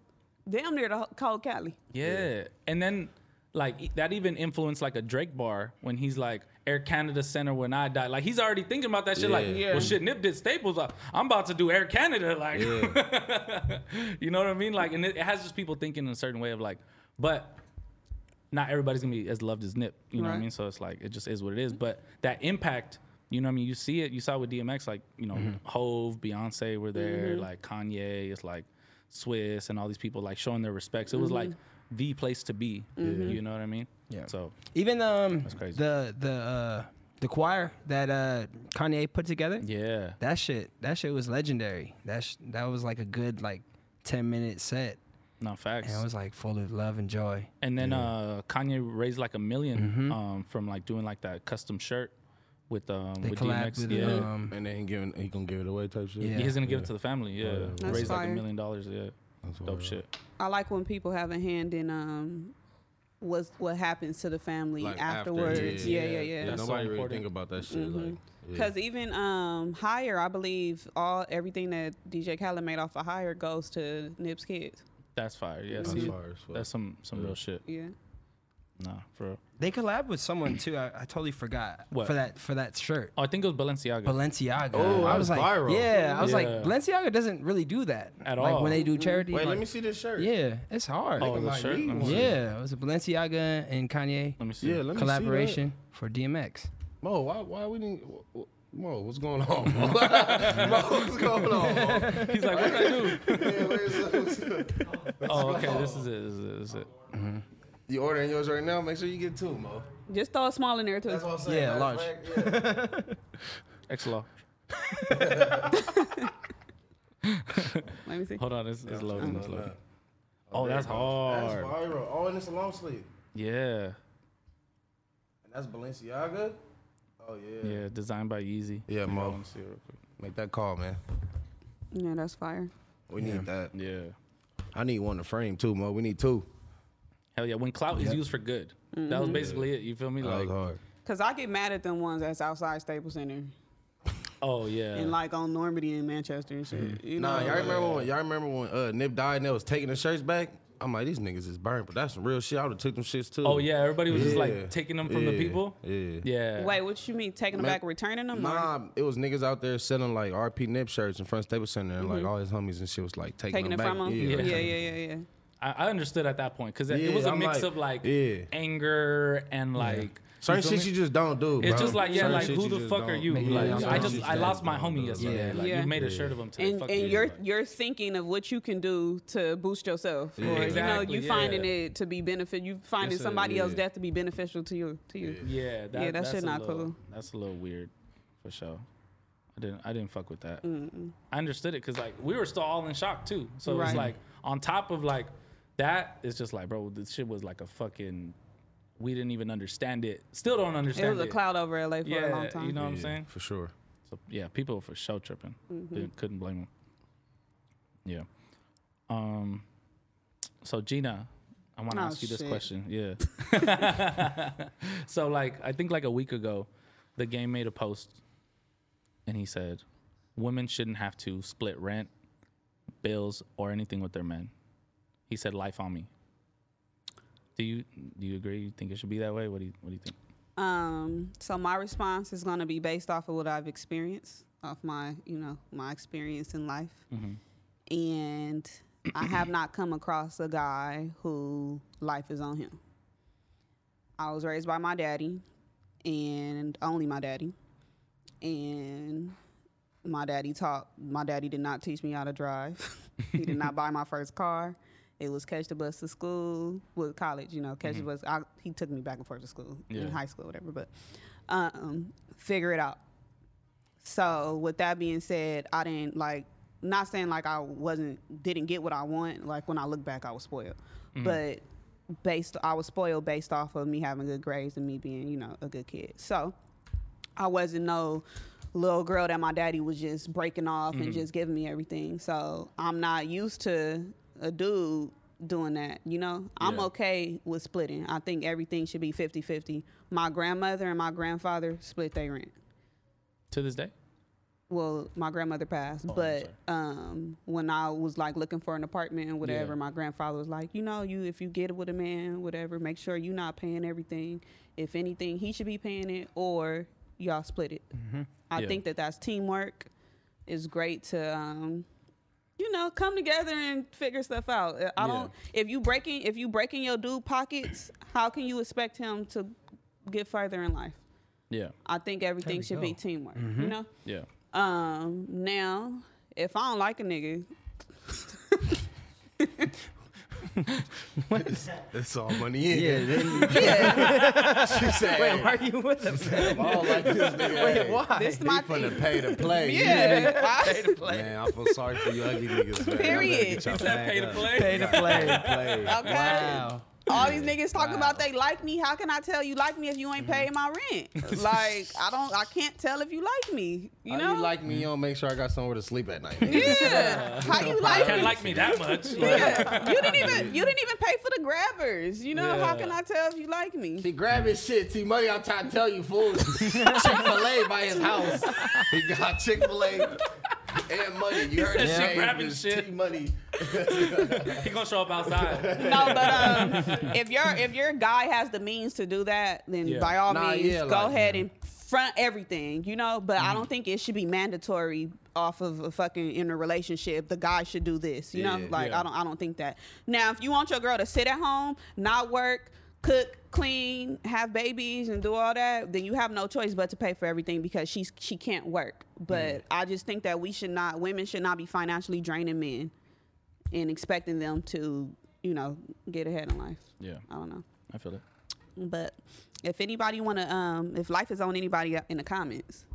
Speaker 3: damn near the whole- cold Cali.
Speaker 1: Yeah. And then like e- that even influenced like a Drake bar when he's like Air Canada Center when I die. Like he's already thinking about that shit. Like,
Speaker 7: Yeah.
Speaker 1: well shit, Nip did Staples. uh, I'm about to do Air Canada. Like [LAUGHS] you know what I mean? Like and it, it has just people thinking in a certain way of like, but not everybody's gonna be as loved as Nip. You know what I
Speaker 3: Right.
Speaker 1: mean? So it's like it just is what it is. But that impact, you know what I mean? You see it, you saw with DMX, like, you know,
Speaker 2: Mm-hmm.
Speaker 9: Mhm.
Speaker 1: Hove, Beyonce were there,
Speaker 9: Mhm.
Speaker 1: like Kanye, it's like Swiss and all these people like showing their respects. It was like
Speaker 2: Mhm.
Speaker 1: the place to be.
Speaker 2: Mhm.
Speaker 1: You know what I mean?
Speaker 2: Yeah.
Speaker 1: So
Speaker 2: Even um
Speaker 1: crazy.
Speaker 2: the the uh the choir that uh Kanye put together.
Speaker 1: Yeah.
Speaker 2: That shit that shit was legendary. That sh- that was like a good like 10 minute set.
Speaker 1: No facts.
Speaker 2: And it was like full of love and joy.
Speaker 1: And then uh, Kanye raised like a 1000000 um, from like doing like that custom shirt with um
Speaker 2: They
Speaker 1: with
Speaker 2: collabed
Speaker 1: DMX.
Speaker 2: with,
Speaker 1: yeah.
Speaker 2: um,
Speaker 7: And then he giving he gonna give it away type shit.
Speaker 1: Yeah, he's gonna give it to the family. Yeah,
Speaker 7: Yeah.
Speaker 3: That's
Speaker 1: raised like a
Speaker 3: fire.
Speaker 1: million dollars. Yeah, dope shit.
Speaker 3: I like when people have a hand in um, what's what happens to the family
Speaker 7: Like, after,
Speaker 3: afterwards.
Speaker 7: yeah.
Speaker 3: yeah, yeah, yeah.
Speaker 7: Yeah,
Speaker 3: That's
Speaker 7: nobody
Speaker 3: so
Speaker 7: really
Speaker 3: important.
Speaker 7: think about that shit, like, yeah.
Speaker 3: Because even um, higher, I believe all everything that DJ Khaled made off of higher goes to Nip's kids.
Speaker 1: That's fire. Yeah,
Speaker 3: That's
Speaker 1: see?
Speaker 7: fire as fuck.
Speaker 1: That's some some
Speaker 7: Yeah.
Speaker 1: real shit.
Speaker 3: Yeah.
Speaker 1: Nah, for real.
Speaker 2: They collabed with someone too. I, I totally forgot
Speaker 1: What?
Speaker 2: for that for that shirt.
Speaker 1: Oh, I think it was Balenciaga.
Speaker 2: Balenciaga.
Speaker 1: Oh, that
Speaker 2: I
Speaker 1: was
Speaker 2: like,
Speaker 1: viral.
Speaker 2: yeah. I was like,
Speaker 1: Yeah.
Speaker 2: Balenciaga doesn't really do that
Speaker 1: At
Speaker 2: Like,
Speaker 1: all.
Speaker 2: when they do
Speaker 1: Mm.
Speaker 2: charity.
Speaker 7: Wait,
Speaker 2: like-
Speaker 7: let me see this shirt.
Speaker 2: Yeah, it's hard.
Speaker 7: Oh, the shirt? Let me see.
Speaker 2: Yeah, it was a Balenciaga and Kanye
Speaker 1: let me
Speaker 7: see. Yeah, let me see
Speaker 2: collaboration for DMX.
Speaker 7: Mo, why why we didn't? wh- wh- Mo, what's going on?
Speaker 1: [LAUGHS]
Speaker 7: [LAUGHS] Mo, Mo, what's going on? Mo?
Speaker 1: He's like, what did I do?
Speaker 7: [LAUGHS] Yeah, where's-
Speaker 1: Oh, okay. This is it. This is it. This is it.
Speaker 7: you ordering yours right now? Make sure you get two, Mo.
Speaker 3: Just throw a small in there too.
Speaker 7: That's what I'm saying.
Speaker 2: Yeah, large.
Speaker 1: [LAUGHS]
Speaker 7: large.
Speaker 1: X large.
Speaker 3: Let me see.
Speaker 1: Hold on. This is loading. It's
Speaker 7: no, no.
Speaker 1: loading. Oh, that's hard.
Speaker 7: That's viral. Oh, and it's a long sleeve.
Speaker 1: Yeah.
Speaker 7: And that's Balenciaga. Oh yeah.
Speaker 1: Yeah. Designed by Yeezy.
Speaker 7: Yeah,
Speaker 1: I
Speaker 7: Mo.
Speaker 1: wanna see it real quick.
Speaker 7: Make that call, man.
Speaker 3: Yeah, that's fire.
Speaker 7: We need that.
Speaker 1: Yeah.
Speaker 7: I need one to frame too, Mo. We need two.
Speaker 1: Hell yeah. When clout is used for good, that was
Speaker 3: Mhm.
Speaker 1: basically it. You feel me?
Speaker 7: That
Speaker 1: Like,
Speaker 7: was hard.
Speaker 3: Cause I get mad at them ones that's outside Staples Center
Speaker 1: oh yeah.
Speaker 3: and like on Normandy and Manchester and shit. You know,
Speaker 7: Nah, y'all
Speaker 3: like-
Speaker 7: remember when y'all remember when uh, Nip died and they was taking the shirts back? I'm like, these niggas is burned, but that's some real shit. I would have took them shits too.
Speaker 1: Oh, yeah, everybody was just, like, taking them from the
Speaker 7: yeah,
Speaker 1: people?
Speaker 7: Yeah.
Speaker 1: yeah.
Speaker 3: Wait, what you mean taking them
Speaker 7: Man-
Speaker 3: back, returning them? or-
Speaker 7: Nah, it was niggas out there selling like RP Nip shirts in front of Staples Center, and
Speaker 1: Mm-hmm.
Speaker 7: like all his homies and shit was like taking,
Speaker 3: taking
Speaker 7: them
Speaker 3: it
Speaker 7: back.
Speaker 3: from them?
Speaker 7: Yeah,
Speaker 3: Yeah,
Speaker 7: like,
Speaker 3: yeah, yeah, yeah. yeah.
Speaker 1: I, I understood at that point because it was
Speaker 7: Yeah,
Speaker 1: a
Speaker 7: I'm
Speaker 1: mix
Speaker 7: like-
Speaker 1: of like
Speaker 7: Yeah.
Speaker 1: anger and like
Speaker 7: Certain
Speaker 1: feel
Speaker 7: shit
Speaker 1: me?
Speaker 7: you just don't do.
Speaker 1: It's
Speaker 7: bro.
Speaker 1: just like yeah,
Speaker 7: Certain
Speaker 1: like
Speaker 7: shit
Speaker 1: who
Speaker 7: you
Speaker 1: the
Speaker 7: just
Speaker 1: fuck are
Speaker 7: don't
Speaker 1: you?
Speaker 7: do.
Speaker 1: Like
Speaker 7: Yeah.
Speaker 1: I just I
Speaker 7: Yeah.
Speaker 1: lost my homie yesterday.
Speaker 7: Yeah.
Speaker 1: Like
Speaker 3: Yeah.
Speaker 1: you made a shirt of him today.
Speaker 3: and
Speaker 1: fuck
Speaker 3: and
Speaker 1: you.
Speaker 3: you're
Speaker 1: Like,
Speaker 3: you're thinking of what you can do to boost yourself,
Speaker 1: Yeah.
Speaker 3: or
Speaker 1: Exactly,
Speaker 3: you know you
Speaker 1: yeah.
Speaker 3: finding it to be benefit. You finding
Speaker 7: That's a-
Speaker 3: somebody else's
Speaker 7: yeah.
Speaker 3: death to be beneficial to you. To you.
Speaker 1: yeah, that,
Speaker 3: yeah, that
Speaker 1: that's
Speaker 3: shit
Speaker 1: a
Speaker 3: not
Speaker 1: little-
Speaker 3: cool.
Speaker 1: That's a little weird, for sure. I didn't I didn't fuck with that. I understood it because like we were still all in shock too. So it was
Speaker 3: Right.
Speaker 1: like on top of like that, it's just like bro, this shit was like a fucking. We didn't even understand it. Still don't
Speaker 3: It
Speaker 1: understand
Speaker 3: was a cloud over LA for
Speaker 1: yeah,
Speaker 3: a long time.
Speaker 1: you know what I'm
Speaker 7: Yeah,
Speaker 1: saying. [LAUGHS]
Speaker 7: For sure.
Speaker 1: So yeah, people for show tripping.
Speaker 9: Mm-hmm.
Speaker 1: Didn't- Couldn't blame them. Yeah. Um. So Gina, I want to
Speaker 9: Oh,
Speaker 1: ask you this
Speaker 9: shit.
Speaker 1: question. Yeah.
Speaker 9: [LAUGHS]
Speaker 1: [LAUGHS] so like, I think like a week ago, the game made a post, and he said, "Women shouldn't have to split rent, bills, or anything with their men." He said, "Life on me." Do you do you agree? You think it should be that way? What do you What do you think?
Speaker 3: Um, so my response is going to be based off of what I've experienced, off my, you know, my experience in life. And I have not come across a guy who life is on him. I was raised by my daddy and only my daddy. And my daddy taught, my daddy did not teach me how to drive. [LAUGHS] he did not buy my first car. It was catch the bus to school, well, college, you know, catch the bus. I, he took me back and forth to school
Speaker 9: Yeah.
Speaker 3: in high school, whatever, but um, figure it out. So with that being said, I didn't like not saying like I wasn't didn't get what I want. Like when I look back, I was spoiled,
Speaker 9: Mhm.
Speaker 3: but based I was spoiled based off of me having good grades and me being you know a good kid. So I wasn't no little girl that my daddy was just breaking off and
Speaker 9: Mhm.
Speaker 3: just giving me everything. So I'm not used to a dude doing that, you know? I'm
Speaker 9: Yeah.
Speaker 3: okay with splitting. I think everything should be 50 50. My grandmother and my grandfather split their rent.
Speaker 1: to this day.
Speaker 3: Well, my grandmother
Speaker 9: Oh,
Speaker 3: passed, but um, when I was like looking for an apartment and whatever, my grandfather was like, you know, you if you get with a man, whatever, make sure you're not paying everything. If anything, he should be paying it, or y'all split it. I
Speaker 9: Mm-hmm. Yeah.
Speaker 3: think that that's teamwork. It's great to, um, you know, come together and figure stuff out. Uh, I
Speaker 9: Yeah.
Speaker 3: don't. If you breaking if you breaking your dude pockets, how can you expect him to get further in life?
Speaker 1: Yeah.
Speaker 3: I think everything should be teamwork. You
Speaker 9: Mm-hmm.
Speaker 1: Mhm.
Speaker 3: know.
Speaker 1: Yeah.
Speaker 3: Um, now, if I don't like a nigga,
Speaker 7: [LAUGHS] It's all money in.
Speaker 8: Yeah,
Speaker 7: [LAUGHS]
Speaker 8: then-
Speaker 7: yeah. she
Speaker 1: [LAUGHS]
Speaker 7: said,
Speaker 8: Wait, why are you with them?
Speaker 2: [LAUGHS]
Speaker 7: I don't like this nigga.
Speaker 8: Wait,
Speaker 7: hey,
Speaker 8: why?
Speaker 1: [LAUGHS]
Speaker 7: This my finna pay to play. You [LAUGHS]
Speaker 8: Yeah,
Speaker 7: didn't
Speaker 8: I-
Speaker 7: pay to play. Man, I feel sorry for you ugly niggas. Man.
Speaker 3: Period.
Speaker 7: He
Speaker 3: He said
Speaker 1: pay to play.
Speaker 8: Pay to play.
Speaker 7: play.
Speaker 3: Okay. Wow. all these niggas talk about they like me. How can I tell you like me if you ain't paying my rent? like I don't, I can't tell if you like me. You
Speaker 7: How
Speaker 3: know? [LAUGHS]
Speaker 7: you like me? You don't make sure I got somewhere to sleep at night.
Speaker 3: Yeah. How you like
Speaker 1: Can't
Speaker 3: me?
Speaker 1: like me that much.
Speaker 3: Yeah. You didn't even, you didn't even pay for the grabbers. You know? How
Speaker 7: Yeah.
Speaker 3: can I tell if you like me?
Speaker 7: He grab his shit. T Money, I'm trying to tell you, fool. Chick fil A by his house. He got Chick fil A and money. You
Speaker 1: He
Speaker 7: heard
Speaker 1: said
Speaker 7: the
Speaker 1: she
Speaker 7: name,
Speaker 1: grabbing
Speaker 7: it's
Speaker 1: shit.
Speaker 7: T Money.
Speaker 1: he gonna show up outside.
Speaker 3: No, but um, if your if your guy has the means to do that, then
Speaker 1: Yeah.
Speaker 3: by all
Speaker 9: Nah,
Speaker 3: means,
Speaker 9: yeah,
Speaker 3: go
Speaker 9: like,
Speaker 3: ahead and front everything, you know. But I don't think it should be mandatory off of a fucking in a relationship. The guy should do this, you know.
Speaker 9: Yeah.
Speaker 3: Like
Speaker 9: Yeah.
Speaker 3: I don't I don't think that. Now, if you want your girl to sit at home, not work. Cook, clean, have babies, and do all that, then you have no choice but to pay for everything because she's she can't work. But I just think that we should not, women should not be financially draining men and expecting them to, you know, get ahead in life.
Speaker 1: Yeah.
Speaker 9: Oh.
Speaker 3: I don't know.
Speaker 1: I feel it.
Speaker 3: But if anybody want to, um, if life is on anybody in the comments,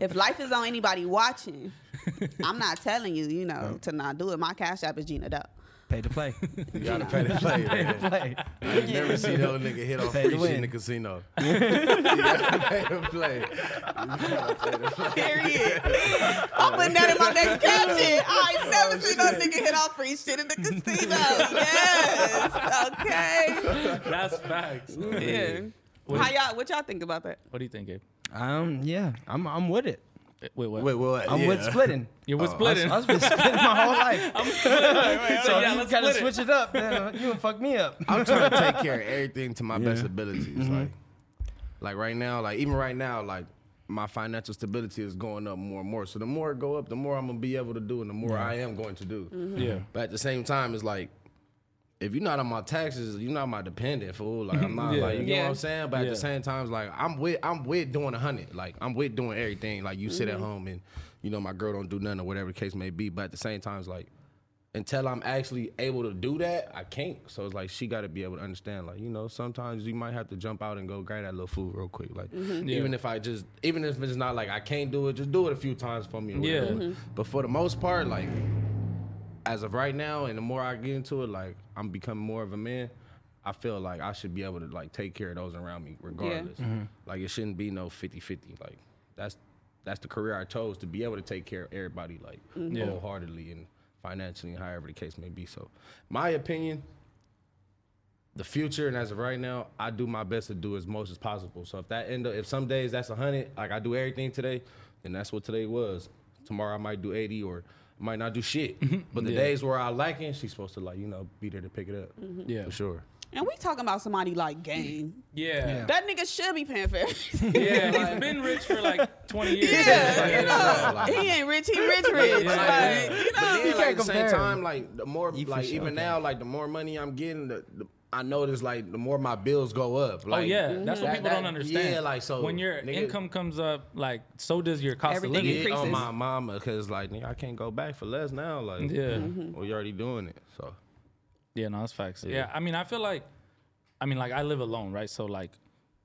Speaker 3: if life is on anybody watching, I'm not telling you, you know, to not do it. My cash app is Gina Doe.
Speaker 8: Pay to play.
Speaker 7: You gotta pay to [LAUGHS] play.
Speaker 8: Pay to
Speaker 7: man.
Speaker 8: play.
Speaker 7: I ain't never seen no nigga hit on
Speaker 8: Pay
Speaker 7: free
Speaker 8: to
Speaker 7: shit in
Speaker 8: win.
Speaker 7: the casino. you gotta pay to play.
Speaker 3: Period. I'm putting that in my next caption. I ain't never seen no nigga hit off free shit in the casino. Yes. Okay.
Speaker 1: That's facts.
Speaker 3: Yeah. How y'all? What y'all think about that?
Speaker 1: What do you think, Gabe?
Speaker 8: Um, yeah, I'm I'm with it.
Speaker 1: Wait, what?
Speaker 7: Wait, oh, what?
Speaker 8: I'm with
Speaker 7: Yeah.
Speaker 8: splitting.
Speaker 1: You're with splitting.
Speaker 8: I've
Speaker 1: [LAUGHS]
Speaker 8: been splitting my whole life.
Speaker 1: I'm splitting. Wait, wait,
Speaker 8: so
Speaker 1: yeah,
Speaker 8: you
Speaker 1: let's
Speaker 8: gotta
Speaker 1: split it.
Speaker 8: switch it up. Then uh, you would fuck me up.
Speaker 7: I'm trying to take care of everything to my best abilities. Like, like right now, like even right now, like my financial stability is going up more and more. So the more it go up, the more I'm gonna be able to do, and the more I am going to do.
Speaker 1: Yeah.
Speaker 7: But at the same time, it's like if you're not on my taxes, you're not my dependent fool. Like I'm not
Speaker 1: [LAUGHS] Yeah.
Speaker 7: like you know
Speaker 1: Yeah.
Speaker 7: what I'm saying. But at
Speaker 1: Yeah.
Speaker 7: the same time, it's like I'm with I'm with doing a hundred. Like I'm with doing everything. Like you sit at home and you know my girl don't do nothing or whatever the case may be. But at the same time, it's like until I'm actually able to do that, I can't. So it's like she got to be able to understand. Like you know, sometimes you might have to jump out and go grab that little food real quick. Like
Speaker 1: Mhm.
Speaker 7: even
Speaker 1: Yeah.
Speaker 7: if I just even if it's not like I can't do it, just do it a few times for me. Or
Speaker 1: Yeah.
Speaker 7: whatever.
Speaker 1: Mhm.
Speaker 7: But for the most part, like as of right now, and the more I get into it, like I'm becoming more of a man. I feel like I should be able to like take care of those around me regardless.
Speaker 9: Mhm.
Speaker 7: Like it shouldn't be no 50-50. Like that's that's the career I chose to be able to take care of everybody like
Speaker 1: Mhm. Yeah.
Speaker 7: wholeheartedly and financially, however the case may be. So my opinion, the future and as of right now, I do my best to do as much as possible. So if that end up if some days that's hundred, like I do everything today, then that's what today was. Tomorrow I might do eighty or might not do shit. but the
Speaker 1: Yeah.
Speaker 7: days where I lacking, she's supposed to like, you know, be there to pick it up.
Speaker 1: Yeah.
Speaker 7: For sure.
Speaker 3: And we talking about somebody like game.
Speaker 1: Yeah.
Speaker 3: That nigga should be paying for everything.
Speaker 1: Yeah. he's been rich for
Speaker 7: [LAUGHS]
Speaker 1: like 20 years.
Speaker 3: Yeah, you [LAUGHS] know, he ain't rich, he rich, rich.
Speaker 1: Yeah.
Speaker 3: Like, you
Speaker 7: But
Speaker 3: know,
Speaker 7: then, like, at the same time, like the more,
Speaker 1: for
Speaker 7: like
Speaker 1: sure
Speaker 7: even now, like the more money I'm getting, the, the I notice like the more my bills go up. Like,
Speaker 1: oh yeah, that's what
Speaker 7: that-
Speaker 1: people
Speaker 7: that-
Speaker 1: don't understand.
Speaker 7: Yeah, like so
Speaker 1: when your
Speaker 7: nigga,
Speaker 1: income comes up, like so does your cost
Speaker 7: Everything
Speaker 1: of living.
Speaker 7: Yeah, um, on my mama, because like nigga, I can't go back for less now. Like
Speaker 1: Yeah. Mhm.
Speaker 7: well, you already doing it. So
Speaker 1: Yeah, no, that's facts. Yeah. I mean, I feel like, I mean, like I live alone, right? So like,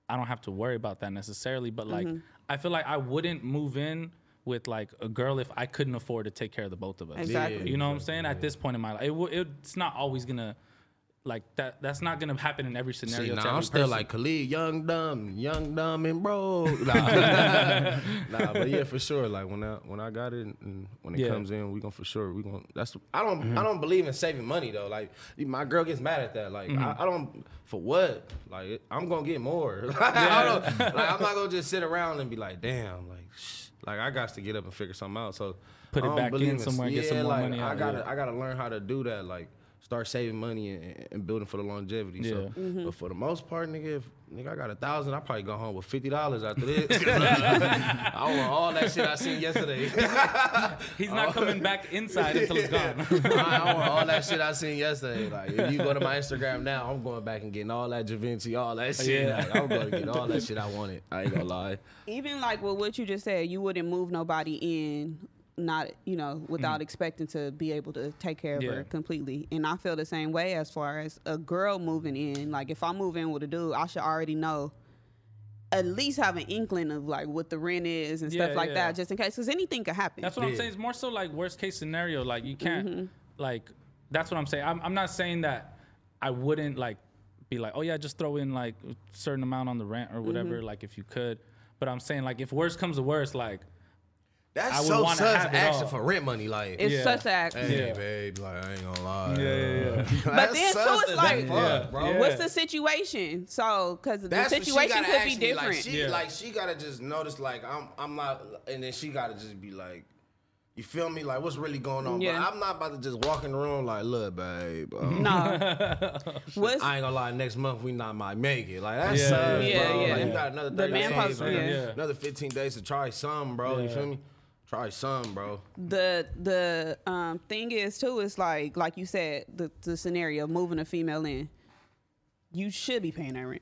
Speaker 1: I don't have to worry about that necessarily. But like,
Speaker 9: Mhm.
Speaker 1: I feel like I wouldn't move in with like a girl if I couldn't afford to take care of the both of us.
Speaker 9: Exactly. Yeah,
Speaker 1: You know what I'm saying? At this point in my life, it, w- it's not always gonna like that. That's not gonna happen in every scenario.
Speaker 7: See,
Speaker 1: to
Speaker 7: nah,
Speaker 1: every
Speaker 7: I'm still
Speaker 1: person.
Speaker 7: like Khalid, young dumb, young dumb
Speaker 1: [LAUGHS]
Speaker 7: and bro. Nah, nah, but yeah, for sure. Like when I when I got it and when it
Speaker 1: Yeah. Mm-hmm.
Speaker 7: comes in, we gonna for sure we gonna. That's I don't I don't believe in saving money though. Like my girl gets mad at that. Like
Speaker 1: Mhm.
Speaker 7: I, I don't for what. Like it- I'm gonna get more. [LAUGHS] Like, I
Speaker 1: Yeah.
Speaker 7: don't- like, I'm not gonna just sit around and be like, damn, like. Shh. Like I got to get up and figure something out. So
Speaker 1: Put it
Speaker 7: I don't
Speaker 1: back in
Speaker 7: believe
Speaker 1: somewhere and get some
Speaker 7: yeah,
Speaker 1: more
Speaker 7: like,
Speaker 1: money out
Speaker 7: I
Speaker 1: of
Speaker 7: gotta
Speaker 1: it.
Speaker 7: I gotta learn how to do that. Like start saving money and, and building for the longevity. So,
Speaker 1: Yeah.
Speaker 7: but for the most part, nigga, if nigga I got a thousand, I probably go home with fifty dollars after this.
Speaker 1: [LAUGHS]
Speaker 7: I want all that shit I seen yesterday.
Speaker 1: [LAUGHS]
Speaker 7: [LAUGHS]
Speaker 1: He's
Speaker 7: oh.
Speaker 1: not coming back inside until it's
Speaker 7: [LAUGHS]
Speaker 1: gone.
Speaker 7: I, I want all that shit I seen yesterday. Like if you go to my Instagram now, I'm going back and getting all that Javinci, all that shit.
Speaker 1: Yeah.
Speaker 7: Like, I'm going to get all that shit I wanted. I ain't gonna lie.
Speaker 3: Even like with what you just said, you wouldn't move nobody in, not you know, without expecting to be able to take care of
Speaker 9: Yeah.
Speaker 3: her completely. And I feel the same way as far as a girl moving in. Like if I move in with a dude, I should already know. At least have an inkling of like what the rent is and
Speaker 1: Yeah,
Speaker 3: stuff like
Speaker 1: yeah.
Speaker 3: that, just in case, because anything could happen.
Speaker 1: That's what I'm saying. It's more so like worst case scenario. Like you can't like that's what I'm saying. I'm I'm not saying that I wouldn't like be like, oh yeah, just throw in like a certain amount on the rent or whatever,
Speaker 7: Mhm.
Speaker 1: like if you could. But I'm saying like if worse comes to worst, like
Speaker 7: That's
Speaker 1: I would
Speaker 7: so
Speaker 1: wanna
Speaker 7: sus
Speaker 1: have it
Speaker 7: asking
Speaker 1: all.
Speaker 7: for rent money. Like
Speaker 1: It's Yeah. sus act.
Speaker 7: Hey,
Speaker 1: Yeah.
Speaker 7: babe, like I ain't gonna lie.
Speaker 1: Yeah, yeah,
Speaker 7: [LAUGHS]
Speaker 1: yeah.
Speaker 3: But then too, it's like, what's the situation? So, because the
Speaker 7: That's what she
Speaker 3: situation
Speaker 7: gotta
Speaker 3: could be
Speaker 7: ask me,
Speaker 3: different.
Speaker 7: Like she, like she gotta just notice, like I'm, I'm not, and then she gotta just be like, you feel me? Like what's really going on?
Speaker 3: Yeah.
Speaker 7: But I'm not about to just walk in the room like, look, babe.
Speaker 3: [LAUGHS]
Speaker 7: uh,
Speaker 9: [LAUGHS]
Speaker 3: No. What's-
Speaker 7: I ain't gonna lie. Next month we not might make it. Like that's
Speaker 1: Yeah,
Speaker 7: sucks,
Speaker 1: yeah.
Speaker 7: bro.
Speaker 1: Yeah,
Speaker 7: Like,
Speaker 1: yeah.
Speaker 7: you got another
Speaker 1: The
Speaker 7: 30
Speaker 1: man
Speaker 7: days,
Speaker 1: pops-
Speaker 7: man.
Speaker 1: yeah.
Speaker 7: another 15 days to try some, bro. You
Speaker 3: Yeah.
Speaker 7: feel me? Try some, bro.
Speaker 3: the the um, thing is too is like like you said the the scenario of moving a female in you should be paying her rent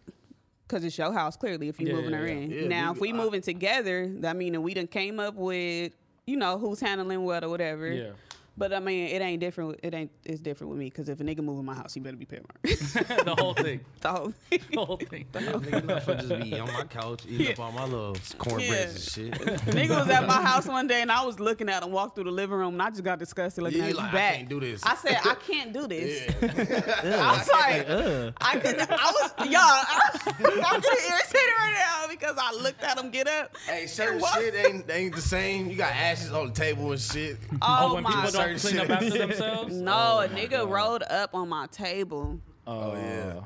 Speaker 3: because it's your house clearly if you're
Speaker 9: Yeah,
Speaker 3: moving
Speaker 9: yeah,
Speaker 3: her
Speaker 9: yeah.
Speaker 3: in
Speaker 9: Yeah,
Speaker 3: now
Speaker 9: we-
Speaker 3: if we moving together that mean that we done came up with you know who's handling what or whatever
Speaker 9: Yeah.
Speaker 3: but I mean, it ain't different. with- It ain't. It's different with me because if a nigga move in my house, he better be paying my rent.
Speaker 9: [LAUGHS]
Speaker 3: [LAUGHS]
Speaker 1: [LAUGHS] the whole thing.
Speaker 3: the whole thing.
Speaker 1: The whole thing.
Speaker 7: Nigga, not for just be on my couch eating
Speaker 3: Yeah.
Speaker 7: up all my little cornbreads
Speaker 3: Yeah.
Speaker 7: and shit.
Speaker 3: [LAUGHS] Nigga was at
Speaker 7: [LAUGHS]
Speaker 3: my house one day and I was looking at him walk through the living room and I just got disgusted looking
Speaker 7: Yeah,
Speaker 3: at
Speaker 7: you
Speaker 3: his
Speaker 7: like, I
Speaker 3: back.
Speaker 7: can't do this.
Speaker 3: I said,
Speaker 7: [LAUGHS]
Speaker 3: I can't do this. I
Speaker 7: Ugh.
Speaker 3: was like, uh.
Speaker 8: Ugh.
Speaker 3: I couldn't. I was y'all. [LAUGHS] I, I'm getting irritated right now because I looked at him get up.
Speaker 7: Hey, certain shit ain't ain't the same. You got ashes on the table and shit.
Speaker 3: [LAUGHS] Oh, my!
Speaker 7: Certain shit.
Speaker 3: [LAUGHS] No, a nigga rolled up on my table.
Speaker 7: Oh yeah.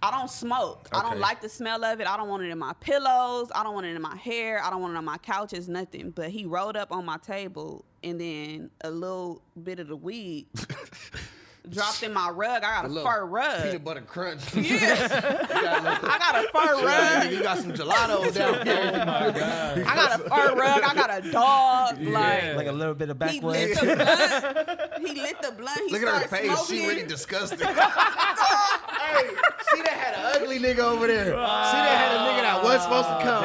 Speaker 3: I don't smoke. I don't
Speaker 7: Okay.
Speaker 3: like the smell of it. I don't want it in my pillows. I don't want it in my hair. I don't want it on my couches. Nothing. But he rolled up on my table and then a little bit of the weed
Speaker 8: Uh,
Speaker 7: [LAUGHS]
Speaker 3: dropped in my rug. I got a,
Speaker 7: little
Speaker 3: fur rug.
Speaker 7: Peanut butter crunch.
Speaker 3: [LAUGHS]
Speaker 7: [LAUGHS]
Speaker 3: I got a fur rug. Oh,
Speaker 7: You got some
Speaker 3: [LAUGHS]
Speaker 7: gelato down there.
Speaker 3: I got a fur rug. I got a dog.
Speaker 8: like,
Speaker 3: Like
Speaker 8: like a little bit of
Speaker 3: he lit
Speaker 8: backwoods.
Speaker 3: the blunt.
Speaker 7: [LAUGHS]
Speaker 3: He lit the blunt. He
Speaker 7: [LAUGHS] Look at her
Speaker 3: started
Speaker 7: face. She
Speaker 3: smoking.
Speaker 7: really
Speaker 3: [LAUGHS]
Speaker 7: disgusted. hey, she done had an ugly nigga over there. She done had a nigga that was supposed to come.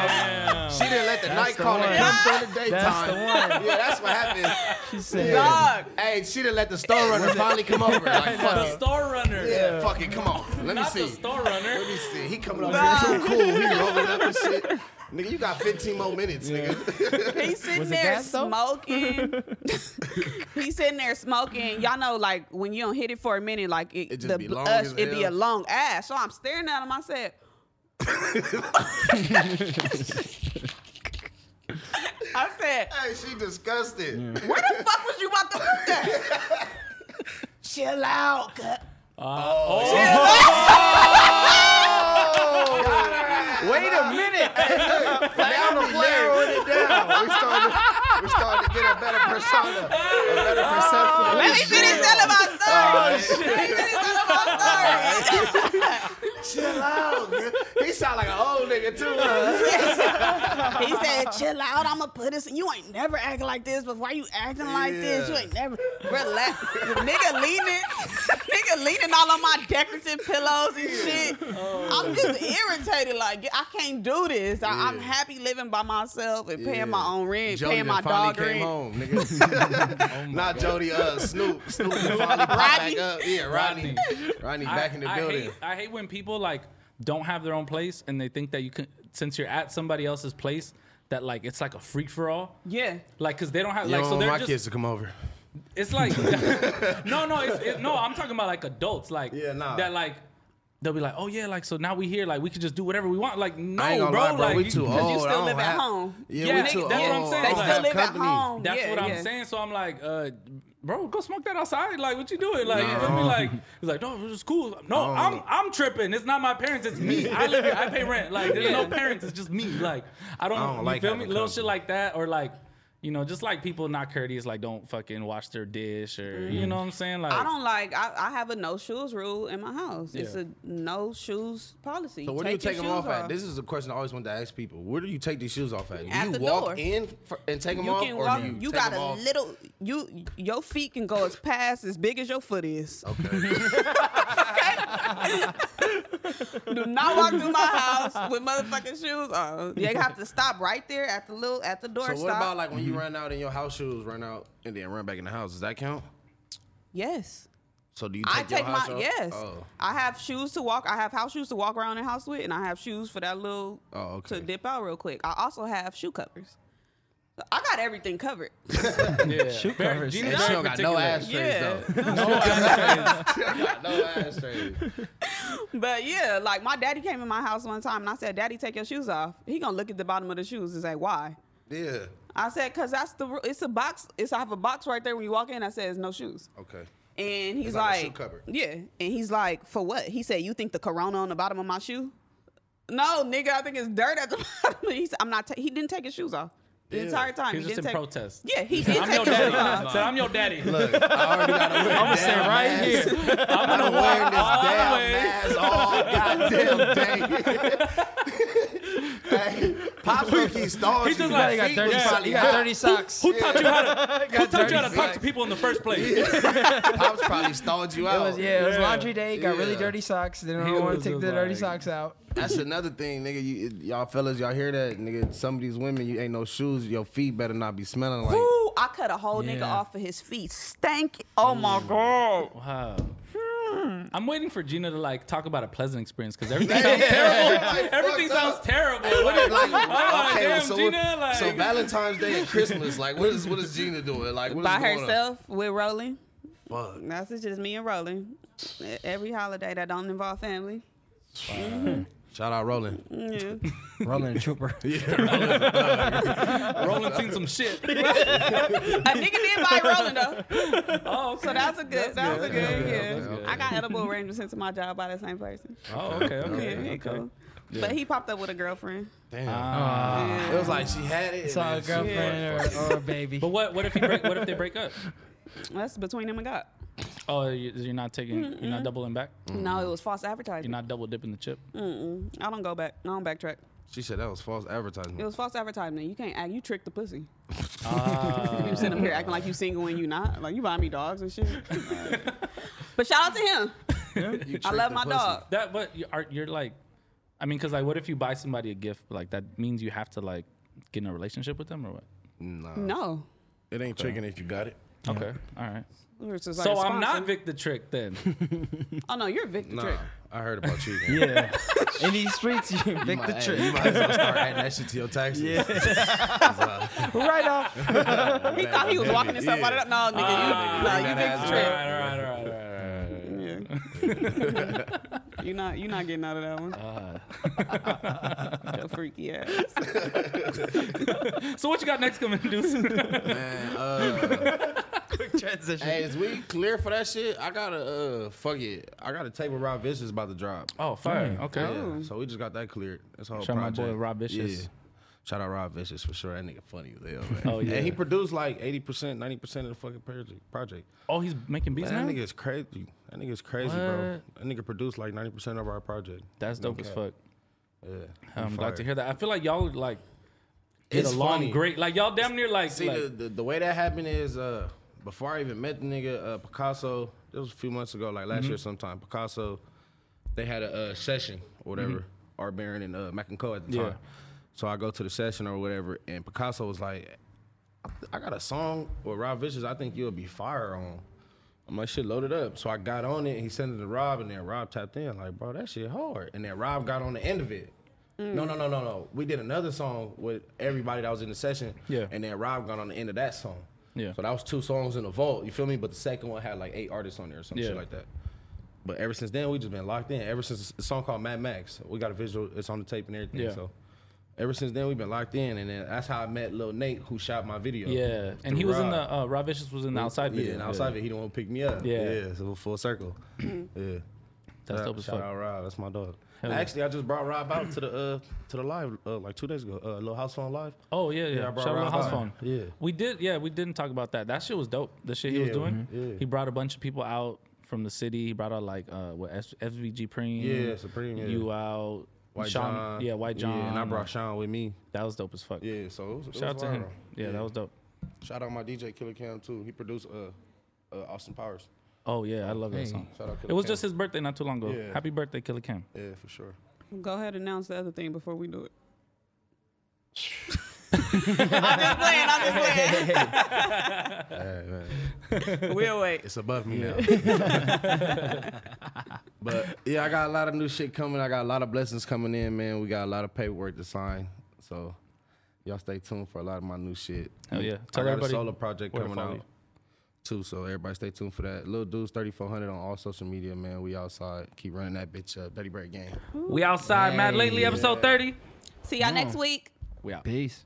Speaker 7: She didn't let the
Speaker 8: Ah, That's
Speaker 7: night
Speaker 8: the
Speaker 7: caller
Speaker 8: one.
Speaker 7: come during the daytime.
Speaker 8: That's the one.
Speaker 7: Yeah, that's what happened.
Speaker 8: She said,
Speaker 7: Yeah. Hey, she done let the store runner finally come
Speaker 8: [LAUGHS]
Speaker 7: over. Like, fuck
Speaker 1: the
Speaker 7: it.
Speaker 1: store runner.
Speaker 7: Yeah, fuck it. Come on. Let me
Speaker 1: Not
Speaker 7: see.
Speaker 1: the store runner.
Speaker 7: Let me see. He coming over here too cool. He rolling up and shit. Nigga, you got 15 more minutes, nigga.
Speaker 3: He's sitting
Speaker 7: Was it
Speaker 3: there
Speaker 7: gas, though? [LAUGHS]
Speaker 3: smoking. He's sitting there smoking. Y'all know, like when you don't hit it for a minute, like it,
Speaker 7: just
Speaker 3: the
Speaker 7: be
Speaker 3: bl-
Speaker 7: long
Speaker 3: us,
Speaker 7: as
Speaker 3: it be a
Speaker 7: hell.
Speaker 3: long ass. So I'm staring at him. I
Speaker 7: [LAUGHS]
Speaker 3: said, [LAUGHS] I said,
Speaker 7: [LAUGHS] Hey, she disgusted. [LAUGHS]
Speaker 3: "Where the fuck was you about to put that?" Chill out. cut.
Speaker 8: Wait a minute.
Speaker 7: Now we narrowing it down. We starting, to, we starting to get a better persona, a better perception. of
Speaker 3: Let me
Speaker 7: this
Speaker 3: finish
Speaker 7: shit.
Speaker 3: telling my story.
Speaker 7: Oh, shit.
Speaker 3: Let me finish telling my story.
Speaker 7: Chill out. man. He sound like an old nigga too.
Speaker 3: [LAUGHS]
Speaker 7: huh?
Speaker 3: he said, "Chill out. I'ma put this. You ain't never acting like this. But why you acting like this? You
Speaker 7: Yeah.
Speaker 3: ain't never relax. nigga leaning, nigga leaning all on my decorative pillows and shit.
Speaker 7: Oh.
Speaker 3: I'm just irritated. Like I can't do this. I, I'm happy living by myself and
Speaker 7: Yeah.
Speaker 3: paying my own rent,
Speaker 7: Jody
Speaker 3: paying
Speaker 7: done
Speaker 3: my
Speaker 7: finally
Speaker 3: dog
Speaker 7: came
Speaker 3: rent. [LAUGHS]
Speaker 7: home, nigga.
Speaker 1: Oh
Speaker 7: Not Jody, uh, Snoop. Snoop done finally popped back up. Yeah, Rodney. Rodney [LAUGHS] back in the
Speaker 1: I
Speaker 7: building.
Speaker 1: Hate, I hate when people like don't have their own place and they think that you can since you're at somebody else's place that like it's like a freak for all.
Speaker 3: Yeah.
Speaker 1: Like, cause they don't have
Speaker 7: You
Speaker 1: like
Speaker 7: don't
Speaker 1: so
Speaker 7: want
Speaker 1: they're
Speaker 7: my
Speaker 1: just
Speaker 7: kids to come over.
Speaker 1: It's
Speaker 7: [LAUGHS]
Speaker 1: like [LAUGHS] no, no, it's, it, no. I'm talking about like adults, like
Speaker 7: nah.
Speaker 1: that, like they'll be like, oh yeah, like so now we here, like we can just do whatever we want. Like no,
Speaker 7: I ain't gonna
Speaker 1: bro,
Speaker 7: lie, bro,
Speaker 1: like
Speaker 7: we too
Speaker 1: because
Speaker 7: old. I
Speaker 3: still
Speaker 7: don't
Speaker 3: live at
Speaker 7: have-
Speaker 3: home.
Speaker 7: Yeah,
Speaker 1: Yeah,
Speaker 7: we
Speaker 1: they-
Speaker 7: too
Speaker 1: that's what I'm
Speaker 7: old.
Speaker 1: saying,
Speaker 3: They
Speaker 1: like-
Speaker 3: still live
Speaker 7: company.
Speaker 3: at home.
Speaker 1: That's
Speaker 3: Oh, Yeah,
Speaker 1: what I'm
Speaker 3: yeah.
Speaker 1: saying. So I'm like, uh, bro, go smoke that outside. Like, what you doing? Like, you feel me? Like, he's like, no, it's cool. No, I'm I'm tripping. It's not my parents. It's me. I live here. I pay rent. Like, there's no parents. It's just me. Like, I don't.
Speaker 7: I don't
Speaker 1: you
Speaker 7: like
Speaker 1: feel me?
Speaker 7: having
Speaker 1: Little
Speaker 7: company.
Speaker 1: shit like that, or like, you know, just like people not courteous. Like, don't fucking wash their dish, or you know what I'm saying?
Speaker 7: Oh.
Speaker 1: Like,
Speaker 3: Mm-hmm. I don't like. I, I have a no shoes rule in my house. It's
Speaker 1: Yeah.
Speaker 3: a no shoes policy.
Speaker 7: So where do you
Speaker 3: your
Speaker 7: take them
Speaker 3: shoes
Speaker 7: off, at? This is a question I always want to ask people. Where do you take these shoes off at? Do
Speaker 3: At
Speaker 7: you
Speaker 3: the
Speaker 7: walk
Speaker 3: door.
Speaker 7: in fr- and take them
Speaker 3: you
Speaker 7: off,
Speaker 3: can
Speaker 7: or
Speaker 3: walk.
Speaker 7: do you,
Speaker 3: You,
Speaker 7: take
Speaker 3: got
Speaker 7: them
Speaker 3: a
Speaker 7: off?
Speaker 3: little. You your feet can go as past as big as your foot is.
Speaker 7: Okay.
Speaker 3: [LAUGHS] Do not walk through my house with motherfucking shoes on. You have to stop right there at the little at the door.
Speaker 7: so what
Speaker 3: stop.
Speaker 7: about like when you run out in your house shoes, run out and then run back in the house? Does that count?
Speaker 3: yes.
Speaker 7: So do you take
Speaker 3: I
Speaker 7: your
Speaker 3: take my
Speaker 7: house off?
Speaker 3: yes.
Speaker 7: Oh.
Speaker 3: I have shoes to walk. I have house shoes to walk around the house with, and I have shoes for that little
Speaker 7: Oh, okay.
Speaker 3: to dip out real quick. I also have shoe covers. So I got everything covered. [LAUGHS]
Speaker 1: yeah.
Speaker 2: Shoe
Speaker 1: Very-
Speaker 2: covers.
Speaker 1: Gina
Speaker 7: And
Speaker 1: very
Speaker 7: she don't got no
Speaker 1: particular.
Speaker 7: ashtrays
Speaker 3: Yeah.
Speaker 1: [LAUGHS]
Speaker 7: though.
Speaker 1: No ashtrays.
Speaker 7: [LAUGHS] She don't got no ashtrays.
Speaker 3: But yeah, like my daddy came in my house one time, and I said, "Daddy, take your shoes off." He gonna look at the bottom of the shoes and say, "Why?"
Speaker 7: Yeah.
Speaker 3: I said, "Cause that's the ru- it's a box. It's I have a box right there when you walk in. I says no shoes."
Speaker 7: Okay.
Speaker 3: And he's
Speaker 7: It's like a
Speaker 3: like,
Speaker 7: shoe cupboard.
Speaker 3: yeah. And he's like, for what? He said, you think the corona on the bottom of my shoe? No, nigga, I think it's dirt at the [LAUGHS] bottom. He said, I'm not. Ta- he didn't take his shoes off the entire time.
Speaker 1: He was
Speaker 3: he
Speaker 1: just in
Speaker 3: didn't take- [LAUGHS]
Speaker 1: protest.
Speaker 3: Yeah,
Speaker 1: [LAUGHS]
Speaker 3: he did
Speaker 1: I'm
Speaker 3: take
Speaker 1: your
Speaker 3: his shoes
Speaker 1: daddy.
Speaker 3: off.
Speaker 1: Said, I'm your daddy.
Speaker 7: Look, I already got to wear I'm gonna
Speaker 2: stay right
Speaker 7: here. I'm gonna wear this
Speaker 1: all the
Speaker 7: damn
Speaker 1: way.
Speaker 7: mask all goddamn day. hey, Pops low key stalled
Speaker 1: He just
Speaker 7: you.
Speaker 1: like,
Speaker 2: You got
Speaker 1: Feet
Speaker 2: 30,
Speaker 1: was
Speaker 2: so-
Speaker 7: probably
Speaker 2: you got
Speaker 7: hot.
Speaker 2: 30 [LAUGHS] socks.
Speaker 1: Who taught you how to? Who taught
Speaker 2: dirty
Speaker 1: you how to talk to
Speaker 7: feet.
Speaker 1: people in the first place?
Speaker 7: [LAUGHS] Pops probably stalled you
Speaker 2: It
Speaker 7: out.
Speaker 2: was, yeah, it was
Speaker 1: Yeah.
Speaker 2: laundry day. Got really
Speaker 7: Yeah.
Speaker 2: dirty socks. Didn't
Speaker 1: He
Speaker 2: want
Speaker 1: was
Speaker 2: to take
Speaker 1: just
Speaker 2: the dirty
Speaker 1: like- [LAUGHS]
Speaker 2: socks out.
Speaker 7: That's another thing, nigga. You, y'all fellas, y'all hear that, nigga? Some of these women, you ain't no shoes. Your feet better not be smelling like.
Speaker 3: Woo, I cut a whole nigga
Speaker 1: Yeah. Mm.
Speaker 3: off of his feet. Stank. Oh my god.
Speaker 1: Wow. Um, I'm waiting for Gina to like talk about a pleasant experience because everything sounds terrible. everything
Speaker 7: fucked
Speaker 1: sounds
Speaker 7: up.
Speaker 1: terrible. [LAUGHS]
Speaker 7: What
Speaker 1: Like,
Speaker 7: if, like,
Speaker 1: oh,
Speaker 7: okay,
Speaker 1: damn,
Speaker 7: so, what-
Speaker 1: Gina, like,
Speaker 7: so Valentine's Day and Christmas, like, what is what is Gina doing? Like, what is
Speaker 3: By
Speaker 7: going on?
Speaker 3: herself with Rolling.
Speaker 7: Fuck.
Speaker 3: That's it's just me and Rolling. E-, Every holiday that don't involve family.
Speaker 7: Shout out Roland.
Speaker 3: Yeah.
Speaker 2: Rolling
Speaker 1: [LAUGHS]
Speaker 2: a trooper.
Speaker 1: Roland seen some shit.
Speaker 3: a nigga did buy Rolling though.
Speaker 1: Oh, okay.
Speaker 3: So that's a good. That was a good.
Speaker 1: Okay,
Speaker 3: yeah,
Speaker 1: that's good.
Speaker 3: I got edible arrangements into my job by the same person.
Speaker 1: oh, okay,
Speaker 3: Yeah,
Speaker 1: okay,
Speaker 3: he
Speaker 1: okay.
Speaker 3: cool. But he popped up with a girlfriend.
Speaker 7: Damn.
Speaker 3: Yeah.
Speaker 7: it was like she had it.
Speaker 2: Uh-huh. It's all a
Speaker 7: and then she-
Speaker 2: girlfriend or, or a baby.
Speaker 1: But what? What if he break? What if they break up?
Speaker 3: That's between him and God.
Speaker 1: Oh, you- you're not taking. You're not doubling back.
Speaker 3: No, it was false
Speaker 1: You're
Speaker 3: advertising.
Speaker 1: not double dipping the chip.
Speaker 3: I don't go back. I don't backtrack.
Speaker 7: She said that was false advertisement.
Speaker 3: It was false advertisement. You can't act. You tricked the pussy. you sitting up here acting like you single and you not. Like you buying me dogs and shit. but shout out to him.
Speaker 7: You
Speaker 3: I
Speaker 7: tricked
Speaker 3: love
Speaker 7: the
Speaker 3: my
Speaker 7: pussy.
Speaker 3: dog.
Speaker 1: That, but you are, you're like, I mean, because like, what if you buy somebody a gift? Like that means you have to like get in a relationship with them or what?
Speaker 3: No.
Speaker 7: It ain't tricking if you got it.
Speaker 1: Okay, all right.
Speaker 3: It's just like
Speaker 1: So
Speaker 3: a
Speaker 1: I'm not
Speaker 3: sponsor.
Speaker 1: Vic the Trick then.
Speaker 3: Oh no, you're a victim
Speaker 7: Nah,
Speaker 3: trick.
Speaker 7: I heard about you. man.
Speaker 2: [LAUGHS] Yeah. In these streets, you
Speaker 7: You
Speaker 2: pick
Speaker 7: might,
Speaker 2: the
Speaker 7: hey,
Speaker 2: trick.
Speaker 7: You might as well
Speaker 2: [LAUGHS]
Speaker 7: start adding that shit to your taxes.
Speaker 3: [LAUGHS]
Speaker 7: [LAUGHS]
Speaker 2: Right off.
Speaker 3: He thought he was walking himself out of that. No, nigga, you, nah, you
Speaker 7: that
Speaker 3: Vic the
Speaker 7: has a
Speaker 1: all
Speaker 3: trick.
Speaker 1: right, all right, all right, all right, all right.
Speaker 3: [LAUGHS] Yeah. you're not you're not getting out of that one. [LAUGHS] Your freaky ass.
Speaker 1: So what you got next coming, Deuce?
Speaker 7: Man, uh,
Speaker 3: [LAUGHS]
Speaker 2: Quick transition.
Speaker 7: hey, is we clear for that shit? I gotta uh, fuck it. I got a tape with Rob Vicious about to drop.
Speaker 1: [LAUGHS] oh, fire. Okay.
Speaker 7: Yeah, so we just got that cleared. That's whole
Speaker 1: Shout out my boy
Speaker 7: project.
Speaker 1: Rob Vicious.
Speaker 7: Yeah. Shout out Rob Vicious for sure. That nigga funny as hell, man.
Speaker 1: Oh, yeah.
Speaker 7: And he produced like 80%, 90% of the fucking project. project.
Speaker 1: Oh, he's making beats
Speaker 7: Man, that
Speaker 1: now.
Speaker 7: nigga is crazy. That nigga is crazy, bro. That nigga produced like 90% of our project.
Speaker 1: That's
Speaker 7: No
Speaker 1: dope as
Speaker 7: cap.
Speaker 1: fuck.
Speaker 7: Yeah.
Speaker 1: I'm
Speaker 7: He
Speaker 1: glad to
Speaker 7: fire.
Speaker 1: hear that. I feel like y'all like get
Speaker 7: It's
Speaker 1: along
Speaker 7: funny.
Speaker 1: great. Like y'all damn near like.
Speaker 7: See,
Speaker 1: like
Speaker 7: the, the, the way that happened is uh, before I even met the nigga, uh, Picasso, it was a few months ago, like
Speaker 1: Mm-hmm.
Speaker 7: last year sometime, Picasso, they had a uh, session or whatever, Art Baron and uh, Mac and Co at the
Speaker 1: Mm-hmm. Yeah.
Speaker 7: time. So I go to the session or whatever, and Picasso was like, I th- I got a song with Rob Vicious I think you'll be fire on. I'm like, shit, load it up. So I got on it, he sent it to Rob, and then Rob tapped in, like, bro, that shit hard. And then Rob got on the end of it.
Speaker 1: Mm.
Speaker 7: No, no, no, no, no. We did another song with everybody that was in the session.
Speaker 1: Yeah.
Speaker 7: And then Rob got on the end of that song.
Speaker 1: Yeah.
Speaker 7: So that was two songs in the vault. You feel me? But the second one had like eight artists on there or some
Speaker 1: Yeah.
Speaker 7: shit like that. But ever since then, we just been locked in. Ever since a song called Mad Max, we got a visual. It's on the tape and everything.
Speaker 1: Yeah.
Speaker 7: So ever since then, we've been locked in, and then that's how I met Lil Nate, who shot my video.
Speaker 1: Yeah, and he
Speaker 7: Through
Speaker 1: was in
Speaker 7: Rob.
Speaker 1: the uh, Rob Vicious was in the outside video.
Speaker 7: Yeah, and outside video, he don't want to pick me up.
Speaker 1: Yeah.
Speaker 7: yeah. So full circle. yeah,
Speaker 1: That's
Speaker 7: Shout-
Speaker 1: dope as
Speaker 7: shout
Speaker 1: fuck.
Speaker 7: out Rob, that's my dog.
Speaker 1: Hell yeah.
Speaker 7: Actually, I just brought Rob out to the uh to the live uh, like two days ago. Uh, Little House Phone live.
Speaker 1: Oh yeah, yeah.
Speaker 7: I brought
Speaker 1: Shout out
Speaker 7: Rob
Speaker 1: House
Speaker 7: out.
Speaker 1: Phone.
Speaker 7: Yeah.
Speaker 1: we did. Yeah, we didn't talk about that. That shit was dope. The shit he was
Speaker 7: Yeah,
Speaker 1: doing.
Speaker 7: mhm. Yeah.
Speaker 1: He brought a bunch of people out from the city. He brought out like uh, what S- FVG Prem.
Speaker 7: Yeah, Supreme, yeah.
Speaker 1: You out.
Speaker 7: White
Speaker 1: Sean,
Speaker 7: John.
Speaker 1: Yeah, White John.
Speaker 7: and I brought Sean with me.
Speaker 1: That was dope as fuck.
Speaker 7: Yeah, so it was, it
Speaker 1: Shout out
Speaker 7: was
Speaker 1: to him.
Speaker 7: viral.
Speaker 1: Yeah, that was dope.
Speaker 7: Shout out my DJ Killer Cam too. He produced uh, uh Austin Powers.
Speaker 1: Oh yeah, I love
Speaker 7: Hey.
Speaker 1: that song.
Speaker 7: Shout out Killer
Speaker 1: It was
Speaker 7: Cam.
Speaker 1: just his birthday not too long ago.
Speaker 7: Yeah.
Speaker 1: Happy birthday, Killer Cam.
Speaker 7: Yeah,
Speaker 1: [LAUGHS]
Speaker 7: for sure.
Speaker 3: Go ahead and announce the other thing before we do it. We'll wait.
Speaker 7: It's above me now. but yeah, I got a lot of new shit coming. I got a lot of blessings coming in, man. We got a lot of paperwork to sign. So y'all stay tuned for a lot of my new shit.
Speaker 1: Hell yeah. Tell
Speaker 7: I got
Speaker 1: everybody
Speaker 7: a solo project
Speaker 1: where to
Speaker 7: coming
Speaker 1: follow
Speaker 7: out
Speaker 1: you.
Speaker 7: too. So everybody stay tuned for that. Little dudes 3400 on all social media, man. We outside. Keep running that bitch up. Betty Bird gang.
Speaker 1: We outside, Mad Lately, episode thirty.
Speaker 3: See y'all next week.
Speaker 1: We out.
Speaker 2: Peace.